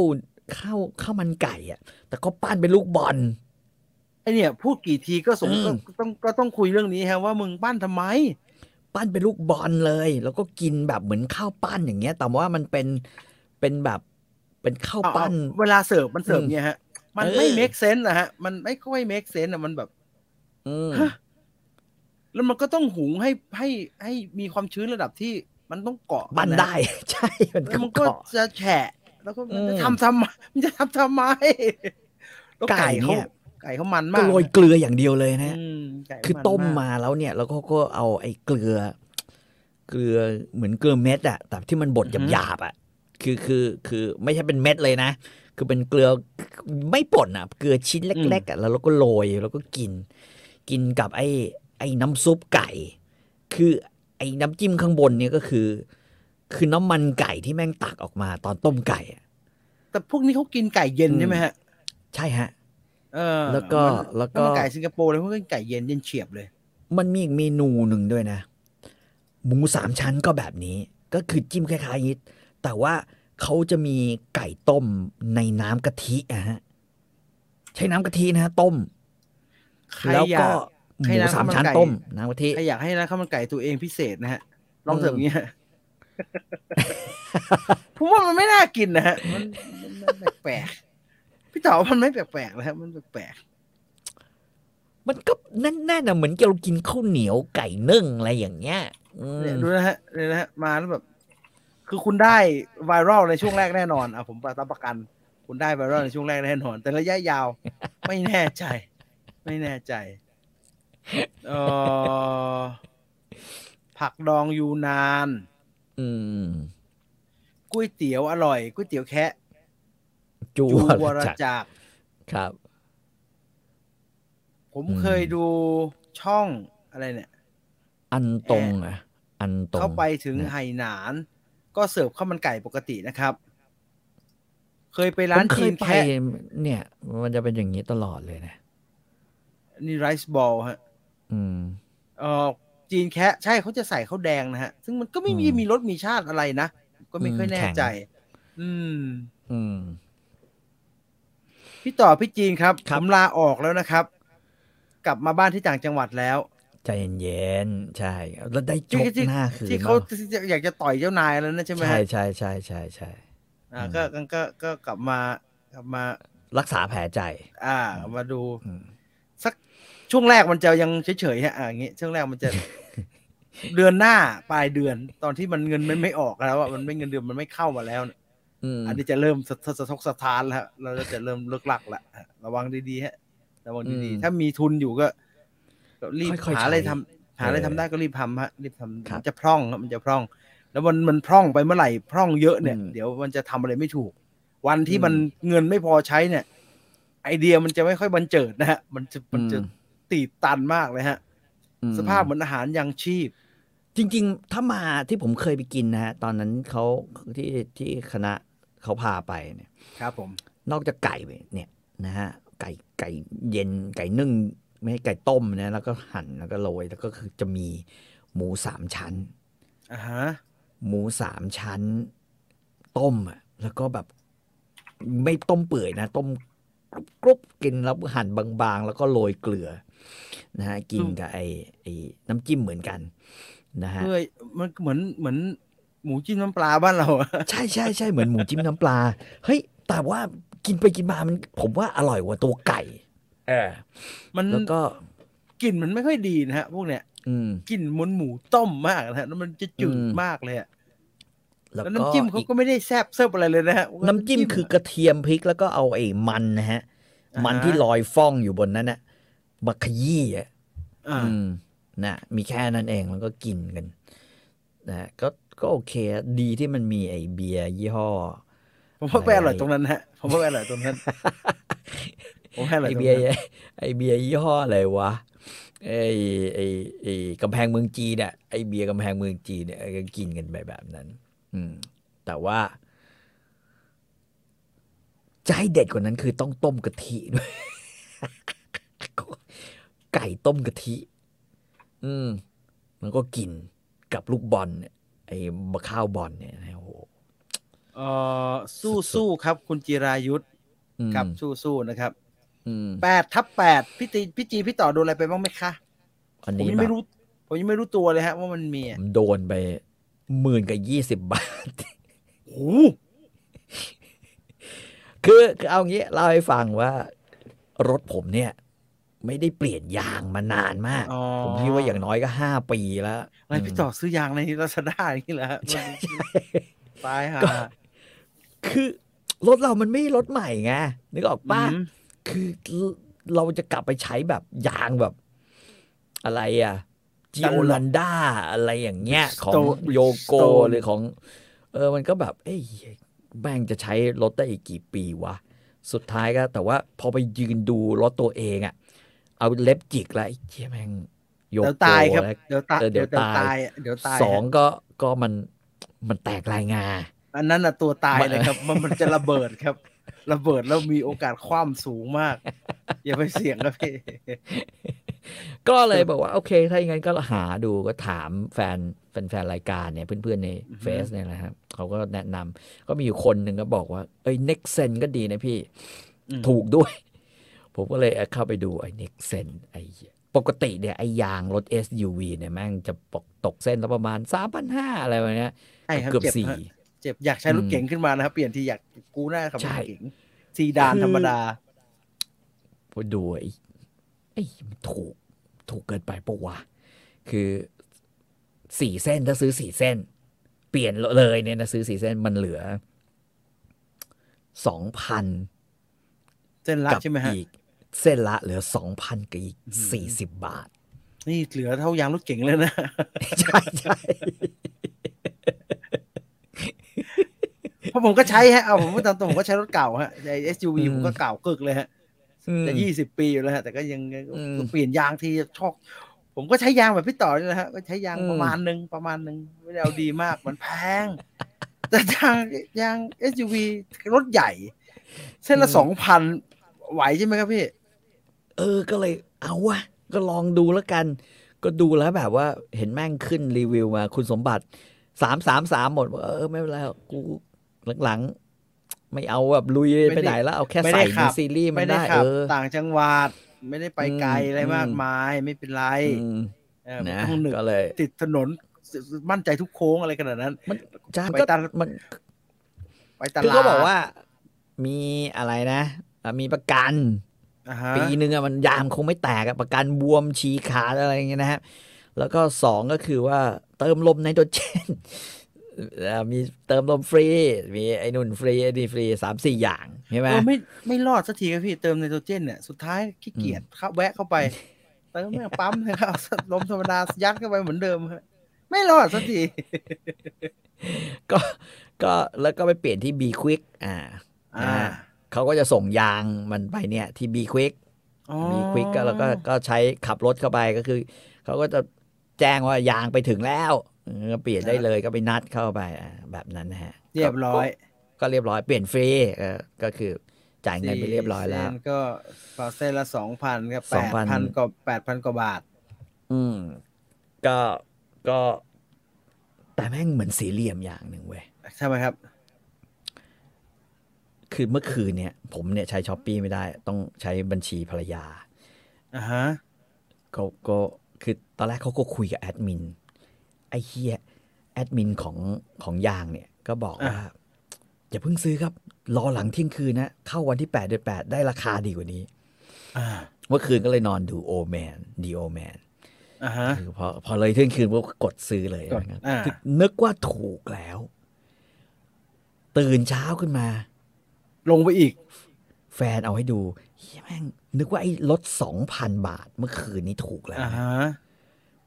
[SPEAKER 2] ข้าวข้าวมันไก่อะแต่ก็ปั้นเป็นลูกบอล
[SPEAKER 1] ไอเนี่ยพูดกี่ทีก็สง
[SPEAKER 2] อืม
[SPEAKER 1] ก็ต้องก็ต้องคุยเรื่องนี้ฮะว่ามึงปั้นทำไม
[SPEAKER 2] ปั้นเป็นลูกบอลเลย แล้วก็กินแบบเหมือนข้าวปั้นอย่างเงี้ย แต่ว่ามันเป็นเป็นแบบเป็นข้าว
[SPEAKER 1] เอา
[SPEAKER 2] ปั้น
[SPEAKER 1] เอาเวลาเสิร์ฟมันเสิร์ฟ
[SPEAKER 2] อืม
[SPEAKER 1] เนี่ยฮะ มัน
[SPEAKER 2] เออ
[SPEAKER 1] ไม่ make sense นะฮะ มันไม่ค่อย make sense อะมันแบบ
[SPEAKER 2] อืม
[SPEAKER 1] แล้วมันก็ต้องหุงให้ให้ให้มีความชื้นระดับที่มันต้องเกาะ
[SPEAKER 2] ปั้นได้
[SPEAKER 1] ะ ฮะ
[SPEAKER 2] ใช่มัน
[SPEAKER 1] แล้ว
[SPEAKER 2] ก็
[SPEAKER 1] มันก็
[SPEAKER 2] เกาะ
[SPEAKER 1] จะแฉะ แล้วก็มันจะ
[SPEAKER 2] อืม
[SPEAKER 1] ทำทำไมมันจะทำทำไมแล้ว
[SPEAKER 2] ไก่
[SPEAKER 1] ไก่
[SPEAKER 2] เนี่
[SPEAKER 1] เขา
[SPEAKER 2] ย
[SPEAKER 1] ไก่เขามันมา
[SPEAKER 2] ก็
[SPEAKER 1] ก
[SPEAKER 2] โรยเกลืออย่างเดียวเลยนะฮะ
[SPEAKER 1] อืมไก่เขา
[SPEAKER 2] คือต้ม
[SPEAKER 1] น
[SPEAKER 2] มาแล้วเนี่ย แล้วก็ก็เอาไอ้เกลือ เกลือเหมือนเกลือเม็ดอะแต่ที่มันบดหยาบๆอะคือคือคือไม่ใช่เป็นเม็ดเลยนะ คือเป็นเกลือไม่ป่นอะเกลือชิ้นเล็ก ๆอะแล้วเราก็โรยแล้วก็กิน กินกับไอ้ ไอ้น้ำซุปไก่ คือไอ้น้ำจิ้มข้างบนเนี่ยก็คือ คือน้ำมันไก่ที่แม่งตักออกมาตอนต้มไก่อะ
[SPEAKER 1] แต่พวกนี้เขากินไก่เย็นใช่ไหมฮะ
[SPEAKER 2] ใช่ฮะ
[SPEAKER 1] เออ
[SPEAKER 2] แล้วก็
[SPEAKER 1] มัน
[SPEAKER 2] แล้ว
[SPEAKER 1] ถ้า
[SPEAKER 2] ก็
[SPEAKER 1] มันไก่สิงคโปร์เลยพวกนี้ไก่เย็นเย็นเฉียบเลย
[SPEAKER 2] มันมีอีกเมนูหนึ่งด้วยนะ หมูสามชั้นก็แบบนี้ ก็คือจิ้มคล้ายๆนี้แต่ว่าเขาจะมีไก่ต้มในน้ำกะทิอะฮะ ใช้น้ำกะทินะฮะ ต้ม
[SPEAKER 1] ใคร
[SPEAKER 2] แล้ว
[SPEAKER 1] อยา
[SPEAKER 2] ก็
[SPEAKER 1] ก
[SPEAKER 2] ห
[SPEAKER 1] ให้
[SPEAKER 2] มู
[SPEAKER 1] น้ำ
[SPEAKER 2] สาม
[SPEAKER 1] ข้าวมัน
[SPEAKER 2] ชั้น
[SPEAKER 1] ไก่
[SPEAKER 2] ต้มน้ำกะทิ
[SPEAKER 1] ใครอยากให้ร้านข้าวมันไก่ตัวเองพิเศษนะฮะ ลองเสิร์ฟอย่างเงี้ย ผมว่ามันไม่น่ากินนะฮะ มันมันมันแปลกๆพี่เต๋อมันไม่แปลกๆนะฮะมันแปลก
[SPEAKER 2] มันก็แน่นๆนะเหมือนเรากินข้าวเหนียวไก่นึ่งอะไรอย่างเงี้ยอื
[SPEAKER 1] ๆ
[SPEAKER 2] ม
[SPEAKER 1] เนี่ยดูนะฮะเนี่ยนะฮะมาแล้วแบบ คือคุณได้ไวรัลในช่วงแรกแน่นอนอ่ะผมรับประกัน คุณได้ไวรัลในช่วงแรกแน่นอน แต่ระยะยาว ไม่แน่ใจ ไม่แน่ใจเออผักดองยูนาน
[SPEAKER 2] อืม
[SPEAKER 1] ก๋วยเตี๋ยวอร่อยก๋วยเตี๋ยวแคะ
[SPEAKER 2] จู
[SPEAKER 1] จูว
[SPEAKER 2] ว
[SPEAKER 1] ร
[SPEAKER 2] รจักร
[SPEAKER 1] จักร
[SPEAKER 2] ครับ
[SPEAKER 1] ผม
[SPEAKER 2] อืม
[SPEAKER 1] เคยดูช่องอะไรเนี่ย
[SPEAKER 2] อันตรงอ่ะ อันตรง
[SPEAKER 1] เข้าไปถึง
[SPEAKER 2] นะ
[SPEAKER 1] ไหหนาน ก็เสิร์ฟข้าวมันไก่ปกตินะครับ เคยไปร้าน
[SPEAKER 2] ผมเค
[SPEAKER 1] จี
[SPEAKER 2] ย
[SPEAKER 1] น
[SPEAKER 2] ไป
[SPEAKER 1] แค่
[SPEAKER 2] เนี่ย มันจะเป็นอย่างนี้ตลอดเลยนะ
[SPEAKER 1] นี่ไรซ์บอลฮะ
[SPEAKER 2] อืม
[SPEAKER 1] เออจีนแคะใช่เขาจะใส่ข้าวแดงนะฮะ ซึ่งมันก็ไม่มี
[SPEAKER 2] อืม
[SPEAKER 1] มีรสมีชาติอะไรนะก็ไม่
[SPEAKER 2] อืม
[SPEAKER 1] ค่อยแน่
[SPEAKER 2] แข็ง
[SPEAKER 1] ใจ อืม
[SPEAKER 2] อืม
[SPEAKER 1] พี่ต่อพี่จีนครับ
[SPEAKER 2] ครั
[SPEAKER 1] ผ
[SPEAKER 2] บ
[SPEAKER 1] มลาออกแล้วนะครับ กลับมาบ้านที่ต่างจังหวัดแล้ว
[SPEAKER 2] ใจเย็นๆใช่แล้วได้จกหน้าคือ
[SPEAKER 1] ที่เขาที่จะอยากจะต่อยเจ้านายแล้วนะใช่ไหม
[SPEAKER 2] ใช่
[SPEAKER 1] ฮะ
[SPEAKER 2] ใช่ใช่ใช่ใช่
[SPEAKER 1] อ่า
[SPEAKER 2] อืม
[SPEAKER 1] ก็ก็ก็ก็กลับมากลับมา
[SPEAKER 2] รักษาแผลใจ
[SPEAKER 1] อ่ามาดู
[SPEAKER 2] อืม
[SPEAKER 1] สักช่วงแรกมันจะยังเฉยๆฮะอ่าอย่างงี้ช่วงแรก มันจะ เดือนหน้าปลายเดือนตอนที่มันเงินมันไม่ออกแล้วอ่ะมันไม่เงินเดือนมันไม่เข้ามาแล้วเนี่ย
[SPEAKER 2] อืม
[SPEAKER 1] อันนี้จะเริ่มสะสะทกสะทานแล้วฮะเราจะเริ่มเลิกหลักละฮะระวังดีๆฮะระวังดีๆถ้ามีทุนอยู่ก็ก็รีบ
[SPEAKER 2] ค่ยๆ
[SPEAKER 1] หาอะไร
[SPEAKER 2] ใช้
[SPEAKER 1] ทำหาอะไร
[SPEAKER 2] เออ
[SPEAKER 1] ทำได้ก็รีบทำฮะรีบทำ
[SPEAKER 2] ครับ
[SPEAKER 1] มันจะพร่องครับมันจะพร่อง แล้วมันมันพร่องไปเมื่อไหร่พร่องเยอะเนี่ย
[SPEAKER 2] อืม
[SPEAKER 1] เดี๋ยวมันจะทำอะไรไม่ถูก วันที่
[SPEAKER 2] อืม
[SPEAKER 1] มันเงินไม่พอใช้เนี่ย ไอเดียมันจะไม่ค่อยบันเจิดนะฮะ มันจะมันจะตีบตันมากเลยฮะ
[SPEAKER 2] อืม
[SPEAKER 1] สภาพเหมือนอาหารยังชีพ
[SPEAKER 2] จริงๆ ถ้ามาที่ผมเคยไปกินนะฮะ ตอนนั้นเขาที่ที่คณะเขาพาไปเนี่ย
[SPEAKER 1] ครับผม
[SPEAKER 2] นอกจากไก่เนี่ยนะฮะ ไก่ไก่เย็นไก่นึ่ง ไม่ใช่ไก่ต้มนะ แล้วก็หั่นแล้วก็โรย แล้วก็คือจะมีหมูสามชั้น
[SPEAKER 1] อ่าฮะ
[SPEAKER 2] หมูสามชั้น ต้มอ่ะแล้วก็แบบ ไม่ต้มเปื่อยนะ ต้มกรุบๆกินแล้วหั่นบางๆ แล้วก็โรยเกลือ นะฮะ กินกับไอ้ไอ้น้ำจิ้มเหมือนกัน นะฮะ
[SPEAKER 1] เพื่อมันเหมือนเหมือนหมูจิ้มน้ำปลาบ้านเราอะ
[SPEAKER 2] ใช่ใช่ใช่เหมือนหมูจิ้มน้ำปลา เฮ้ย แต่ว่ากินไปกินมามันผมว่าอร่อยกว่าตัวไก่เออ
[SPEAKER 1] มัน
[SPEAKER 2] แล้วก็
[SPEAKER 1] กลิ่นมันไม่ค่อยดีนะฮะ พวกเนี้ย
[SPEAKER 2] อืม
[SPEAKER 1] กลิ่นเหมันหมูต้มมากนะฮะแล้วมันจะจืด
[SPEAKER 2] อืม
[SPEAKER 1] มากเลยอะ
[SPEAKER 2] แล้ว
[SPEAKER 1] แล้ว
[SPEAKER 2] ก็
[SPEAKER 1] น้ำจิ้มเขา
[SPEAKER 2] อีก
[SPEAKER 1] ก็ไม่ได้แซบเซิบอะไรเลยนะฮะ
[SPEAKER 2] น้ำจิ้มคือกระเทียมพริกแล้วก็เอาไอ้มันนะฮะ มันที่ลอยฟ่องอยู่บนนั้นนะมาขยี้อ่ะ
[SPEAKER 1] อ่า
[SPEAKER 2] อืมนะมีแค่นั้นเองแล้วก็กินกันนะก็ก็โอเคอะดีที่มันมีไอ้เบียร์ยี่ห้อ
[SPEAKER 1] ผมว่าไปอร่อยตรงนั้นฮะผมว่าไปอร่อยตรง นั้นผมว่าอร่อย
[SPEAKER 2] ไอ
[SPEAKER 1] ตรง
[SPEAKER 2] เบียร์
[SPEAKER 1] นั้น
[SPEAKER 2] ไอเบียร์ยี่ห้ออะไรวะไอไอไอกำแพงเมืองจีนเนี่ยไอเบียร์กำแพงเมืองจีนเนี่ยก็กินกันไปแบบนั้น อืม แต่ว่าจะให้เด็ดกว่านั้นคือต้องต้มกะทิด้วย ไก่ต้มกะทิ อืม มันก็กินกับลูกบอลเนี่ยไอ้บะข้าวบอลเนี่ยนะโอ้โห
[SPEAKER 1] เออสู้สู้ๆครับ คุณจิรายุทธ
[SPEAKER 2] อืม
[SPEAKER 1] ครับสู้ๆนะครับ
[SPEAKER 2] อืม
[SPEAKER 1] แปดทับแปดพี่ตีพี่จีพี่ต่อโดนอะไรไปบ้างไหมคะ
[SPEAKER 2] อัน
[SPEAKER 1] ผม
[SPEAKER 2] นี้
[SPEAKER 1] ยัง
[SPEAKER 2] แบ
[SPEAKER 1] ไม่
[SPEAKER 2] บ
[SPEAKER 1] รู้ ผมยังไม่รู้ตัวเลยฮะ ว่ามันมี
[SPEAKER 2] ผ
[SPEAKER 1] อ่ะ
[SPEAKER 2] มโดนไปหมื่นกับยี่สิบบาท
[SPEAKER 1] โอ้โห
[SPEAKER 2] คือคือเอางี้เล่าให้ฟังว่า รถผมเนี่ย ไม่ได้เปลี่ยนยางมานานมาก
[SPEAKER 1] อ๋อ
[SPEAKER 2] ผมคิดว่าอย่างน้อยก็ห้าปีแล้ว
[SPEAKER 1] อะไรพี่ต่อซื้อยางในลาซาด้าอย่างนี้เหรอฮะ
[SPEAKER 2] ใช่ใช่
[SPEAKER 1] ตายฮะ
[SPEAKER 2] คือรถเรามันไม่ใช่รถใหม่ไงนึกออกป้า
[SPEAKER 1] อืม
[SPEAKER 2] คือเราจะกลับไปใช้แบบยางแบบอะไรอะจีโอลันดาอะไรอย่างเงี้ย ของโยโกหรือของ เออมันก็แบบ เอ้ยแม่งจะใช้รถได้อีกกี่ปีวะ สุดท้ายก็ แต่ว่าพอไปยืนดูรถตัวเองอะเอาเล็บจิกแล้วไอ้เหี้ยแม่งโย
[SPEAKER 1] เดี๋ยว
[SPEAKER 2] โก
[SPEAKER 1] ตายครับ
[SPEAKER 2] แล้ว
[SPEAKER 1] เดี๋ยวตาย
[SPEAKER 2] เออเดี๋
[SPEAKER 1] เดี๋
[SPEAKER 2] ย
[SPEAKER 1] ยว ว
[SPEAKER 2] ตาย
[SPEAKER 1] ตายอะเดี๋ยวตายฮะ
[SPEAKER 2] สองก็ก็มันมันแตกลายงา
[SPEAKER 1] อันนั้นน่ะตัวตาย
[SPEAKER 2] มา
[SPEAKER 1] เลยครับ มันมันจะระเบิดครับ ระเบิดแล้วมีโอกาสคว่ำสูงมาก อย่าไปเสี่ยงครับพี่
[SPEAKER 2] ก็เลยบอกว่า โอเค ถ้าอย่างนั้นก็หาดูก็ถามแฟนแฟนแฟนรายการเนี่ย เพื่อนๆในเฟซเนี่ยนะครับเขาก็แนะนำก็มีอยู่คนหนึ่งก็บอกว่า เอ้ย Next Sen ก็ดีนะพี่
[SPEAKER 1] อืม
[SPEAKER 2] ถูกด้วย ผมก็เลยเข้าไปดูไอ้ Next Sen ไอ้เหี้ย ปกติเนี่ยไอ้ยางรถ SUV เนี่ยแม่งจะปกตกเส้นละประมาณ 3,500อะไรแบบเนี้ย
[SPEAKER 1] ใช่ครับ
[SPEAKER 2] เกือบ
[SPEAKER 1] เจ็บ
[SPEAKER 2] สี่
[SPEAKER 1] ฮะเจ็บอยากใช้รถ
[SPEAKER 2] อืม
[SPEAKER 1] เก๋งขึ้นมานะครับ เปลี่ยนที่อยากกูหน้าขับร
[SPEAKER 2] ใช่
[SPEAKER 1] ถเก๋งซีดาน
[SPEAKER 2] คือ
[SPEAKER 1] ธรรมดา
[SPEAKER 2] พอดูไอ้ไอ้มันถูกถูกเกินไปปะวะคือสี่เส้นถ้าซื้อสี่เส้น เปลี่ยนเลยเนี่ยนะซื้อสี่เส้นมันเหลือสองพัน
[SPEAKER 1] เส้นละ
[SPEAKER 2] กั
[SPEAKER 1] ใช่ไหมฮะ
[SPEAKER 2] อีก เส้นละเหลือสองพันกับอีก
[SPEAKER 1] อืม
[SPEAKER 2] สี่สิบบาท
[SPEAKER 1] นี่เหลือเท่ายางรถเก๋งเลยนะ
[SPEAKER 2] ใช่ใช่
[SPEAKER 1] เพราะผมก็ใช้ฮะเอาผมพูดตามตรงผมก็ใช้รถเก่าฮะไอ้ SUV ผมก็เก่ากึกเลยฮะ
[SPEAKER 2] อืม
[SPEAKER 1] จะยี่สิบปีอยู่แล้วฮะ แต่ก็ยัง
[SPEAKER 2] อืม
[SPEAKER 1] เปลี่ยนยางทีชอก ผมก็ใช้ยางแบบพี่ต่อนี่แหละฮะก็ใช้ยาง
[SPEAKER 2] อืม
[SPEAKER 1] ประมาณหนึ่งประมาณหนึ่งไม่ได้เอาดีมากมันแพ ง แต่ยางยาง SUV รถใหญ่ เส้นละสองพันไหวใช่ไหมครับพี่
[SPEAKER 2] เออ ก็เลยเอาวะ ก็ลองดูแล้วกัน ก็ดูแล้วแบบว่าเห็นแม่งขึ้นรีวิวมา คุณสมบัติสามสามสามหมดว่าเออ ไม่เป็นไรหรอกกูหลังๆ ไม่เอาแบบลุย
[SPEAKER 1] ไม่
[SPEAKER 2] ไป
[SPEAKER 1] ได้
[SPEAKER 2] ไหนแล้วเอาแค่
[SPEAKER 1] ไม่ได้
[SPEAKER 2] ใส่
[SPEAKER 1] ขั
[SPEAKER 2] ใน
[SPEAKER 1] บ
[SPEAKER 2] ซีรีส์มั
[SPEAKER 1] ไม่
[SPEAKER 2] น
[SPEAKER 1] ได้
[SPEAKER 2] ได้
[SPEAKER 1] ขั
[SPEAKER 2] เอบ อ
[SPEAKER 1] ต่างจังหวัดไม่ได้ไปไกล
[SPEAKER 2] อืม
[SPEAKER 1] อะไรมาก
[SPEAKER 2] อืม
[SPEAKER 1] มาย ไม่เป็นไร
[SPEAKER 2] อืม
[SPEAKER 1] เออไม่
[SPEAKER 2] นะ
[SPEAKER 1] ต้องหนึก
[SPEAKER 2] ก็เลย
[SPEAKER 1] ติดถนนมั่นใจทุกโค้งอะไรขนาดนั้น
[SPEAKER 2] มันจ้า
[SPEAKER 1] ไป
[SPEAKER 2] ก็
[SPEAKER 1] ตลาด
[SPEAKER 2] มัน
[SPEAKER 1] ไปตลาด
[SPEAKER 2] คือก็บอกว่า มีอะไรนะอ่ะมีประกัน
[SPEAKER 1] อ่าฮะ
[SPEAKER 2] ปีหนึ่งอะมันยามคงไม่แตกอะประกันบวมฉีกขาดอะไรอย่างเงี้ยนะฮะ แล้วก็สองก็คือว่าเติมลมไนโตรเจน เอ่อมีเติมลมฟรี มีไอ้นุ่นฟรีไอ้นี่ฟรีสามสี่อย่างใช่ไหม
[SPEAKER 1] เออไม่ไม่รอดสักทีครับพี่เติมไนโตรเจนเนี่ยสุดท้ายขี้เกียจครับแวะเข้าไปเติมแม่งปั๊มเลยครับ เอาลมธรรมดายัดเข้าไปเหมือนเดิมฮะไม่รอดสักที
[SPEAKER 2] ก็ก็แล้วก็ไปเปลี่ยนที่ B Quick อ่า
[SPEAKER 1] อ่า
[SPEAKER 2] เขาก็จะส่งยางมันไปเนี่ยที่ B Quick
[SPEAKER 1] อ๋อ
[SPEAKER 2] B Quick ก็แล้วก็ก็ใช้ขับรถเข้าไปก็คือ เขาก็จะแจ้งว่ายางไปถึงแล้วเออเปลี่ยนได้เลยก็ไปนัดเข้าไปอ่าแบบนั้นนะฮะ
[SPEAKER 1] เรียบร้อย
[SPEAKER 2] ก็เรียบร้อยเปลี่ยนฟรีเออก็คือจ่ายเงินไปเรียบร้อยแล้ว
[SPEAKER 1] เส้นก็ฟาเส้นละสองพันครับแปดพัน
[SPEAKER 2] 2,000
[SPEAKER 1] กว่าแปดพันกว่าบาท
[SPEAKER 2] อืมก็ก็ แต่แม่งเหมือนสี่เหลี่ยมอย่างหนึ่งเว้ย
[SPEAKER 1] ใช่ไหมครับ
[SPEAKER 2] คือเมื่อคืนเนี่ย ผมเนี่ยใช้ช้อปปีไม่ได้ ต้องใช้บัญชีภรรยา
[SPEAKER 1] อ่าฮะ
[SPEAKER 2] เขาก็คือตอนแรกเขาก็คุยกับแอดมิน ไอ้เฮียแอดมินของของยางเนี่ย ก็บอกว่า อย่าเพิ่งซื้อครับ รอหลังเที่ยงคืนนะ เข้าวันที่8เดือน8ได้ราคาดีกว่านี้
[SPEAKER 1] อ่า
[SPEAKER 2] เมื่อคืนก็เลยนอนดูโอแมนดีโอแมน
[SPEAKER 1] อ่าฮะ
[SPEAKER 2] คือพอพอเลยเที่ยงคืนปุ๊บก็กดซื้อเลย
[SPEAKER 1] กด
[SPEAKER 2] นะครับ
[SPEAKER 1] อ่า
[SPEAKER 2] คือนึกว่าถูกแล้ว ตื่นเช้าขึ้นมา
[SPEAKER 1] ลงไปอีก
[SPEAKER 2] แฟนเอาให้ดูเฮียแม่งนึกว่าไอ้ลดสองพันบาทเมื่อคืนนี้ถูกแล้ว
[SPEAKER 1] อ่า
[SPEAKER 2] นะ
[SPEAKER 1] ฮะ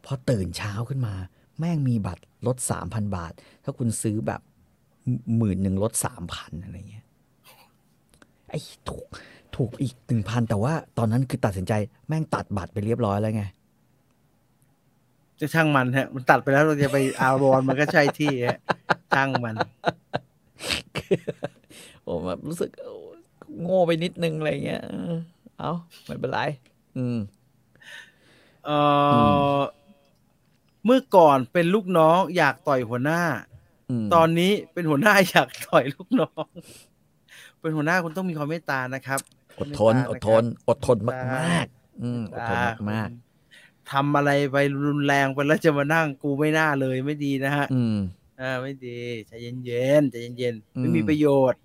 [SPEAKER 2] พอตื่นเช้าขึ้นมา แม่งมีบัตรลดสามพันบาท ถ้าคุณซื้อแบบหมื่นหนึ่งลดสามพันอะไรเงี้ยไอ้ถูกถูกอีกหนึ่งพันแต่ว่าตอนนั้นคือตัดสินใจแม่งตัดบัตรไปเรียบร้อยแล้วไง
[SPEAKER 1] จะช่างมันฮะ มันตัดไปแล้วเราจะไป อารอนมันก็ใช่ที่ฮะช่างมัน
[SPEAKER 2] ผมแบบรู้สึกโง่ไปนิดนึงอะไรเงี้ย เออเอาไม่เป็นไร อืม
[SPEAKER 1] เอออเมื่อก่อนเป็นลูกน้องอยากต่อยหัวหน้า
[SPEAKER 2] ม
[SPEAKER 1] ตอนนี้เป็นหัวหน้าอยากต่อยลูกน้อง เป็นหัวหน้าคุณต้องมีความเมตตานะครับ
[SPEAKER 2] อดทน อดทน อดทนมากมากๆอืมอดทนมากมาก
[SPEAKER 1] ทำอะไรไปรุนแรงไปแล้วจะมานั่งกูไม่น่าเลยไม่ดีนะฮะ
[SPEAKER 2] ๆอืม
[SPEAKER 1] อ่าไม่ดีใจเย็นๆใจเย็น
[SPEAKER 2] อื
[SPEAKER 1] ๆ
[SPEAKER 2] ม
[SPEAKER 1] ไม่มีประโยชน์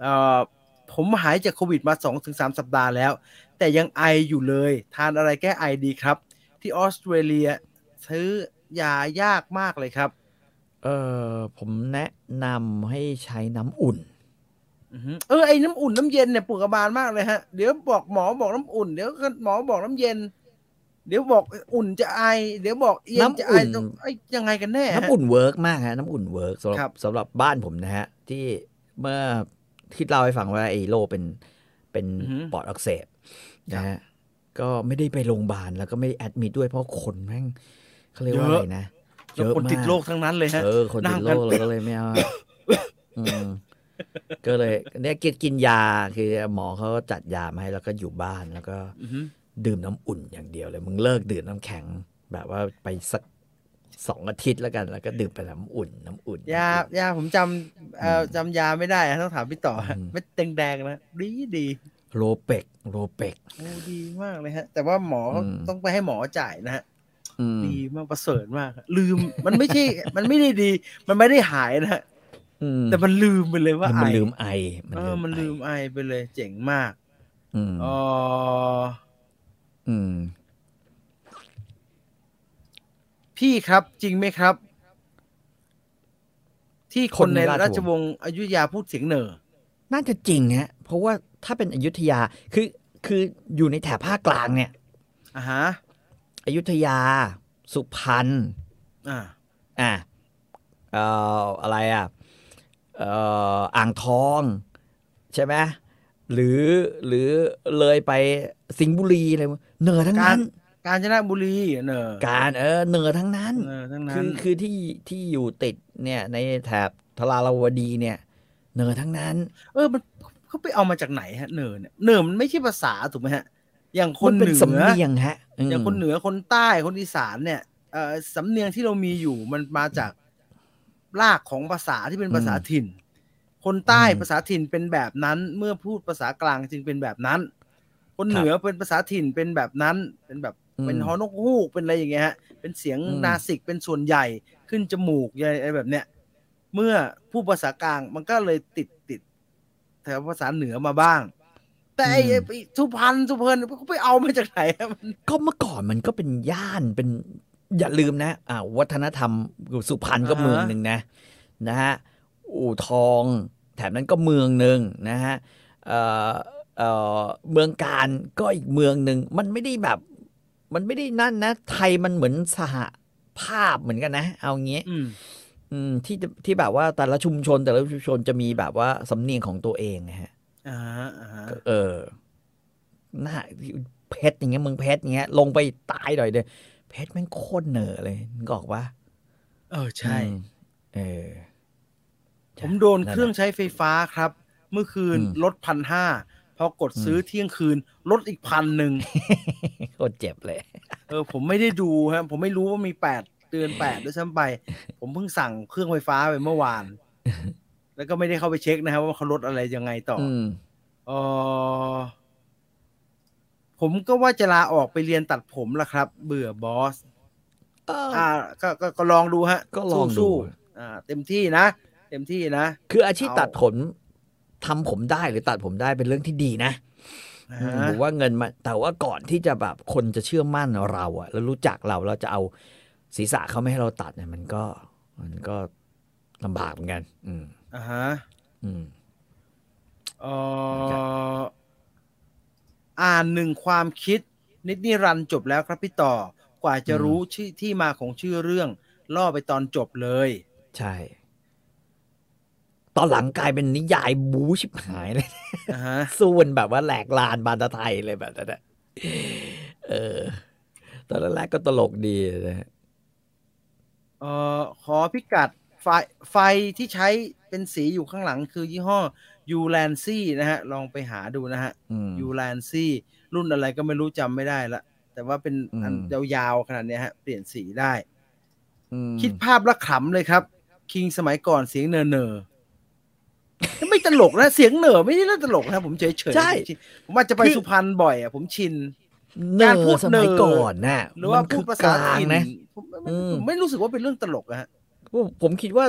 [SPEAKER 1] เอ่อผมหายจากโควิดมาสองถึงสามสัปดาห์แล้ว แต่ยังไออยู่เลย ทานอะไรแก้ไอดีครับ ที่ออสเตรเลีย ซื้อยายากมากเลยครับ
[SPEAKER 2] เออผมแนะนำให้ใช้น้ำอุ่น
[SPEAKER 1] อือหือเออไอ้น้ำอุ่นน้ำเย็นเนี่ยปวดกระบาลมากเลยฮะเดี๋ยวบอกหมอบอกน้ำอุ่นเดี๋ยวก็หมอบอกน้ำเย็น เดี๋ยวบอกอุ่นจะไอ เดี๋ยวบอกเย็นจะไอ
[SPEAKER 2] น้ำอุ่น
[SPEAKER 1] ต้องไอ้ยังไงกันแน่ฮะ
[SPEAKER 2] น้ำอุ่นเวิร์กมากฮะ น้ำอุ่นเวิร์กสำห
[SPEAKER 1] ครั
[SPEAKER 2] รับบ สำหรับบ้านผมนะฮะ ที่เมื่อที่เล่าให้ฟังว่าไอ้โรคเป็นเป็น
[SPEAKER 1] อือฮึ
[SPEAKER 2] ปอดอักเสบนะฮะก็ไม่ได้ไปโรงพยาบาลแล้วก็ไม่ได้แอดมิดด้วยเพราะคนแม่งเขาเรียกว่า
[SPEAKER 1] เย
[SPEAKER 2] อะ
[SPEAKER 1] อะ
[SPEAKER 2] ไรนะ
[SPEAKER 1] แล้วคนติดโรคทั้งนั้นเลยฮะ
[SPEAKER 2] เออคนติดโรค
[SPEAKER 1] นั่งกัน
[SPEAKER 2] เราก็เลยไม่เอาอะอืมก็เลยเนี่ยกินกินยาคือหมอเขาก็จัดยามาให้แล้วก็อยู่บ้านแล้วก็
[SPEAKER 1] อหือ
[SPEAKER 2] ดื่มน้ำอุ่นอย่างเดียวเลย มึงเลิกดื่มน้ำแข็ง แบบว่าไปสักสองอาทิตย์แล้วกัน แล้วก็ดื่มไปน้ำอุ่น น้ำอุ่น
[SPEAKER 1] ยายาผมจำเอ่ออจำยาไม่ได้ฮะต้องถามพี่ต่อฮะ
[SPEAKER 2] อืม
[SPEAKER 1] เม็ดแดงๆนะดีดี
[SPEAKER 2] โลเปกโลเปก
[SPEAKER 1] โอ้ดีมากเลยฮะ แต่ว่าหมออ
[SPEAKER 2] ม
[SPEAKER 1] ต้องไปให้หมอจ่ายนะฮะ
[SPEAKER 2] อืม
[SPEAKER 1] ดีมากประเสริฐมากฮะลืม มันไม่ใช่ มันไม่ได้ดี มันไม่ได้หายนะฮะ
[SPEAKER 2] อืม
[SPEAKER 1] แต่มันลืมไปเลยว่า
[SPEAKER 2] มัน
[SPEAKER 1] ไอ
[SPEAKER 2] ลืมไอ
[SPEAKER 1] เออมันลืม
[SPEAKER 2] ไอ
[SPEAKER 1] ไอไปเลย เจ๋งมาก
[SPEAKER 2] อืม
[SPEAKER 1] อ๋อ
[SPEAKER 2] อืม
[SPEAKER 1] พี่ครับจริงไหมครับ ที่คนใน
[SPEAKER 2] คนในราชวงศ์
[SPEAKER 1] ราชวงศ์อยุธยาพูดเสียงเหน่อ
[SPEAKER 2] น่าจะจริงฮะเพราะว่าถ้าเป็นอยุธยาคือคืออยู่ในแถบภาคกลางเนี่ย
[SPEAKER 1] อ่ะฮะ
[SPEAKER 2] อยุธยา สุพรรณ
[SPEAKER 1] อ่า
[SPEAKER 2] อ่ะเอ่ออะไรอ่ะเอ่ออ่างทอง ใช่ไหมหรือหรือเลยไปสิงห์บุรีอะไรเหนือทั้งนั้น
[SPEAKER 1] กาญจนบุรีเหน่อ
[SPEAKER 2] การเออเหนือทั้งนั้น
[SPEAKER 1] เออทั้งนั้
[SPEAKER 2] คื
[SPEAKER 1] น
[SPEAKER 2] อคือที่ที่อยู่ติดเนี่ยในแถบทราราวดีเนี่ย เหนือทั้งนั้น
[SPEAKER 1] เออมันเขาไปเอามาจากไหนฮะเหน่อเนี่ยเหน่อมันไม่ใช่ภาษาถูกไหมฮะ อย่างค
[SPEAKER 2] มัน น
[SPEAKER 1] เห
[SPEAKER 2] เป็น
[SPEAKER 1] นื
[SPEAKER 2] สำ
[SPEAKER 1] อ
[SPEAKER 2] เนียงฮะม
[SPEAKER 1] อย่างคนเหนือคนใต้คนอีสานเนี่ยเอ่อสำเนียงที่เรามีอยู่มันมาจากรากของภาษาที่เป็นภาษาถิ่น คนใต้ภาษาถิ่นเป็นแบบนั้น เมื่อพูดภาษากลางจึงเป็นแบบนั้น คนเหนือเป็นภาษาถิ่นเป็นแบบนั้น เป็นแบบ
[SPEAKER 2] ม
[SPEAKER 1] เป็นฮอนกฮูกเป็นอะไรอย่างเงี้ยฮะเป็นเสียง
[SPEAKER 2] อืม
[SPEAKER 1] นาสิกเป็นส่วนใหญ่ขึ้นจมูกอะไรแบบเนี้ยเมื่อพูดภาษากลางมันก็เลยติดติดแถวภาษาเหนือมาบ้าง แต่ไอ้ไอ้สุพรรณสุพรรณเขาไปเอามาจากไหนอะมัน
[SPEAKER 2] ก็เมื่อก่อนมันก็เป็นย่านเป็นอย่าลืมนะอ่าวัฒนธรรมสุพรรณก็
[SPEAKER 1] อ่าฮะ
[SPEAKER 2] เมืองหนึ่งนะนะฮะอู่ทองแถบนั้นก็เมืองหนึ่งนะฮะเอ่อเอ่อเมืองการก็อีกเมืองหนึ่งมันไม่ได้แบบ มันไม่ได้นั่นนะ ไทยมันเหมือนสหภาพเหมือนกันนะ เอางี้
[SPEAKER 1] อืม
[SPEAKER 2] อืมที่จะที่แบบว่าแต่ละชุมชน แต่ละชุมชนจะมีแบบว่าสำเนียงของตัวเองนะฮะ
[SPEAKER 1] อ่าฮะอ่าฮะ
[SPEAKER 2] เออหน้าเพชรอย่างเงี้ยเมืองเพชรอย่างเงี้ย ลงไปตายหน่อยเดียวเพชรแม่งโคตรเหน่อเลยนึกออกปะ
[SPEAKER 1] เออใช่
[SPEAKER 2] อืมเออ
[SPEAKER 1] ผมโดนเครื่องใช้ไฟฟ้าครับ เมื่อคืน
[SPEAKER 2] อืม
[SPEAKER 1] ลดพันห้าพอกดซื้อเที่ยงคืนลดอีกพันหนึ่ง
[SPEAKER 2] โคตรเจ็บเลย
[SPEAKER 1] เออ ผมไม่ได้ดูฮะผมไม่รู้ว่ามีแปดเตือนแปดด้วยซ้ำไป ผมเพิ่งสั่งเครื่องไฟฟ้าไปเมื่อวาน แล้วก็ไม่ได้เข้าไปเช็คนะฮะว่าเขาลดอะไรยังไงต่อ
[SPEAKER 2] อืม
[SPEAKER 1] เออผมก็ว่าจะลาออกไปเรียนตัดผมละครับ เบื่อบอส
[SPEAKER 2] เออ
[SPEAKER 1] อ่า ก็ก็ก็ลองดูฮะ
[SPEAKER 2] ก็ลองดู
[SPEAKER 1] สู้ๆอ่า เต็มที่นะเต็มที่นะ
[SPEAKER 2] คืออาชีพ
[SPEAKER 1] เอา
[SPEAKER 2] ตัดผมทำผมได้หรือตัดผมได้เป็นเรื่องที่ดีนะ
[SPEAKER 1] อ่า
[SPEAKER 2] อืม
[SPEAKER 1] ฮะ
[SPEAKER 2] ผมว่าเงินมาแต่ว่าก่อนที่จะแบบคนจะเชื่อมั่นเราอะแล้วรู้จักเราเราจะเอาศีรษะเขาไม่ให้เราตัดเนี่ยมันก็ มันก็ลำบากเหมือนกัน อืม
[SPEAKER 1] อ่าฮะ
[SPEAKER 2] อืม
[SPEAKER 1] เอ่ออ่านหนึ่งความคิด นิดนิรันดร์จบแล้วครับพี่ต่อ กว่าจะ
[SPEAKER 2] อืม
[SPEAKER 1] รู้ชื่อที่มาของชื่อเรื่อง ล่อไปตอนจบเลย
[SPEAKER 2] ใช่ ตอนหลังกลายเป็นนิยายบู๊ชิบหายเลย
[SPEAKER 1] อ่าฮะ
[SPEAKER 2] สู้กันแบบว่าแหลกลานบานตะไทยเลยแบบนั้นอะเออ ตอนแรกๆก็ตลกดีนะฮะ
[SPEAKER 1] เอ่อขอพิกัดไฟไฟที่ใช้เป็นสีอยู่ข้างหลังคือยี่ห้อยูแลนซี่นะฮะ ลองไปหาดูนะฮะ
[SPEAKER 2] อืม
[SPEAKER 1] ยูแลนซี่รุ่นอะไรก็ไม่รู้จำไม่ได้ละ แต่ว่าเป็นอัน
[SPEAKER 2] อืม
[SPEAKER 1] ยาวๆขนาดเนี้ยฮะ เปลี่ยนสีได้
[SPEAKER 2] อืม
[SPEAKER 1] คิดภาพและขำเลยครับ คิงสมัยก่อนเสียงเนอเนอๆไม่ตลกนะ เสียงเหนอไม่ได้เล่นตลกนะผมเฉยเฉยๆ
[SPEAKER 2] ใช่
[SPEAKER 1] ผมอาจจะไป
[SPEAKER 2] คือ
[SPEAKER 1] สุพรรณบ่อยอ่ะผมชิน
[SPEAKER 2] เน
[SPEAKER 1] การพู
[SPEAKER 2] อ
[SPEAKER 1] ด
[SPEAKER 2] สมัย
[SPEAKER 1] เนอ
[SPEAKER 2] ก่อนน่ะ
[SPEAKER 1] หรือว่า
[SPEAKER 2] มัน
[SPEAKER 1] พู
[SPEAKER 2] คื
[SPEAKER 1] ด
[SPEAKER 2] อ
[SPEAKER 1] ภาก ษา
[SPEAKER 2] ลาง
[SPEAKER 1] ถิ่น
[SPEAKER 2] นะ
[SPEAKER 1] ผม
[SPEAKER 2] อืม
[SPEAKER 1] ผมไม่รู้สึกว่าเป็นเรื่องตลกนะฮะ
[SPEAKER 2] ผมผมคิดว่า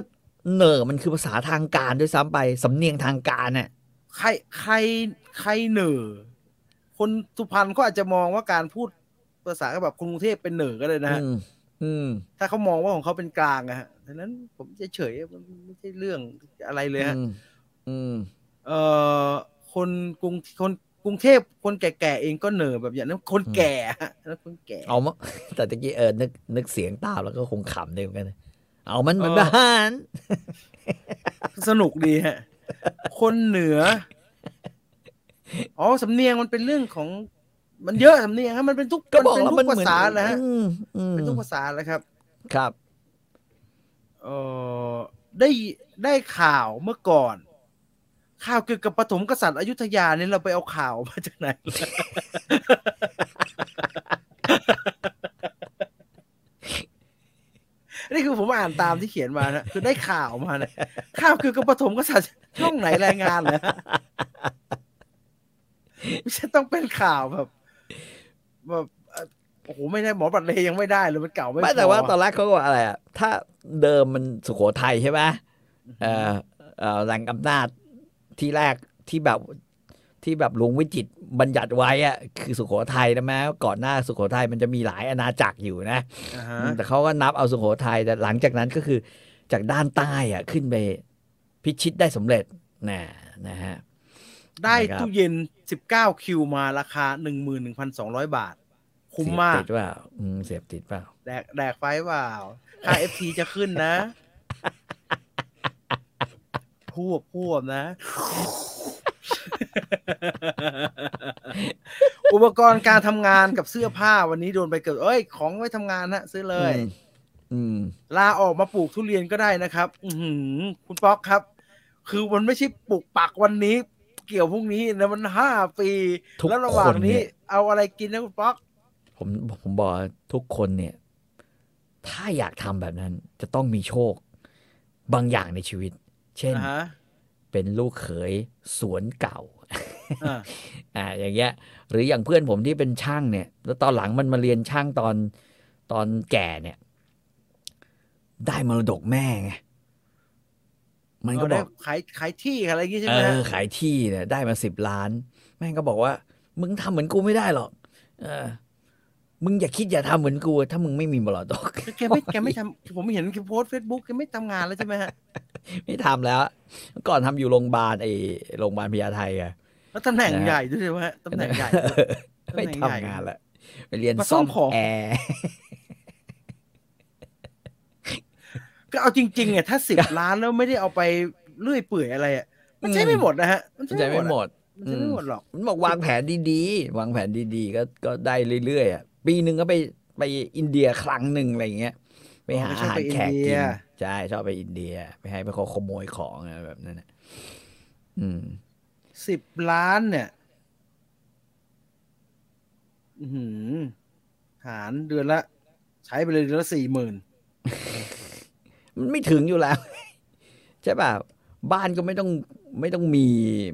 [SPEAKER 2] เนอมันคือภาษาทางการด้วยซ้ำไป สำเนียงทางการน่ะ
[SPEAKER 1] ใครใครใครเหนอคนสุพรรณก็อาจจะมองว่าการพูดภาษาแบบกรุงเทพเป็นเหนอก็เลยนะฮะ
[SPEAKER 2] อืม อืม
[SPEAKER 1] ถ้าเขามองว่าของเขาเป็นกลางอะฮะดังนั้นผมเฉยเฉยๆมันไม่ใช่เรื่องอะไรเลยฮะ
[SPEAKER 2] อืมอืม
[SPEAKER 1] เอ่อคนกรุงคนกรุงเทพคนแก่ๆเองก็เหนื่อยแบบอย่างนั้นคนแก่ฮะแล้วคนแก่
[SPEAKER 2] เอา มา แต่ตะกี้เออนึกนึกเสียงตามแล้วก็คงขำได้เหมือนกันนะเอามันเหมือน
[SPEAKER 1] เออ
[SPEAKER 2] ทหาร
[SPEAKER 1] สนุกดีฮะ คนเหนืออ๋อสำเนียงมันเป็นเรื่องของ มันเยอะสำเนียงฮะมันเป็นทุก
[SPEAKER 2] ก็บอก
[SPEAKER 1] เป็น
[SPEAKER 2] แล้ว
[SPEAKER 1] ทุ
[SPEAKER 2] มั
[SPEAKER 1] ก
[SPEAKER 2] นเห
[SPEAKER 1] ภา
[SPEAKER 2] มือน
[SPEAKER 1] ษาแล้วฮะ
[SPEAKER 2] อืมอืม
[SPEAKER 1] เป็นทุกภาษาแล้วครับ
[SPEAKER 2] ครับ
[SPEAKER 1] เออได้ได้ข่าวเมื่อก่อน ข่าวเกี่ยวกับปฐมกษัตริย์อยุธยาเนี่ยเราไปเอาข่าวมาจากไหน นี่คือผมอ่านตามที่เขียนมานะคือได้ข่าวมานะข่าวเกี่ยวกับปฐมกษัตริย์ช่องไหนรายงานเหรอ ต้องเป็นข่าวแบบแบบเอ่อโอ้โหไม่ได้หมอบัตรเลยยังไม่ได้เลยมันเก่าไม่
[SPEAKER 2] ไม่แต่
[SPEAKER 1] พอ
[SPEAKER 2] ว่าตอนแรกเขาก็บอกอะไรอะถ้าเดิมมันสุโขทัยใช่ไหมเออเอ่อแหล่งอำนาจที่แรกที่แบบที่แบบหลวงวิจิตรบัญญัติไว้อะคือสุโขทัยนะแม้ก่อนหน้าสุโขทัยมันจะมีหลายอาณาจักรอยู่นะ
[SPEAKER 1] อ่าฮะ
[SPEAKER 2] แต่เขาก็นับเอาสุโขทัยแต่หลังจากนั้นก็คือจากด้านใต้อะขึ้นไปพิชิตได้สำเร็จนะนะฮะ
[SPEAKER 1] ได้
[SPEAKER 2] นะครับ
[SPEAKER 1] ตู้เย็น 19 คิวมาราคา 11,200 บาท คุ้มมาก
[SPEAKER 2] เสพติดเปล่าอืมเสพติดเปล่า
[SPEAKER 1] แดกแดกไฟเปล่าค่า FT จะขึ้นนะ พวบพวบนะ อุปกรณ์การทำงานกับเสื้อผ้าวันนี้โดนไปเกือบเอ้ย ของไว้ทำงานฮะซื้อเลย
[SPEAKER 2] อืมอืม
[SPEAKER 1] ลาออกมาปลูกทุเรียนก็ได้นะครับ อือหือ คุณป๊อกครับ คือมันไม่ใช่ปลูกปักวันนี้ เกี่ยวพรุ่งนี้นะมันห้าปี
[SPEAKER 2] ทุก
[SPEAKER 1] แล้วระหว่าง
[SPEAKER 2] คนเนี่
[SPEAKER 1] นี้
[SPEAKER 2] ย
[SPEAKER 1] เอาอะไรกินนะคุณป๊อก
[SPEAKER 2] ผมผมบอกทุกคนเนี่ย ถ้าอยากทำแบบนั้นจะต้องมีโชค บางอย่างในชีวิต เช่น
[SPEAKER 1] นะฮะ
[SPEAKER 2] เป็นลูกเขยสวนเก่า
[SPEAKER 1] อ่า
[SPEAKER 2] อ่าอย่างเงี้ย หรืออย่างเพื่อนผมที่เป็นช่างเนี่ย แล้วตอนหลังมันมาเรียนช่างตอนตอนแก่เนี่ย ได้มรดกแม่ไงมันก็
[SPEAKER 1] เอา
[SPEAKER 2] บ
[SPEAKER 1] ได้
[SPEAKER 2] อก
[SPEAKER 1] ขายขายที่อะไรอย่างงี้ใช่
[SPEAKER 2] เอ
[SPEAKER 1] ไหมฮะ
[SPEAKER 2] อขายที่เนี่ยได้มาสิบล้าน แม่งก็บอกว่า มึงทำเหมือนกูไม่ได้หรอกเออ มึงอย่าคิดอย่าทำเหมือนกู ถ้ามึงไม่มีมรดก
[SPEAKER 1] แกไม่แกไม่ทำผมเห็นแกโพสเฟซบุ๊กแกไม่ทำงานแล้วใช่ไหมฮะ
[SPEAKER 2] ไม่ทำแล้ว ก่อนทำอยู่โรงพยาบาลไอ้โรงพยาบาลพญาไทไง
[SPEAKER 1] แล้วตำแหน่ง
[SPEAKER 2] นะฮะ
[SPEAKER 1] ใหญ่ด้วยใช่ไหมฮะตำแหน่งใหญ่ด้วย
[SPEAKER 2] ไม่ทำงานละไปเรียน
[SPEAKER 1] มาซ่
[SPEAKER 2] ซ่
[SPEAKER 1] อ
[SPEAKER 2] อ
[SPEAKER 1] ม
[SPEAKER 2] ม
[SPEAKER 1] ของ
[SPEAKER 2] แอร์
[SPEAKER 1] ก็เอาจริงๆเนี่ยถ้าสิบล้านแล้วไม่ได้เอาไปเลื่อยเปื่อยอะไรอ่ะมันใช้ไม่หมดนะฮะมัน
[SPEAKER 2] ใจ
[SPEAKER 1] ใช้
[SPEAKER 2] ไม่
[SPEAKER 1] ไม่ห
[SPEAKER 2] ห
[SPEAKER 1] ม
[SPEAKER 2] ม
[SPEAKER 1] ด
[SPEAKER 2] ด
[SPEAKER 1] อะมันใช้ไม่หมดหรอก
[SPEAKER 2] มันบอกวางแผนดีๆ วางแผนดีๆ ก็ก็ได้เรื่อยๆอ่ะปีหนึ่งก็ไปไปอินเดียครั้งหนึ่งอะไรอย่างเงี้ยไปหาอาหารแข
[SPEAKER 1] ชอบไป
[SPEAKER 2] ก
[SPEAKER 1] อินเดี
[SPEAKER 2] กิ
[SPEAKER 1] ย
[SPEAKER 2] นใช่ชอบไปอินเดีย ไปให้ไปขโมยของอะไรแบบนั้นนะอืม
[SPEAKER 1] สิบล้านเนี่ย อื้อหือ หารเดือนละ ใช้ไปเลยเดือนละสี่หมื่น
[SPEAKER 2] มันไม่ถึงอยู่แล้ว ใช่ป่ะบ้านก็ไม่ต้องไม่ต้องมี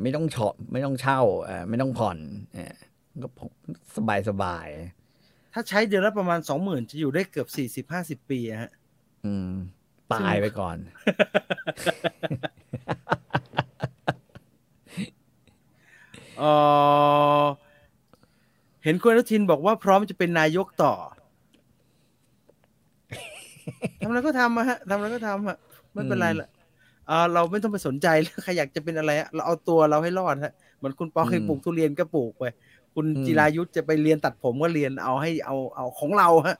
[SPEAKER 2] ไม่ต้องเชาะไม่ต้องเช่าเอ่อไม่ต้องผ่อนเอ่อก็สบายสบาย
[SPEAKER 1] ถ้าใช้เดือนละประมาณสองหมื่นจะอยู่ได้เกือบสี่สิบห้าสิบปีอะฮะ
[SPEAKER 2] ๆอืม ตายไปก่อน
[SPEAKER 1] เออเห็นคุณอนุทินบอกว่าพร้อมจะเป็นนายก ต่อ ทำอะไรก็ทำอะฮะทำอะไรก็ทำอะไม่เป็นไรละเออเราไม่ต้องไปสนใจ เรื่องใครอยากจะเป็นอะไรอะเราเอาตัวเราให้รอดฮะเหมือนคุณปอเคย
[SPEAKER 2] อืม
[SPEAKER 1] ปลูกทุเรียนก็ปลูกไป คุณ
[SPEAKER 2] อืม
[SPEAKER 1] จิรายุทธจะไปเรียนตัดผมก็เรียนเอาให้เอาเอาของเราฮะ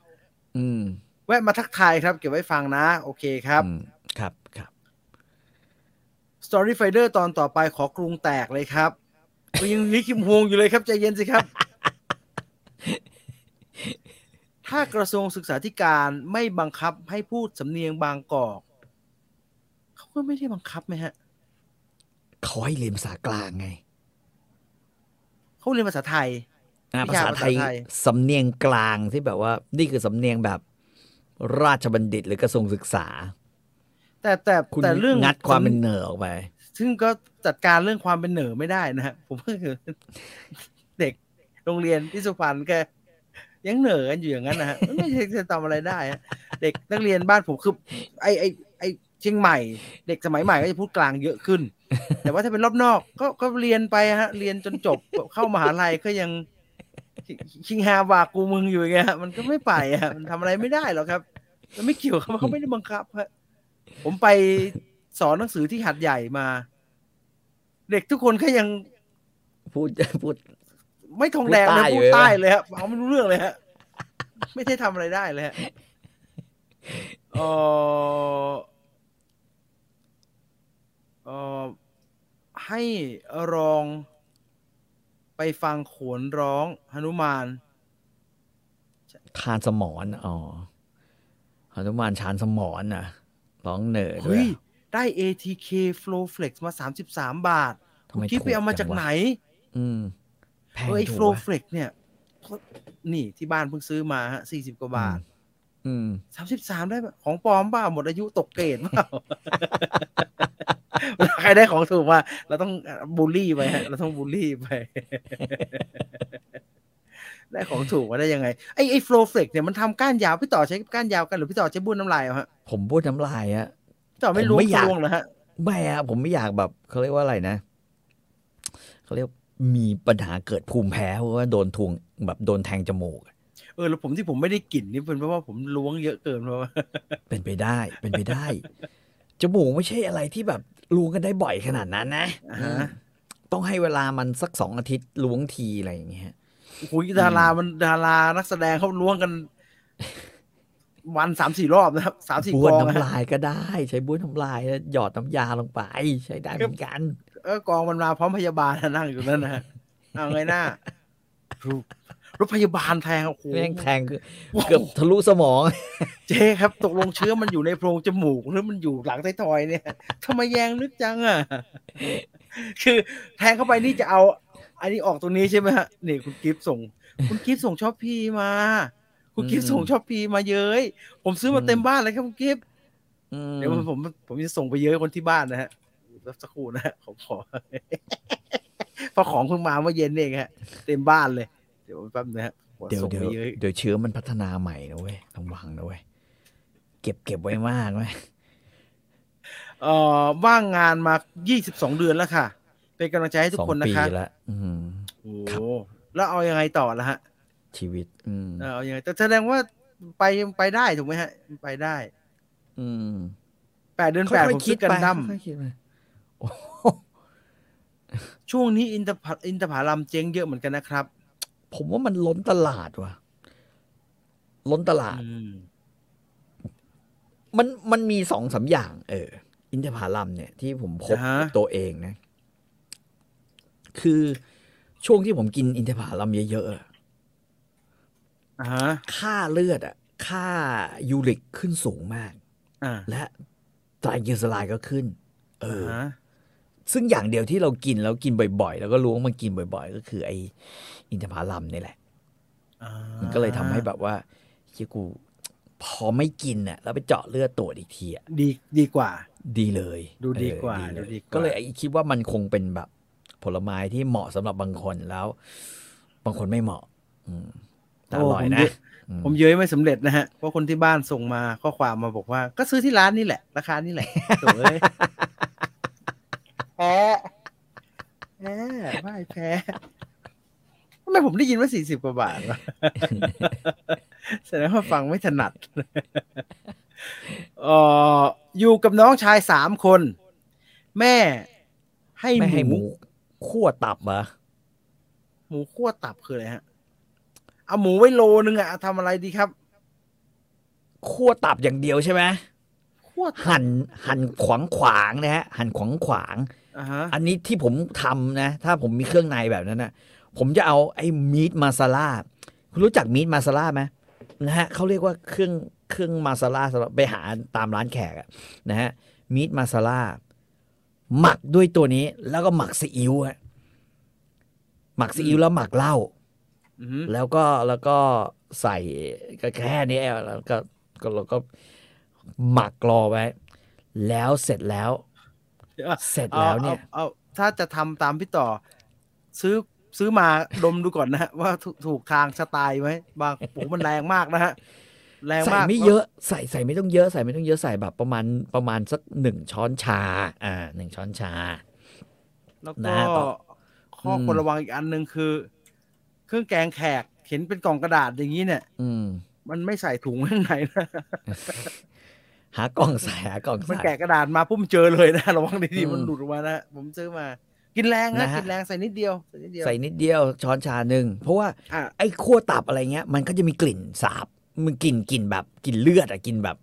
[SPEAKER 2] อืม
[SPEAKER 1] แวะมาทักทายครับ เก็บไว้ฟังนะ โอเคครับ
[SPEAKER 2] อืมครับครับ
[SPEAKER 1] Story Finder ตอนต่อไปขอกรุงแตกเลยครับก็ยังนิคิมฮวงอยู่เลยครับ ใจเย็นสิครับ ถ้ากระทรวงศึกษาธิการไม่บังคับให้พูดสำเนียงบางกอก เขาก็ไม่ได้บังคับไหมฮะ
[SPEAKER 2] ขอให้เรียนภาษากลางไง
[SPEAKER 1] เขาเรียนภาษาไทย
[SPEAKER 2] อ่า
[SPEAKER 1] วิ
[SPEAKER 2] ภา
[SPEAKER 1] ชา
[SPEAKER 2] ษาไทย
[SPEAKER 1] ภาษาไทย
[SPEAKER 2] สำเนียงกลางที่แบบว่า นี่คือสำเนียงแบบราชบัณฑิตหรือกระทรวงศึกษา
[SPEAKER 1] แต่แต่
[SPEAKER 2] คุณ
[SPEAKER 1] แต่เรื่อง
[SPEAKER 2] งัดความเป็นเหนือออกไป
[SPEAKER 1] ซึ่งก็จัดการเรื่องความเป็นเหนือไม่ได้นะฮะ ผมก็คือ เด็กโรงเรียนที่สุพรรณก็ยังเหนือกันอยู่อย่างนั้นนะฮะมันไม่ใช่จะทำอะไรได้ฮะเด็กนักเรียนบ้านผมคือไอไอไอเชียงใหม่ เด็กสมัยใหม่ก็จะพูดกลางเยอะขึ้น แต่ว่าถ้าเป็นรอบนอก ก็ก็เรียนไปฮะ เรียนจนจบเข้ามหาลัยก็ยังชิชิงฮาบากูมึงอยู่อย่างเงี้ยฮะมันก็ไม่ไปฮะมันทำอะไรไม่ได้หรอกครับมันไม่เกี่ยวครับเขาไม่ได้บังคับฮะผมไปสอนหนังสือที่หัดใหญ่มา เด็กทุกคนก็ยัง
[SPEAKER 2] พูดพูด
[SPEAKER 1] ไม่ทองแดงนะ
[SPEAKER 2] พู
[SPEAKER 1] พูด
[SPEAKER 2] ดใต้
[SPEAKER 1] ใต้
[SPEAKER 2] อยู่
[SPEAKER 1] เลยครับเอาไม่รู้เรื่องเลยฮะ ไม่ได้ทำอะไรได้เลยฮะเอ่อเอ่อให้รองไปฟังโขนร้องหนุมาน
[SPEAKER 2] ทานสมอนอ๋อหนุมานชานสมอนนะร้องเหนือด้ว
[SPEAKER 1] เฮ้
[SPEAKER 2] ย
[SPEAKER 1] ย ได้ ATK Flowflex มา 33 บาท
[SPEAKER 2] ทำไม
[SPEAKER 1] คิดไปเอามาจาก
[SPEAKER 2] ถูจังวะ
[SPEAKER 1] ไหน
[SPEAKER 2] อืมแพง
[SPEAKER 1] เออไอ้
[SPEAKER 2] ถูกวะ
[SPEAKER 1] Flowflex เนี่ย นี่ที่บ้านเพิ่งซื้อมาฮะ 40 กว่าบาท
[SPEAKER 2] อืม
[SPEAKER 1] สามสิบสามได้ปะของปลอมเปล่าหมดอายุตกเกรดเปล่า เวลา ใครได้ของถูกมาเราต้องบูลลี่ไปฮะเราต้องบูลลี่ไป ได้ของถูกมาได้ยังไงไอ้ไอ้โฟลเฟกเนี่ยมันทำก้านยาวพี่ต่อใช้ก้านยาวกันหรือพี่ต่อใช้บ้วนน้ำลายเอาฮะ
[SPEAKER 2] ผมพูดน้ำลายอะ
[SPEAKER 1] พี่ต่อไม่รู้
[SPEAKER 2] ผมไม่อยาก
[SPEAKER 1] ลวงเหรอฮะ
[SPEAKER 2] ไม่อะผมไม่อยากแบบเขาเรียกว่าอะไรนะเขาเรียกมีปัญหาเกิดภูมิแพ้เพราะว่าโดนทวงแบบโดนแทงจมูก
[SPEAKER 1] เออแล้วผมที่ผมไม่ได้กลิ่นนี่เป็นเพราะว่าผมล้วงเยอะเกินเพราะว่า
[SPEAKER 2] เป็นไปได้ เป็นไปได้ จมูกไม่ใช่อะไรที่แบบล้วงกันได้บ่อยขนาดนั้นนะ
[SPEAKER 1] อ่าฮะ
[SPEAKER 2] อืมต้องให้เวลามันสักสองอาทิตย์ล้วงทีอะไรอย่างเงี้ย
[SPEAKER 1] โอ้โหดารามันดารานักแสดงเขาล้วงกัน วันสามสี่รอบนะครับสามสี่
[SPEAKER 2] บ้
[SPEAKER 1] ก
[SPEAKER 2] วน
[SPEAKER 1] องนะ
[SPEAKER 2] น้ำ
[SPEAKER 1] ฮะ
[SPEAKER 2] ลายก็ได้ ใช้บ้วนน้ำลายแล้วหยอดน้ำยาลงไป ใช้ได้เหมือนกัน
[SPEAKER 1] เออกองมันมาพร้อมพยาบาลนะนั่งอยู่นั่นนะฮะเอาไง หน้ารถรถพยาบาลแทงโอ้โห
[SPEAKER 2] แม่งแทงคือเกือบทะลุสมอง
[SPEAKER 1] เจ๊ครับ ตกลงเชื้อมันอยู่ในโพรงจมูกหรือมันอยู่หลังไททอยเนี่ยทำไมแยงลึกจังอ่ะ คือแทงเข้าไปนี่จะเอา อันนี้ออกตรงนี้ใช่ไหมฮะนี่คุณกิฟต์ส่ง คุณกิฟต์ส่งชอบพีมา คุณกิฟต์ส่งชอบพีมาเย้ยผมซื้อมาเต็มบ้านเลยครับคุณกิฟต์
[SPEAKER 2] อืม
[SPEAKER 1] เดี๋ยวผมผมจะส่งไปเย้ยคนที่บ้านนะฮะรับสักครู่นะฮะผมขอ เพราะของเพิ่งมาเมื่อเย็นนี่เองฮะ เต็มบ้านเลย เดี๋ยวแป๊บนะฮะผม
[SPEAKER 2] เดี๋ยว
[SPEAKER 1] ส่ง
[SPEAKER 2] เดี๋ยว
[SPEAKER 1] ไปเย้ย
[SPEAKER 2] เดี๋ยวเชื้อมันพัฒนาใหม่นะเว้ยต้องวังนะเว้ยเก็บเก็บไว้มากเว้ย
[SPEAKER 1] เอ่อว่างงานมา 22 เดือนแล้วค่ะ เป็นกำลังใจให้ทุก
[SPEAKER 2] สอง
[SPEAKER 1] คนนะ
[SPEAKER 2] ปี
[SPEAKER 1] คะ
[SPEAKER 2] ละอืม
[SPEAKER 1] โอ้
[SPEAKER 2] ครับ
[SPEAKER 1] แล้วเอายังไงต่อละฮะ
[SPEAKER 2] ชีวิต อืม
[SPEAKER 1] เออเอายังไงแต่แสดงว่าไปไปได้ถูกไหมฮะ ไปได้
[SPEAKER 2] อืม
[SPEAKER 1] แปดเดือนแปด
[SPEAKER 2] ค่
[SPEAKER 1] ผ
[SPEAKER 2] อย
[SPEAKER 1] ม
[SPEAKER 2] ๆคิ
[SPEAKER 1] คิ
[SPEAKER 2] ด
[SPEAKER 1] ดกัน
[SPEAKER 2] ไป
[SPEAKER 1] ดั้ม
[SPEAKER 2] ค่อยๆคิดไปโอ้โห
[SPEAKER 1] ช่วงนี้อินทผอินทผลัมเจ๊งเยอะเหมือนกันนะครับ
[SPEAKER 2] ผมว่ามันล้นตลาดว่ะ ล้นตลาด
[SPEAKER 1] อืม
[SPEAKER 2] มันมันมีสองสามอย่าง เออ อินทผลัมเนี่ย ที่ผมพบ
[SPEAKER 1] นะฮะ
[SPEAKER 2] ตัวเองนะ คือช่วงที่ผมกินอินทผลัมเยอะๆอะ
[SPEAKER 1] อ่าฮะ
[SPEAKER 2] ค่าเลือดอะค่ายูริกขึ้นสูงมาก
[SPEAKER 1] อ่า
[SPEAKER 2] และไตรกลีเซอไรด์ก็ขึ้น เออ
[SPEAKER 1] ฮะ
[SPEAKER 2] ซึ่งอย่างเดียวที่เรากินแล้วกินบ่อยๆ แล้วก็ล้วงมากินบ่อย ๆ ก็คือไออินทผลัมนี่แหละ
[SPEAKER 1] อ่า
[SPEAKER 2] มันก็เลยทำให้แบบว่าเฮียกู พอไม่กินน่ะ แล้วไปเจาะเลือดตรวจอีกทีอะ
[SPEAKER 1] ดีดีกว่า
[SPEAKER 2] ดีเลย
[SPEAKER 1] ดูดีกว่า
[SPEAKER 2] เออ
[SPEAKER 1] ดูดีกว่า
[SPEAKER 2] ก็เลยไอคิดว่ามันคงเป็นแบบ ผลไม้ที่เหมาะสำหรับบางคนแล้ว บางคนไม่เหมาะ อืมแต่อร่อย
[SPEAKER 1] โผม
[SPEAKER 2] นะอืม
[SPEAKER 1] เผมเย้ยไม่สำเร็จนะฮะเพราะคนที่บ้านส่งมาข้อความมาบอกว่า ก็ซื้อที่ร้านนี่แหละ ราคานี่แหละโถ่เอ้ยแพ้แพ้ไม่แพ้ทำไมผมได้ยินว่าสี่สิบกว่าบาทวะ แสดงว่าฟังไม่ถนัด เอ่ออยู่กับน้องชายสามคน แม่ให้
[SPEAKER 2] ไม่ให้
[SPEAKER 1] ห
[SPEAKER 2] ห
[SPEAKER 1] มู
[SPEAKER 2] มูคั่วตับเหรอ
[SPEAKER 1] หมูคั่วตับคืออะไรฮะเอาหมูไว้โลนึงอะทำอะไรดีครับ
[SPEAKER 2] คั่วตับอย่างเดียวใช่ไหม
[SPEAKER 1] คั่วตับ
[SPEAKER 2] หั่นหั่นขวางขวางๆนะฮะหั่นขวางขวางๆ
[SPEAKER 1] อ่าฮะ
[SPEAKER 2] อันนี้ที่ผมทำนะ ถ้าผมมีเครื่องในแบบนั้นนะผมจะเอาไอ้มีดมาซาล่าคุณรู้จักมีดมาซาล่าไหมนะฮะเขาเรียกว่าเครื่องเครื่องมาซาล่าสำหรับไปหาตามร้านแขกอะนะฮะมีดมาซาล่าหมักด้วยตัวนี้ แล้วก็หมักซีอิ๊วฮะหมักซีอิ๊วแล้วหมักเหล้า
[SPEAKER 1] อือฮึ
[SPEAKER 2] แล้วก็แล้วก็ใส่ก็แค่นี้แล้วก็ก็เราก็หมักกรอไว้ แล้วเสร็จแล้ว เสร็จแล้วเนี่ย
[SPEAKER 1] อาอาอาถ้าจะทำตามพี่ต่อ ซื้อซื้อมาดมดูก่อนนะฮะ ว่าถูกถูกทางสไตล์ไหมบางโอ้โหมันแรงมากนะฮะ แรง
[SPEAKER 2] ใส่
[SPEAKER 1] มาก
[SPEAKER 2] ไม่เยอะใส่ใส่ไม่ต้องเยอะใส่ไม่ต้องเยอะใส่แบบประมาณประมาณสักหนึ่งช้อนชา อ่าหนึ่งช้อนชา
[SPEAKER 1] แล้ว
[SPEAKER 2] ห
[SPEAKER 1] ก็
[SPEAKER 2] น้าต่อ
[SPEAKER 1] ข้ออ
[SPEAKER 2] ม
[SPEAKER 1] ควรระวังอีกอันหนึ่งคือ เครื่องแกงแขกเห็นเป็นกล่องกระดาษอย่างนี้เนี่ย
[SPEAKER 2] อืม
[SPEAKER 1] มันไม่ใส่ถุงข้างในนะ
[SPEAKER 2] หากล่องใส่หากล่อง
[SPEAKER 1] มัน
[SPEAKER 2] ใส่
[SPEAKER 1] แกะกระดาษมาปุ๊บเจอเลยนะ ระวังดี
[SPEAKER 2] อืม
[SPEAKER 1] ๆมันหลุดออกมานะผมซื้อมา กินแรงนะ
[SPEAKER 2] นะฮะ
[SPEAKER 1] กินแรงใส่นิดเดียวใส่นิดเดียว
[SPEAKER 2] ใส่นิดเดียวช้อนชาหนึ่งเพราะว่า
[SPEAKER 1] อ่ะ
[SPEAKER 2] ไอ้ขั้วตับอะไรเงี้ย มันก็จะมีกลิ่นสาบมันกลิ่นกลิ่นแบบกลิ่นเลือดอะกลิ่นแบบ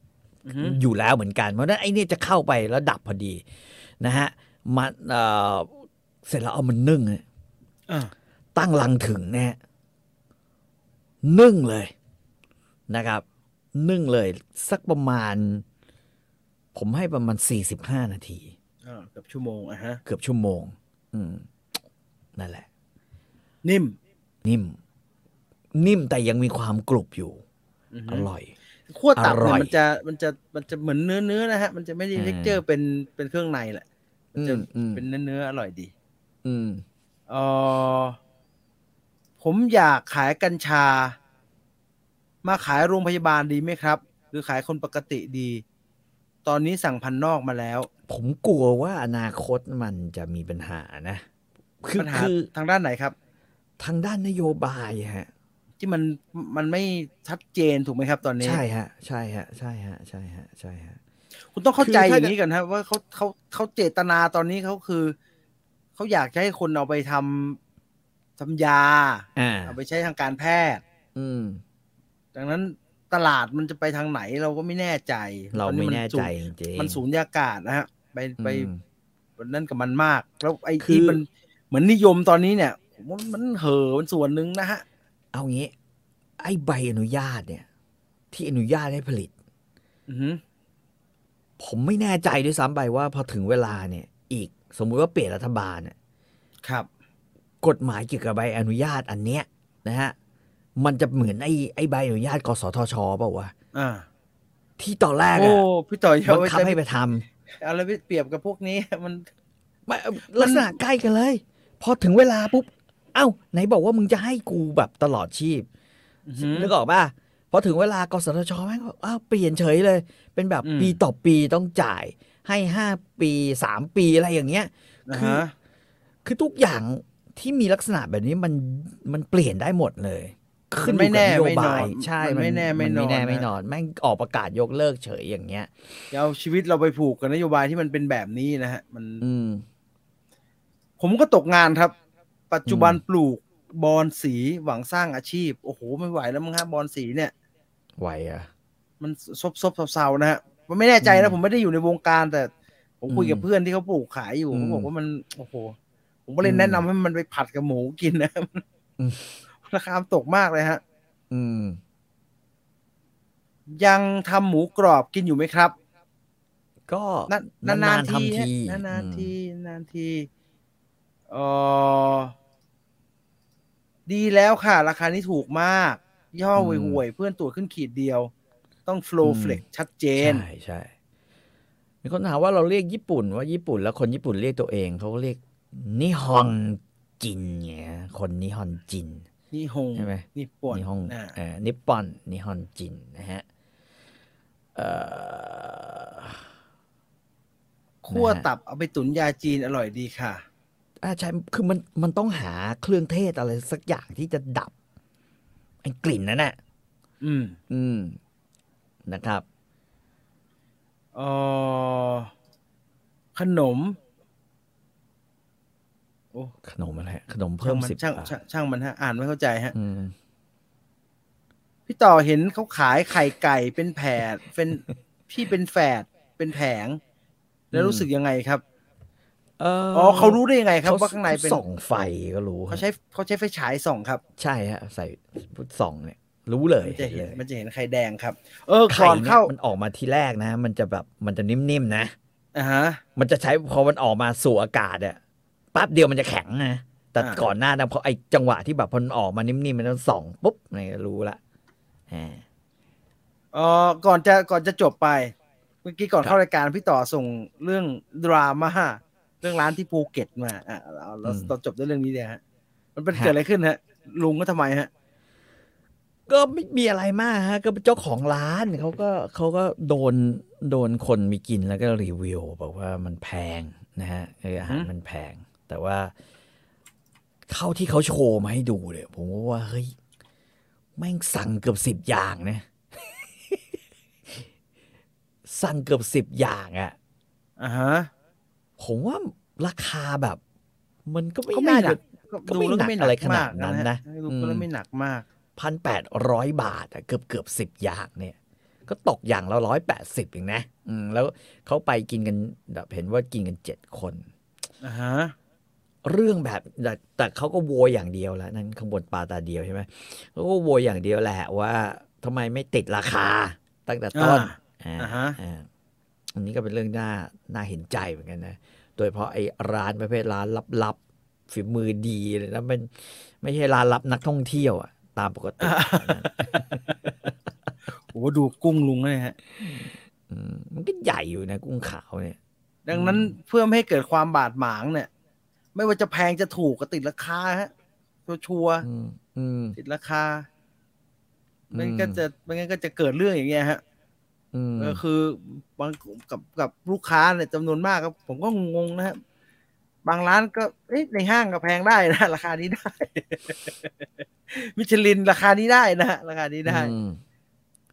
[SPEAKER 1] อือฮึ
[SPEAKER 2] อยู่แล้วเหมือนกัน เพราะฉะนั้นไอ้เนี่ยจะเข้าไปแล้วดับพอดีนะฮะมันเอ่อเสร็จแล้วเอามันนึ่งอะ
[SPEAKER 1] อ่ะ
[SPEAKER 2] ตั้งลังถึงนะฮะนึ่งเลยนะครับ นึ่งเลยสักประมาณ ผมให้ประมาณสี่สิบห้านาที
[SPEAKER 1] อ่ะเกือบชั่วโมงอ่ะฮะ
[SPEAKER 2] เกือบชั่วโมง อืมนั่นแหละ
[SPEAKER 1] นิ่ม
[SPEAKER 2] นิ่ม นิ่มแต่ยังมีความกรุบอยู่
[SPEAKER 1] อือ
[SPEAKER 2] อ
[SPEAKER 1] ฮึ
[SPEAKER 2] ร่อย
[SPEAKER 1] ขั้วตับ
[SPEAKER 2] อร่
[SPEAKER 1] เนี่ย
[SPEAKER 2] อย
[SPEAKER 1] มันจะมันจะมันจะเหมือนเนื้อเนื้อนะฮะ มันจะไม่ได้
[SPEAKER 2] อืม
[SPEAKER 1] เท็กเจอร์เป็นเป็นเครื่องในแหละ
[SPEAKER 2] อืมอืม
[SPEAKER 1] เป็นเนื้อเนื้ออร่อยดี
[SPEAKER 2] อืม
[SPEAKER 1] เออผมอยากขายกัญชา มาขายโรงพยาบาลดีไหมครับ หรือขายคนปกติดี ตอนนี้สั่งพันนอกมาแล้ว
[SPEAKER 2] ผมกลัวว่าอนาคตมันจะมีปัญหานะ คือ
[SPEAKER 1] ปัญหา
[SPEAKER 2] คือ
[SPEAKER 1] ทางด้านไหนครับ
[SPEAKER 2] ทางด้านนโยบายฮะ
[SPEAKER 1] ที่มันมันไม่ชัดเจนถูกไหมครับตอนนี้
[SPEAKER 2] ใช่ฮะ ใช่ฮะ ใช่ฮะ ใช่ฮะ ใช่ฮะ
[SPEAKER 1] คุณต้องเข้าใจอ
[SPEAKER 2] คือถ้า
[SPEAKER 1] ย่างนี้ก่อนครับว่าเขาเขาเขาเจตนาตอนนี้เขาคือเขาอยากจะให้คนเอาไปทำทำยา
[SPEAKER 2] อ่า
[SPEAKER 1] เอาไปใช้ทางการแพทย์
[SPEAKER 2] อืม
[SPEAKER 1] ดังนั้นตลาดมันจะไปทางไหนเราก็ไม่แน่ใจ
[SPEAKER 2] เรา
[SPEAKER 1] ตอน
[SPEAKER 2] ไม่
[SPEAKER 1] นี้
[SPEAKER 2] แน่
[SPEAKER 1] สู
[SPEAKER 2] ใจ
[SPEAKER 1] ญ
[SPEAKER 2] จริงๆ
[SPEAKER 1] มันสูญญากาศนะฮะไป
[SPEAKER 2] อืม
[SPEAKER 1] ไปนั่นกับมันมาก แล้วไอ้
[SPEAKER 2] คือ
[SPEAKER 1] ที่มันเหมือนนิยมตอนนี้เนี่ยผมว่ามันเห่อะมันส่วนหนึ่งนะฮะ
[SPEAKER 2] เอางี้ ไอ้ใบอนุญาตเนี่ย ที่อนุญาตให้ผลิต
[SPEAKER 1] อือหือ
[SPEAKER 2] ผมไม่แน่ใจด้วยซ้ำไปว่าพอถึงเวลาเนี่ย อีกสมมุติว่าเปลี่ยนรัฐบาลเนี่ย
[SPEAKER 1] ครับ
[SPEAKER 2] กฎหมายเกี่ยวกับใบอนุญาตอันเนี้ยนะฮะ มันจะเหมือนไอ้ไอ้ใบอนุญาตกสทชเปล่าวะ
[SPEAKER 1] อ่า
[SPEAKER 2] ที่ตอนแรก
[SPEAKER 1] โอ้
[SPEAKER 2] อะ
[SPEAKER 1] พี่ต่อย
[SPEAKER 2] บั
[SPEAKER 1] เอา
[SPEAKER 2] ง
[SPEAKER 1] ไป
[SPEAKER 2] คับให้ไปทำ
[SPEAKER 1] อะไรไปเปรียบกับพวกนี้ มัน
[SPEAKER 2] ไม่ลักษณะใกล้กันเลย พอถึงเวลาปุ๊บ เอ้า ไหนบอกว่ามึงจะให้กูแบบตลอดชีพ
[SPEAKER 1] อือหือ
[SPEAKER 2] นึกออกป่ะพอถึงเวลากสทชแม่งก็อ้าวเปลี่ยนเฉยเลย เป็นแบบ
[SPEAKER 1] อืม
[SPEAKER 2] ปีต่อปีต้องจ่ายให้ห้าปีสามปีอะไรอย่างเงี้ย
[SPEAKER 1] นะ
[SPEAKER 2] คือ
[SPEAKER 1] ฮะ
[SPEAKER 2] คือทุกอย่างที่มีลักษณะแบบนี้มันมันเปลี่ยนได้หมดเลยขึ้นอ
[SPEAKER 1] มัน
[SPEAKER 2] ยู่
[SPEAKER 1] ไม่แน่
[SPEAKER 2] กับนโย
[SPEAKER 1] ไม่นอน
[SPEAKER 2] บายใช่
[SPEAKER 1] มันไม่แน่ไม่นอน
[SPEAKER 2] ไม่แน่ไม่
[SPEAKER 1] นะ
[SPEAKER 2] นอนแม่งออกประกาศยกเลิกเฉยอย่างเงี้ย
[SPEAKER 1] อย่าเอาชีวิตเราไปผูกกับนโยบายที่มันเป็นแบบนี้นะฮะมัน
[SPEAKER 2] อืม
[SPEAKER 1] ผมก็ตกงานครับ ปัจจุบัน
[SPEAKER 2] อืม
[SPEAKER 1] ปลูกบอนสีหวังสร้างอาชีพ โอ้โห ไม่ไหวแล้วมั้งฮะบอนสีเนี่ย
[SPEAKER 2] ไหวอะ
[SPEAKER 1] มันซบซบเซาๆนะฮะมันไม่แน่ใจ
[SPEAKER 2] อื
[SPEAKER 1] นะ
[SPEAKER 2] ม
[SPEAKER 1] ผมไม่ได้อยู่ในวงการ แต่ ผมคุย
[SPEAKER 2] อืม
[SPEAKER 1] กับเพื่อนที่เขาปลูกขายอยู่
[SPEAKER 2] อืม
[SPEAKER 1] เขาบอกว่ามันโอ้โห ผมก็เลย
[SPEAKER 2] อืม
[SPEAKER 1] แนะนำให้มันไปผัดกับหมูกินนะ
[SPEAKER 2] อืม
[SPEAKER 1] ราคามันตกมากเลยฮะ
[SPEAKER 2] อืม
[SPEAKER 1] ยังทำหมูกรอบกินอยู่ไหมครับ
[SPEAKER 2] ก็
[SPEAKER 1] นานนานๆ
[SPEAKER 2] ๆ
[SPEAKER 1] ที
[SPEAKER 2] ทำ
[SPEAKER 1] ฮะ
[SPEAKER 2] ที
[SPEAKER 1] นานๆ
[SPEAKER 2] อืม
[SPEAKER 1] ทีนานๆทีเออดีแล้วค่ะ ราคานี้ถูกมากยี่ห้อ
[SPEAKER 2] อืม
[SPEAKER 1] ห่วยๆเพื่อนตรวจขึ้นขีดเดียว ต้องโฟล
[SPEAKER 2] อื
[SPEAKER 1] w ์
[SPEAKER 2] ม
[SPEAKER 1] เฟลกชัดเจน
[SPEAKER 2] ใช่ใช่มีคนถามว่าเราเรียกญี่ปุ่นว่าญี่ปุ่นแล้วคนญี่ปุ่นเรียกตัวเองเขาก็เรียกนิฮอนจินเงี้ยคนนิฮอนจิน
[SPEAKER 1] นี่หง
[SPEAKER 2] ใช่ไหม
[SPEAKER 1] นี่ป่วน
[SPEAKER 2] นิฮง
[SPEAKER 1] อ่า
[SPEAKER 2] เอ่อนิปปอนนิฮอนจินนะฮะเอ่อ
[SPEAKER 1] คั่ว
[SPEAKER 2] นะฮะ
[SPEAKER 1] ตับเอาไปตุ๋นยาจีนอร่อยดีค่ะ
[SPEAKER 2] อ่าใช่คือมันมันต้องหาเครื่องเทศอะไรสักอย่างที่จะดับไอ้กลิ่นนั่นแหละ
[SPEAKER 1] อืม
[SPEAKER 2] อืมนะครับ
[SPEAKER 1] เออขนม โอ้
[SPEAKER 2] ขนมอะไรฮะขนมเพิ่
[SPEAKER 1] ช่าง
[SPEAKER 2] ม
[SPEAKER 1] มัน
[SPEAKER 2] สิบ
[SPEAKER 1] ช่าง
[SPEAKER 2] บาท
[SPEAKER 1] ช่างช่างมันฮะ อ่านไม่เข้าใจฮะ
[SPEAKER 2] อืม
[SPEAKER 1] พี่ต่อเห็นเขาขายไข่ไก่เป็นแผดเป็นพี่เป็นแฝดเป็นแผง แล้ว
[SPEAKER 2] อืม
[SPEAKER 1] รู้สึกยังไงครับ
[SPEAKER 2] เอ
[SPEAKER 1] อ๋อเขารู้ได้ยังไงครับว่าข้างในเป็น
[SPEAKER 2] ส่องไฟก็รู้ฮะ
[SPEAKER 1] เขาใช้เขาใช้ไฟฉายส่องครับ
[SPEAKER 2] ใช่ฮะใส่พุทธสองเนี่ย รู้เลย
[SPEAKER 1] มันจะเห็น
[SPEAKER 2] ลย
[SPEAKER 1] มันจะเห็นไข่แดงครับ เออ
[SPEAKER 2] ไข่
[SPEAKER 1] ก่อน
[SPEAKER 2] เนี่ย
[SPEAKER 1] เข้า
[SPEAKER 2] มันออกมาทีแรกนะ มันจะแบบมันจะนิ่มๆนะ
[SPEAKER 1] อ่าฮะ
[SPEAKER 2] มันจะใช้พอมันออกมาสู่อากาศอะปั๊บเดียวมันจะแข็งนะแต่
[SPEAKER 1] อ่า
[SPEAKER 2] ก่อนหน้านะพอไอจังหวะที่แบบพอมันออกมานิ่มๆมันต้องส่องปุ๊บเนี่ยรู้ละอ่า
[SPEAKER 1] เออก่อนจะก่อนจะจบไป เมื่อกี้ก่อน
[SPEAKER 2] ครับ
[SPEAKER 1] เข้ารายการพี่ต่อส่งเรื่องดราม่าเรื่องร้านที่ภูเก็ตมาอ่ะเราเรา
[SPEAKER 2] อืม
[SPEAKER 1] เราจบด้วยเรื่องนี้เลยฮะมันเป็น
[SPEAKER 2] ฮะ
[SPEAKER 1] เกิดอะไรขึ้นฮะ ลุงก็ทำไมฮะ
[SPEAKER 2] ก็ไม่มีอะไรมากฮะ ก็เป็นเจ้าของร้านเขาก็เขาก็โดนโดนคนมีกินแล้วก็รีวิวบอกว่ามันแพงนะฮะเอออาหาร
[SPEAKER 1] อือฮึ
[SPEAKER 2] มันแพง แต่ว่าเท่าที่เขาโชว์มาให้ดูเนี่ยผมก็ว่าเฮ้ยแม่งสั่งเกือบสิบอย่างนะ สั่งเกือบสิบอย่างอะ่ะ
[SPEAKER 1] อ่าฮะ
[SPEAKER 2] ผมว่าราคาแบบ มันก็ไม่
[SPEAKER 1] ก็ไม่
[SPEAKER 2] น่า
[SPEAKER 1] หนั
[SPEAKER 2] จะ
[SPEAKER 1] ก
[SPEAKER 2] ก็
[SPEAKER 1] ดู
[SPEAKER 2] ไม่
[SPEAKER 1] แล้วก็
[SPEAKER 2] หนัก
[SPEAKER 1] ไม่ห
[SPEAKER 2] อะไร
[SPEAKER 1] นัก
[SPEAKER 2] ขนาด
[SPEAKER 1] มาก
[SPEAKER 2] นั้น
[SPEAKER 1] ฮ
[SPEAKER 2] นะ
[SPEAKER 1] ดู
[SPEAKER 2] อืม
[SPEAKER 1] แล้วไม่หนักมาก
[SPEAKER 2] พันแปดร้อยบาทอะเกือบเกือบสิบอย่างเนี่ย ก็ตกอย่างละร้อยแปดสิบเองนะอืมแล้วเขาไปกินกันแบบเห็นว่ากินกันเจ็ดคน
[SPEAKER 1] อ่าฮะ
[SPEAKER 2] เรื่องแบบแต่แต่เขาก็โวยอย่างเดียวแหละนั่นข้างบนปลาตาเดียวใช่ไหมเขาก็โวยอย่างเดียวแหละว่าทำไมไม่ติดราคาตั้งแต่ต้นอ่า
[SPEAKER 1] อ่าฮะ
[SPEAKER 2] อ่าอันนี้ก็เป็นเรื่องน่าน่าเห็นใจเหมือนกันนะ โดยเฉพราะไอ้ร้านประเภทร้านลับๆฝีมือดีเลยนะมันไม่ใช่ร้านรับนักท่องเที่ยวอะตามปกติ
[SPEAKER 1] โอ้ดูกุ้งลุงเลยฮะ
[SPEAKER 2] อืมมันก็ใหญ่อยู่นะ กุ้งขาวเนี่ย
[SPEAKER 1] ดังนั้นเพื่อไม่ให้เกิดความบาดหมางเนี่ย ไม่ว่าจะแพงจะถูกก็ติดราคาฮะชัวร์
[SPEAKER 2] อืมอืม
[SPEAKER 1] ๆติดราคาไม่งั้นก็จะไม่งั้นก็จะเกิดเรื่องอย่างเงี้ยฮะ
[SPEAKER 2] อืม
[SPEAKER 1] เออคือบางกับกับลูกค้าเนี่ยจำนวนมากครับ ผมก็งงนะฮะบางร้านก็เอ๊ะในห้างก็แพงได้นะ ราคานี้ได้ มิชลินราคานี้ได้นะฮะราคานี้ได้
[SPEAKER 2] อืม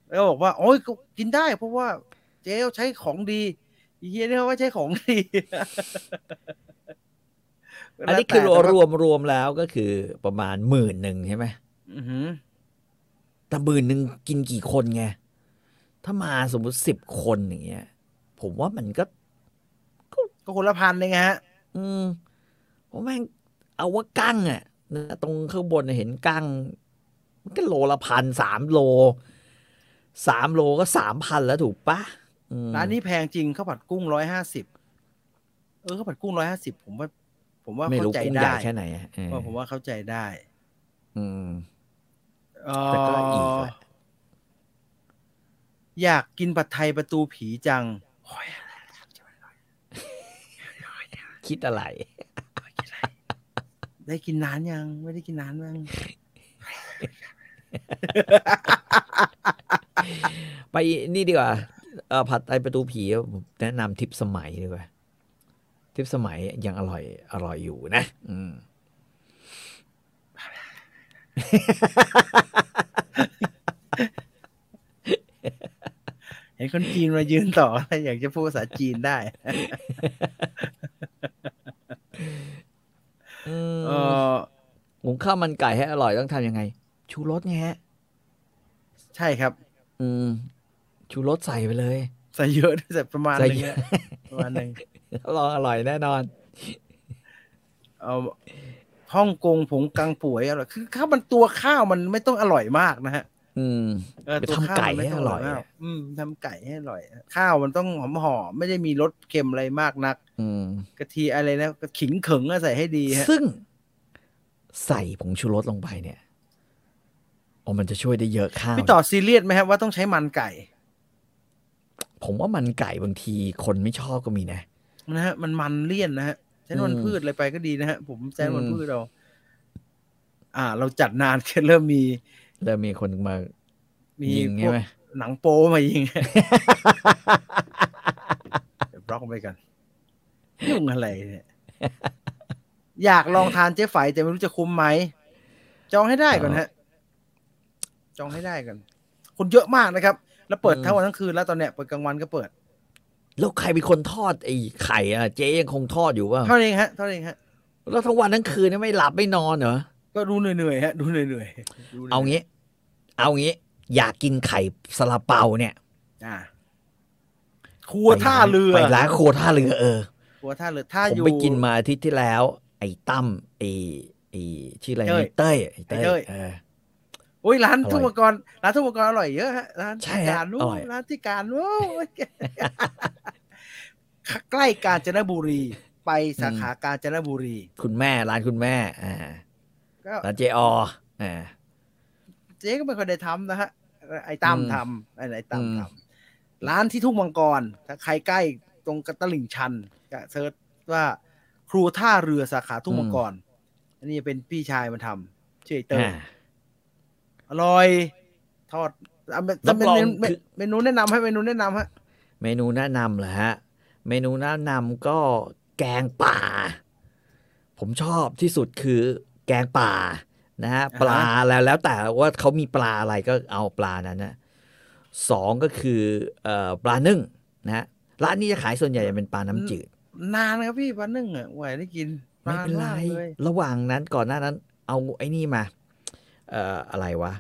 [SPEAKER 1] แล้วก็บอกว่า โอ้ยก็กินได้ เพราะว่าเจ๊ใช้ของดีอีเฮียนี่เขาว่าใช้ของดี
[SPEAKER 2] อันนี้คือรว
[SPEAKER 1] แต่
[SPEAKER 2] ม
[SPEAKER 1] ว่าร
[SPEAKER 2] วมรวมแล้วก็คือประมาณหมื่นหนึ่งใช่ไหม
[SPEAKER 1] อื้อหือ
[SPEAKER 2] แต่หมื่นหนึ่งกินกี่คนไง ถ้ามาสมมุติสิบคนอย่างเงี้ย ผมว่ามันก็
[SPEAKER 1] ก็คนละพันเลยไงฮะ
[SPEAKER 2] อืมผมแม่งเอาว่ากั้งอ่ะนะตรงข้างบนน่ะเห็นกั้ง มันก็โลละพันสามโลสามโลก็สามพันแล้วถูกปะอืม
[SPEAKER 1] ร้านนี้แพงจริงข้าวผัดกุ้งร้อยห้าสิบเออข้าวผัดกุ้งร้อยห้าสิบผมว่า ผมว่า
[SPEAKER 2] ไม่
[SPEAKER 1] เข้า
[SPEAKER 2] รู้
[SPEAKER 1] ใจ
[SPEAKER 2] กุ้งใหญ่
[SPEAKER 1] ได้
[SPEAKER 2] แค่ไหนอะเออ
[SPEAKER 1] ว่าผมว่าเข้าใจได้
[SPEAKER 2] อืม
[SPEAKER 1] เอ่อ
[SPEAKER 2] แต่ก็อีกแหละ
[SPEAKER 1] อยากกินผัดไทยประตูผีจัง โอ้ยอะไร
[SPEAKER 2] คิดอะไร
[SPEAKER 1] ได้กินนานยัง ไม่ได้กินนานบ้าง
[SPEAKER 2] ไปนี่ดีกว่าเอ่อผัดไทยประตูผีผมแนะนำทิปสมัยดีกว่า ทิปสมัยยังอร่อย อร่อยอยู่นะ อืม
[SPEAKER 1] เห็นคนจีนมายืนต่อ อยากจะพูดภาษาจีนได้
[SPEAKER 2] อืม
[SPEAKER 1] เออ
[SPEAKER 2] หุงข้าวมันไก่ให้อร่อยต้องทำยังไง ชูรสไงฮะ
[SPEAKER 1] ใช่ครับ
[SPEAKER 2] อืม ชูรสใส่ไปเลย
[SPEAKER 1] ใส่เยอะ ด้วยใส่ประมาณห
[SPEAKER 2] ใส่
[SPEAKER 1] นึง
[SPEAKER 2] เยอะ
[SPEAKER 1] นะประมาณหนึง
[SPEAKER 2] ลองอร่อยแน่นอน
[SPEAKER 1] เอาฮ่องกงผงกังป่วยอร่อยคือข้าวมันตัวข้าวมันไม่ต้องอร่อยมากนะฮะ
[SPEAKER 2] อืม
[SPEAKER 1] เออ
[SPEAKER 2] ไป
[SPEAKER 1] ตัว
[SPEAKER 2] ทำ
[SPEAKER 1] ข้าว
[SPEAKER 2] ไก่
[SPEAKER 1] มันม่
[SPEAKER 2] ให้
[SPEAKER 1] ต้ง
[SPEAKER 2] อร่อย
[SPEAKER 1] มาก
[SPEAKER 2] อะ
[SPEAKER 1] อืมทำไก่ให้อร่อยอะข้าวมันต้องหอมหอมไม่ได้มีรสเค็มอะไรมากนัก
[SPEAKER 2] อืม
[SPEAKER 1] กะทิอะไรนะขิงเขิงอะใส่ให้ดีฮะ
[SPEAKER 2] ซึ่งใส่ผงชูรสลงไปเนี่ยโอ้มันจะช่วยได้เยอะข้าว
[SPEAKER 1] พี่ต่อซีเรียสไหมครับว่าต้องใช้มันไก่
[SPEAKER 2] ผมว่ามันไก่บางทีคนไม่ชอบก็มีนะ
[SPEAKER 1] นะฮะมันมันเลี่ยนนะฮะใช้น้ำมัน
[SPEAKER 2] อืม
[SPEAKER 1] พืชอะไรไปก็ดีนะฮะผมใช้น้ำมัน
[SPEAKER 2] อืม
[SPEAKER 1] พืชเรา อ่า เราจัดนานเเริ่มมี
[SPEAKER 2] เริ่มมีคนมา
[SPEAKER 1] มี
[SPEAKER 2] ยิง
[SPEAKER 1] พ
[SPEAKER 2] ใช่
[SPEAKER 1] วก
[SPEAKER 2] ไหม
[SPEAKER 1] หนังโป้มา ยิง เดี๋ยวบล็อกไปกันยุ่งอะไรเนี่ย อยากลองทานเจ๊ไฝแต่ไม่รู้จะคุ้มไหม จองให้ได้ก่อนฮะ จองให้ได้ก่อนคนเยอะมากนะครับ แล้วเปิด
[SPEAKER 2] อืม
[SPEAKER 1] ทั้งวันทั้งคืนแล้วตอนเนี้ยเปิดกลางวันก็เปิด
[SPEAKER 2] แล้วใครเป็นคนทอดไอ้ไข่อะเจ๊ยังคงทอดอยู่ว่า
[SPEAKER 1] เท่านั้นเองฮะเท่านั้นเองฮะ
[SPEAKER 2] แล้วทั้งวันทั้งคืนเนี่ยไม่หลับไม่นอนเหรอ
[SPEAKER 1] ก็ดูเหนื่อยๆฮะ ดูเหนื่อยๆดูหนื่ยๆ
[SPEAKER 2] เอางี้ เอางี้ อยากกินไข่ซาลาเปาเนี่ย
[SPEAKER 1] อ่ะครัวท่าเรือ
[SPEAKER 2] ไปร้านครัวท่าเรือเออ
[SPEAKER 1] ครัวท่าเรือท่า
[SPEAKER 2] ผม
[SPEAKER 1] อยู่
[SPEAKER 2] ไปกินมาอาทิตย์ที่แล้ว ไอ้ตั้มไอ้ไอ้ชื่ออะไรนะเต้ยไอ้
[SPEAKER 1] ไอ้เต้
[SPEAKER 2] เต้ย
[SPEAKER 1] ย
[SPEAKER 2] เออ
[SPEAKER 1] โอ้ยร้าน
[SPEAKER 2] อร่อย
[SPEAKER 1] ทุกอุปกรณ์ร้านทุกอุปกรณ์อร่อยเยอะฮะร้าน
[SPEAKER 2] ใช่
[SPEAKER 1] ที่
[SPEAKER 2] ฮะ
[SPEAKER 1] การนู้น
[SPEAKER 2] อร่อย
[SPEAKER 1] ร้านที่การนู้น ใกล้กาญจนบุรี ไปสาขากาญจนบุรี
[SPEAKER 2] คุณแม่ร้านคุณแม่ อ่า
[SPEAKER 1] ก็
[SPEAKER 2] ร้านเจออ่า
[SPEAKER 1] เจ๊ก็เป็นคนได้ทำนะฮะไอ้ตั้ม
[SPEAKER 2] อืม
[SPEAKER 1] ทำไอ้ไอ้ตั้ม
[SPEAKER 2] อืม
[SPEAKER 1] ทำร้านที่ทุ่งมังกร ถ้าใครใกล้ตรงตลิ่งชันก็เซิร์ชว่าครูท่าเรือสาขาทุ่งมังกร อันนี้เป็นพี่ชายมันทำชื่อไอเตอร์
[SPEAKER 2] อ่า
[SPEAKER 1] อร่อยทอดเอาเป็น
[SPEAKER 2] รับรอง
[SPEAKER 1] เมนูเม
[SPEAKER 2] คือ
[SPEAKER 1] นูเมนูแนะนำให้เมนูแนะนำฮะ
[SPEAKER 2] เมนูแนะนำเหรอฮะ เมนูแนะนำก็แกงป่า ผมชอบที่สุดคือแกงป่านะฮะ
[SPEAKER 1] อ่าฮะ
[SPEAKER 2] ปลาแล้วแล้วแต่ว่าเขามีปลาอะไรก็เอาปลานั้นนะสองก็คือเอ่อปลานึ่งนะฮะร้านนี้จะขายส่วนใหญ่จะเป็นปลาน้ำจืด
[SPEAKER 1] นานนะครับพี่วันหนึ่งอ่ะไหวได้กิน
[SPEAKER 2] ไม่เป็นไร
[SPEAKER 1] นานมากเลย
[SPEAKER 2] ระหว่างนั้นก่อนหน้านั้น เอาไอ้นี่มา เอ่ออะไรวะ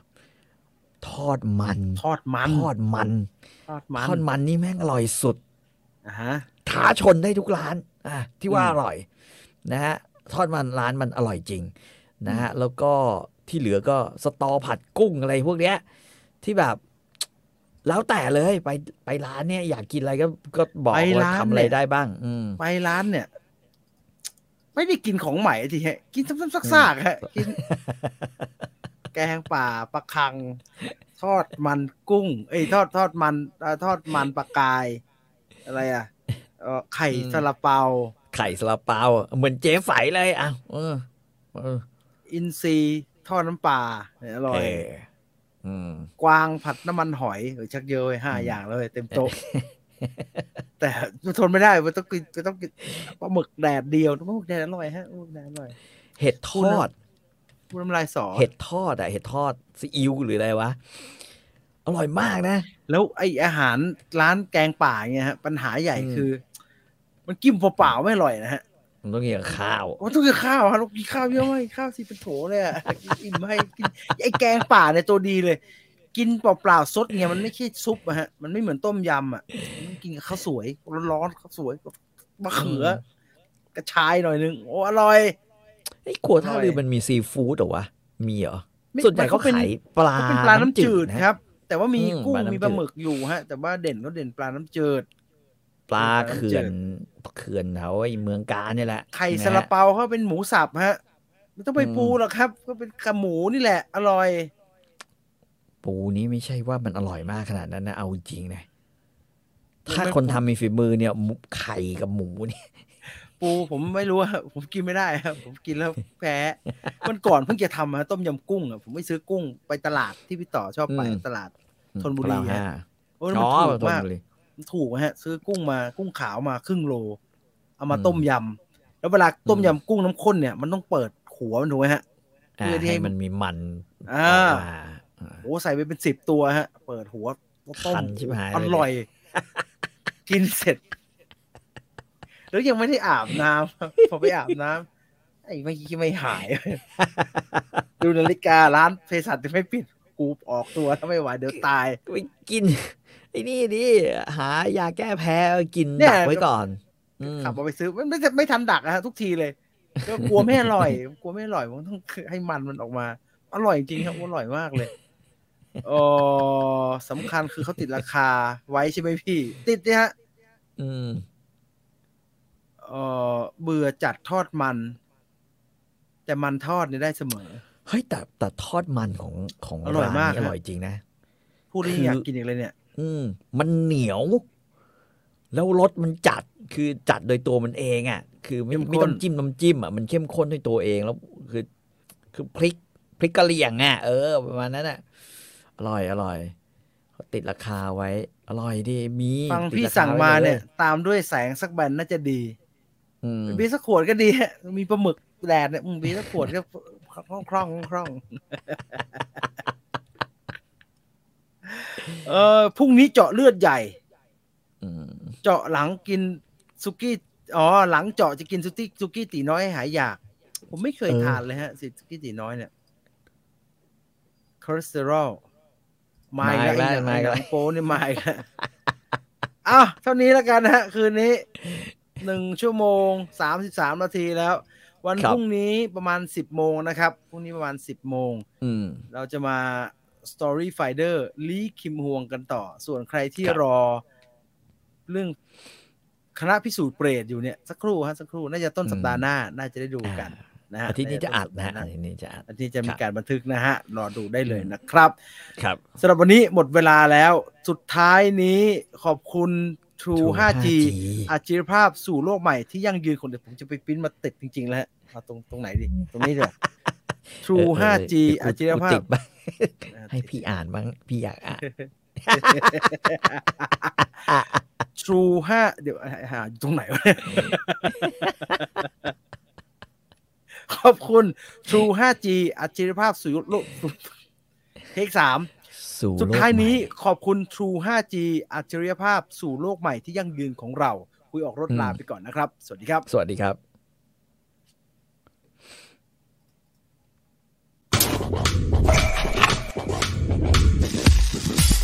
[SPEAKER 2] ทอดมัน
[SPEAKER 1] ทอดมัน
[SPEAKER 2] ทอดมัน
[SPEAKER 1] ทอดมัน
[SPEAKER 2] ทอดมันนี่แม่งอร่อยสุด
[SPEAKER 1] อ่ะฮะ
[SPEAKER 2] ท้าชนได้ทุกร้านอ่ะที่ว่า
[SPEAKER 1] อืม
[SPEAKER 2] อร่อยนะฮะทอดมันร้านมันอร่อยจริงนะฮะแล้วก็ที่เหลือก็สตอผัดกุ้งอะไรพวกเนี้ยที่แบบ แล้วแต่เลยไปไปร้านเนี่ย อยากกินอะไรก็ก็บอก
[SPEAKER 1] ไป
[SPEAKER 2] ว่า
[SPEAKER 1] ร้าน
[SPEAKER 2] ทำอะไร
[SPEAKER 1] เนี่ย
[SPEAKER 2] ได้บ้าง อืม
[SPEAKER 1] ไปร้านเนี่ย ไม่ได้กินของใหม่ทีฮะกินซ้ำๆซากๆฮะ กิน แกงป่าปลาคัง ทอดมันกุ้ง เอ้ยทอดทอดมันเอ่อทอดมันปลากาย อะไรอ่ะ เอ่อไข่
[SPEAKER 2] อืม
[SPEAKER 1] ซาลาเปา
[SPEAKER 2] ไข่สลาเปาอะเหมือนเจ๊ไฝเลยอ่ะเออเออ
[SPEAKER 1] อินทรีทอดน้ำปลาเนี่ยอร่อย
[SPEAKER 2] เอออืม
[SPEAKER 1] กวางผัดน้ำมันหอยเออชักเยอะเว้ยห้า
[SPEAKER 2] อืม
[SPEAKER 1] อย่างเลยเต็มโต๊ะ แต่ทนไม่ได้มันต้องกินมันต้องกินปลาหมึกแดดเดียวปลาหมึกแดดอร่อยฮะปลาหมึกแดดอร่อย
[SPEAKER 2] เห็ดทอด
[SPEAKER 1] พูดน้ำลายสอ
[SPEAKER 2] เห็ดทอดอ่ะ เห็ดทอดซีอิ๊วหรืออะไรวะ อร่อยมากนะ
[SPEAKER 1] แล้วไออาหารร้านแกงป่าเงี้ยฮะ ปัญหาใหญ่
[SPEAKER 2] อืม
[SPEAKER 1] คือ มันกินเปล่าๆไม่อร่อยนะฮะ
[SPEAKER 2] มันต้องกินกับข้าว
[SPEAKER 1] มันต้องกินข้าวฮะเรากินข้าวเยอะมากกินข้าวสิเป็นโถเลยอะกินอิ่มให้กินไอแกงป่าเนี่ยตัวดีเลย กินเปล่าๆซดเงี้ยมันไม่ใช่ซุปอะฮะมันไม่เหมือนต้มยำอะมันกินกับข้าวสวยร้อนๆข้าวสวยกับมะเขืออ
[SPEAKER 2] ม
[SPEAKER 1] กระชายหน่อยนึงโอ้อร่อย
[SPEAKER 2] ไอ้ยครัวท่า
[SPEAKER 1] อร่อย
[SPEAKER 2] เรือมันมีซีฟู้ดเหรอวะ มีเหรอ
[SPEAKER 1] ไม่
[SPEAKER 2] ส่วนใหญ่
[SPEAKER 1] มั
[SPEAKER 2] เขา
[SPEAKER 1] ป็น
[SPEAKER 2] ขายปลา
[SPEAKER 1] ก็เป็นปลาน้ำจืด
[SPEAKER 2] นะ
[SPEAKER 1] ครับ แต่ว่ามี
[SPEAKER 2] อืม
[SPEAKER 1] กุ้ง
[SPEAKER 2] ปลาน้ำจืด
[SPEAKER 1] มีปลาหมึกอยู่ฮะ แต่ว่าเด่นก็เด่นปลาน้ำจืด
[SPEAKER 2] ปลา
[SPEAKER 1] ปลาน้ำจืด
[SPEAKER 2] เขื่อนเขื่อนเขาไอ้เมืองกาญเนี่ยแหละ
[SPEAKER 1] ไข่
[SPEAKER 2] นะฮะ
[SPEAKER 1] ซาลาเปาเขาเป็นหมูสับฮะไม่ต้องไป
[SPEAKER 2] อืม
[SPEAKER 1] ปูหรอกครับ ก็เป็นกระหมูนี่แหละ อร่อย
[SPEAKER 2] ปูนี้ไม่ใช่ว่ามันอร่อยมากขนาดนั้นนะ เอาจริงนะ
[SPEAKER 1] มัน
[SPEAKER 2] ถ้า
[SPEAKER 1] ไม่
[SPEAKER 2] คนทำมีฝีมือเนี่ยหมูไข่กับหมูเนี่ย
[SPEAKER 1] ปูผมไม่รู้อะ ผมกินไม่ได้ครับ ผมกินแล้วแพ้มันก่อนเพิ่งจะทำฮะต้มยำกุ้งอะผมไม่ซื้อกุ้งไปตลาดที่พี่ต่อชอบไป
[SPEAKER 2] อืม
[SPEAKER 1] ตลาด ธนบุรี
[SPEAKER 2] พะาม
[SPEAKER 1] ฮะ
[SPEAKER 2] ห้า
[SPEAKER 1] โอ้ย
[SPEAKER 2] อ๋อ
[SPEAKER 1] มันถูก
[SPEAKER 2] ธน
[SPEAKER 1] มาก
[SPEAKER 2] บุรี
[SPEAKER 1] มันถูกฮะ ซื้อกุ้งมากุ้งขาวมาครึ่งโล เอามา
[SPEAKER 2] อืม
[SPEAKER 1] ต้มยำแล้วเวลาต้ม
[SPEAKER 2] อืม
[SPEAKER 1] ยำกุ้งน้ำข้นเนี่ยมันต้องเปิดหัวมันถูกไหมฮะ เพื่อ
[SPEAKER 2] อ่า
[SPEAKER 1] ที่ให้
[SPEAKER 2] ให้มันมีมัน
[SPEAKER 1] อ่า
[SPEAKER 2] ออกมาอ่า
[SPEAKER 1] โอ้ใส่ไปเป็นสิบตัวฮะ เปิดหัวต้ม
[SPEAKER 2] คันชิบหายเลย
[SPEAKER 1] อ
[SPEAKER 2] เนี่ย
[SPEAKER 1] ร่อย กินเสร็จ แล้วยังไม่ได้อาบน้ำ พอไปอาบน้ำไอ้ไม่ไม่หาย ดูนาฬิการ้านเภสัชจะไม่ปิด กูออกตัวถ้าไม่ไหวเดี๋ยวตาย
[SPEAKER 2] ไปกิน ไอ้นี่ดิหายาแก้แพ้กิน
[SPEAKER 1] เนี่ย
[SPEAKER 2] ดักไว้ก่อนอืม
[SPEAKER 1] ขับมาไปซื้อไม่ไม่ไม่ทันดักนะฮะทุกทีเลยก็กลัวไม่อร่อย กลัวไม่อร่อยมันต้องให้มันมันออกมา อร่อยจริงครับอร่อยมากเลยเออสำคัญคือเขาติดราคาไว้ใช่ไหมพี่ ติดเนี่ยฮะ
[SPEAKER 2] อืม
[SPEAKER 1] เออเบื่อจัดทอดมัน แต่มันทอดเนี่ยได้เสมอ
[SPEAKER 2] เฮ้ยแต่แต่ทอดมันของของ
[SPEAKER 1] อร่อย
[SPEAKER 2] นนี้
[SPEAKER 1] มากฮะ
[SPEAKER 2] อร่อยจริงนะ
[SPEAKER 1] พูดได้
[SPEAKER 2] คือ
[SPEAKER 1] อ
[SPEAKER 2] อ
[SPEAKER 1] ยากกินอีกเลยเนี่ย
[SPEAKER 2] อืม มันเหนียว แล้วรสมันจัดคือจัดโดยตัวมันเองอ่ะ คือไม่
[SPEAKER 1] เข้มข้น
[SPEAKER 2] ไม่ต้องจิ้มน้ำจิ้มอ่ะมันเข้มข้นด้วยตัวเองแล้ว คือ คือพริกพริกกะเหรี่ยงอ่ะเออประมาณนั้นอ่ะอร่อยอร่อยเขาติดราคาไว้ อร่อยดีมี
[SPEAKER 1] ฟัง
[SPEAKER 2] ติด
[SPEAKER 1] พี่
[SPEAKER 2] รค
[SPEAKER 1] สั่ง
[SPEAKER 2] ไว้
[SPEAKER 1] มา
[SPEAKER 2] ล
[SPEAKER 1] เนี่ย ตามด้วยแสงสักแบนน่าจะดี
[SPEAKER 2] อืม
[SPEAKER 1] เบียร์สักขวดก็ดีฮะมีปลาหมึกแดดเนี่ยอืมเบียร์สักขวดก็คล่องคล่องคล่องเออพรุ่งนี้เจาะเลือดใหญ่
[SPEAKER 2] อืม
[SPEAKER 1] เจาะหลังกินซุกี้อ๋อหลังเจาะจะกินซุกี้ซุกี้ตีน้อยให้หายอยาก ผมไม่เคย
[SPEAKER 2] เออ
[SPEAKER 1] ทานเลยฮะซุกี้ตีน้อยเนี่ยคอเลสเตอรอลมาอีกแล้วไอ้หนังไอ้หนังโป้นี่มาอีกแล้ว อ้าวเท่านี้แล้วกันนะฮะ คืนนี้หนึ่งชั่วโมงสามสิบสามนาทีแล้ว วัน
[SPEAKER 2] ค
[SPEAKER 1] พ
[SPEAKER 2] รับ
[SPEAKER 1] รุ่งนี้ประมาณสิบโมงนะครับพรุ่งนี้ประมาณสิบโมง
[SPEAKER 2] อืม
[SPEAKER 1] เราจะมา Story Finder ลีคิมฮวงกันต่อ ส่วนใครที่
[SPEAKER 2] ครับ
[SPEAKER 1] รอ เรื่องคณะพิสูจน์เปรตอยู่เนี่ย สักครู่ฮะสักครู่น่าจะต้นสัปดาห์หน้า น่าจะได้ดูกันนะฮะ
[SPEAKER 2] อาทิตย์นี้จะอัดนะ
[SPEAKER 1] อา
[SPEAKER 2] อาทิตย์นี้จะอัด
[SPEAKER 1] ทิตย์นี้จะมี
[SPEAKER 2] ครับ
[SPEAKER 1] การบันทึกนะฮะ รอดูได้เลยนะครับ
[SPEAKER 2] ครับ
[SPEAKER 1] สำหรับวันนี้หมดเวลาแล้ว สุดท้ายนี้ขอบคุณ True
[SPEAKER 2] True
[SPEAKER 1] 5G
[SPEAKER 2] 5G
[SPEAKER 1] อาชีพภาพสู่โลกใหม่ที่ยั่งยืนคนเดียวผมจะไปปริ้นมาติดจริง ๆ แล้วฮะเอาตรงตรงไหนดิตรงนี้เถ อะ True 5G อาชีพภา
[SPEAKER 2] ติ
[SPEAKER 1] พ
[SPEAKER 2] ดบ้างให้พี่อ่านบ้าง พี่อยากอ่าน
[SPEAKER 1] True ห้าเดี๋ยวหาอยู่ตรงไหนวะเนี่ย ขอบคุณ True 5G อัจฉริภาพสู่โลกเทคสาม
[SPEAKER 2] สู่
[SPEAKER 1] สุด
[SPEAKER 2] โลก
[SPEAKER 1] ท้ายนี้
[SPEAKER 2] ใหม่
[SPEAKER 1] ขอบคุณ True 5G อัจฉริยภาพสู่โลกใหม่ที่ยั่งยืนของเรา คุยออกรถ
[SPEAKER 2] อืม
[SPEAKER 1] ลาไปก่อนนะครับ สวัสดีครับ
[SPEAKER 2] สวัสดีครับ
[SPEAKER 3] Thank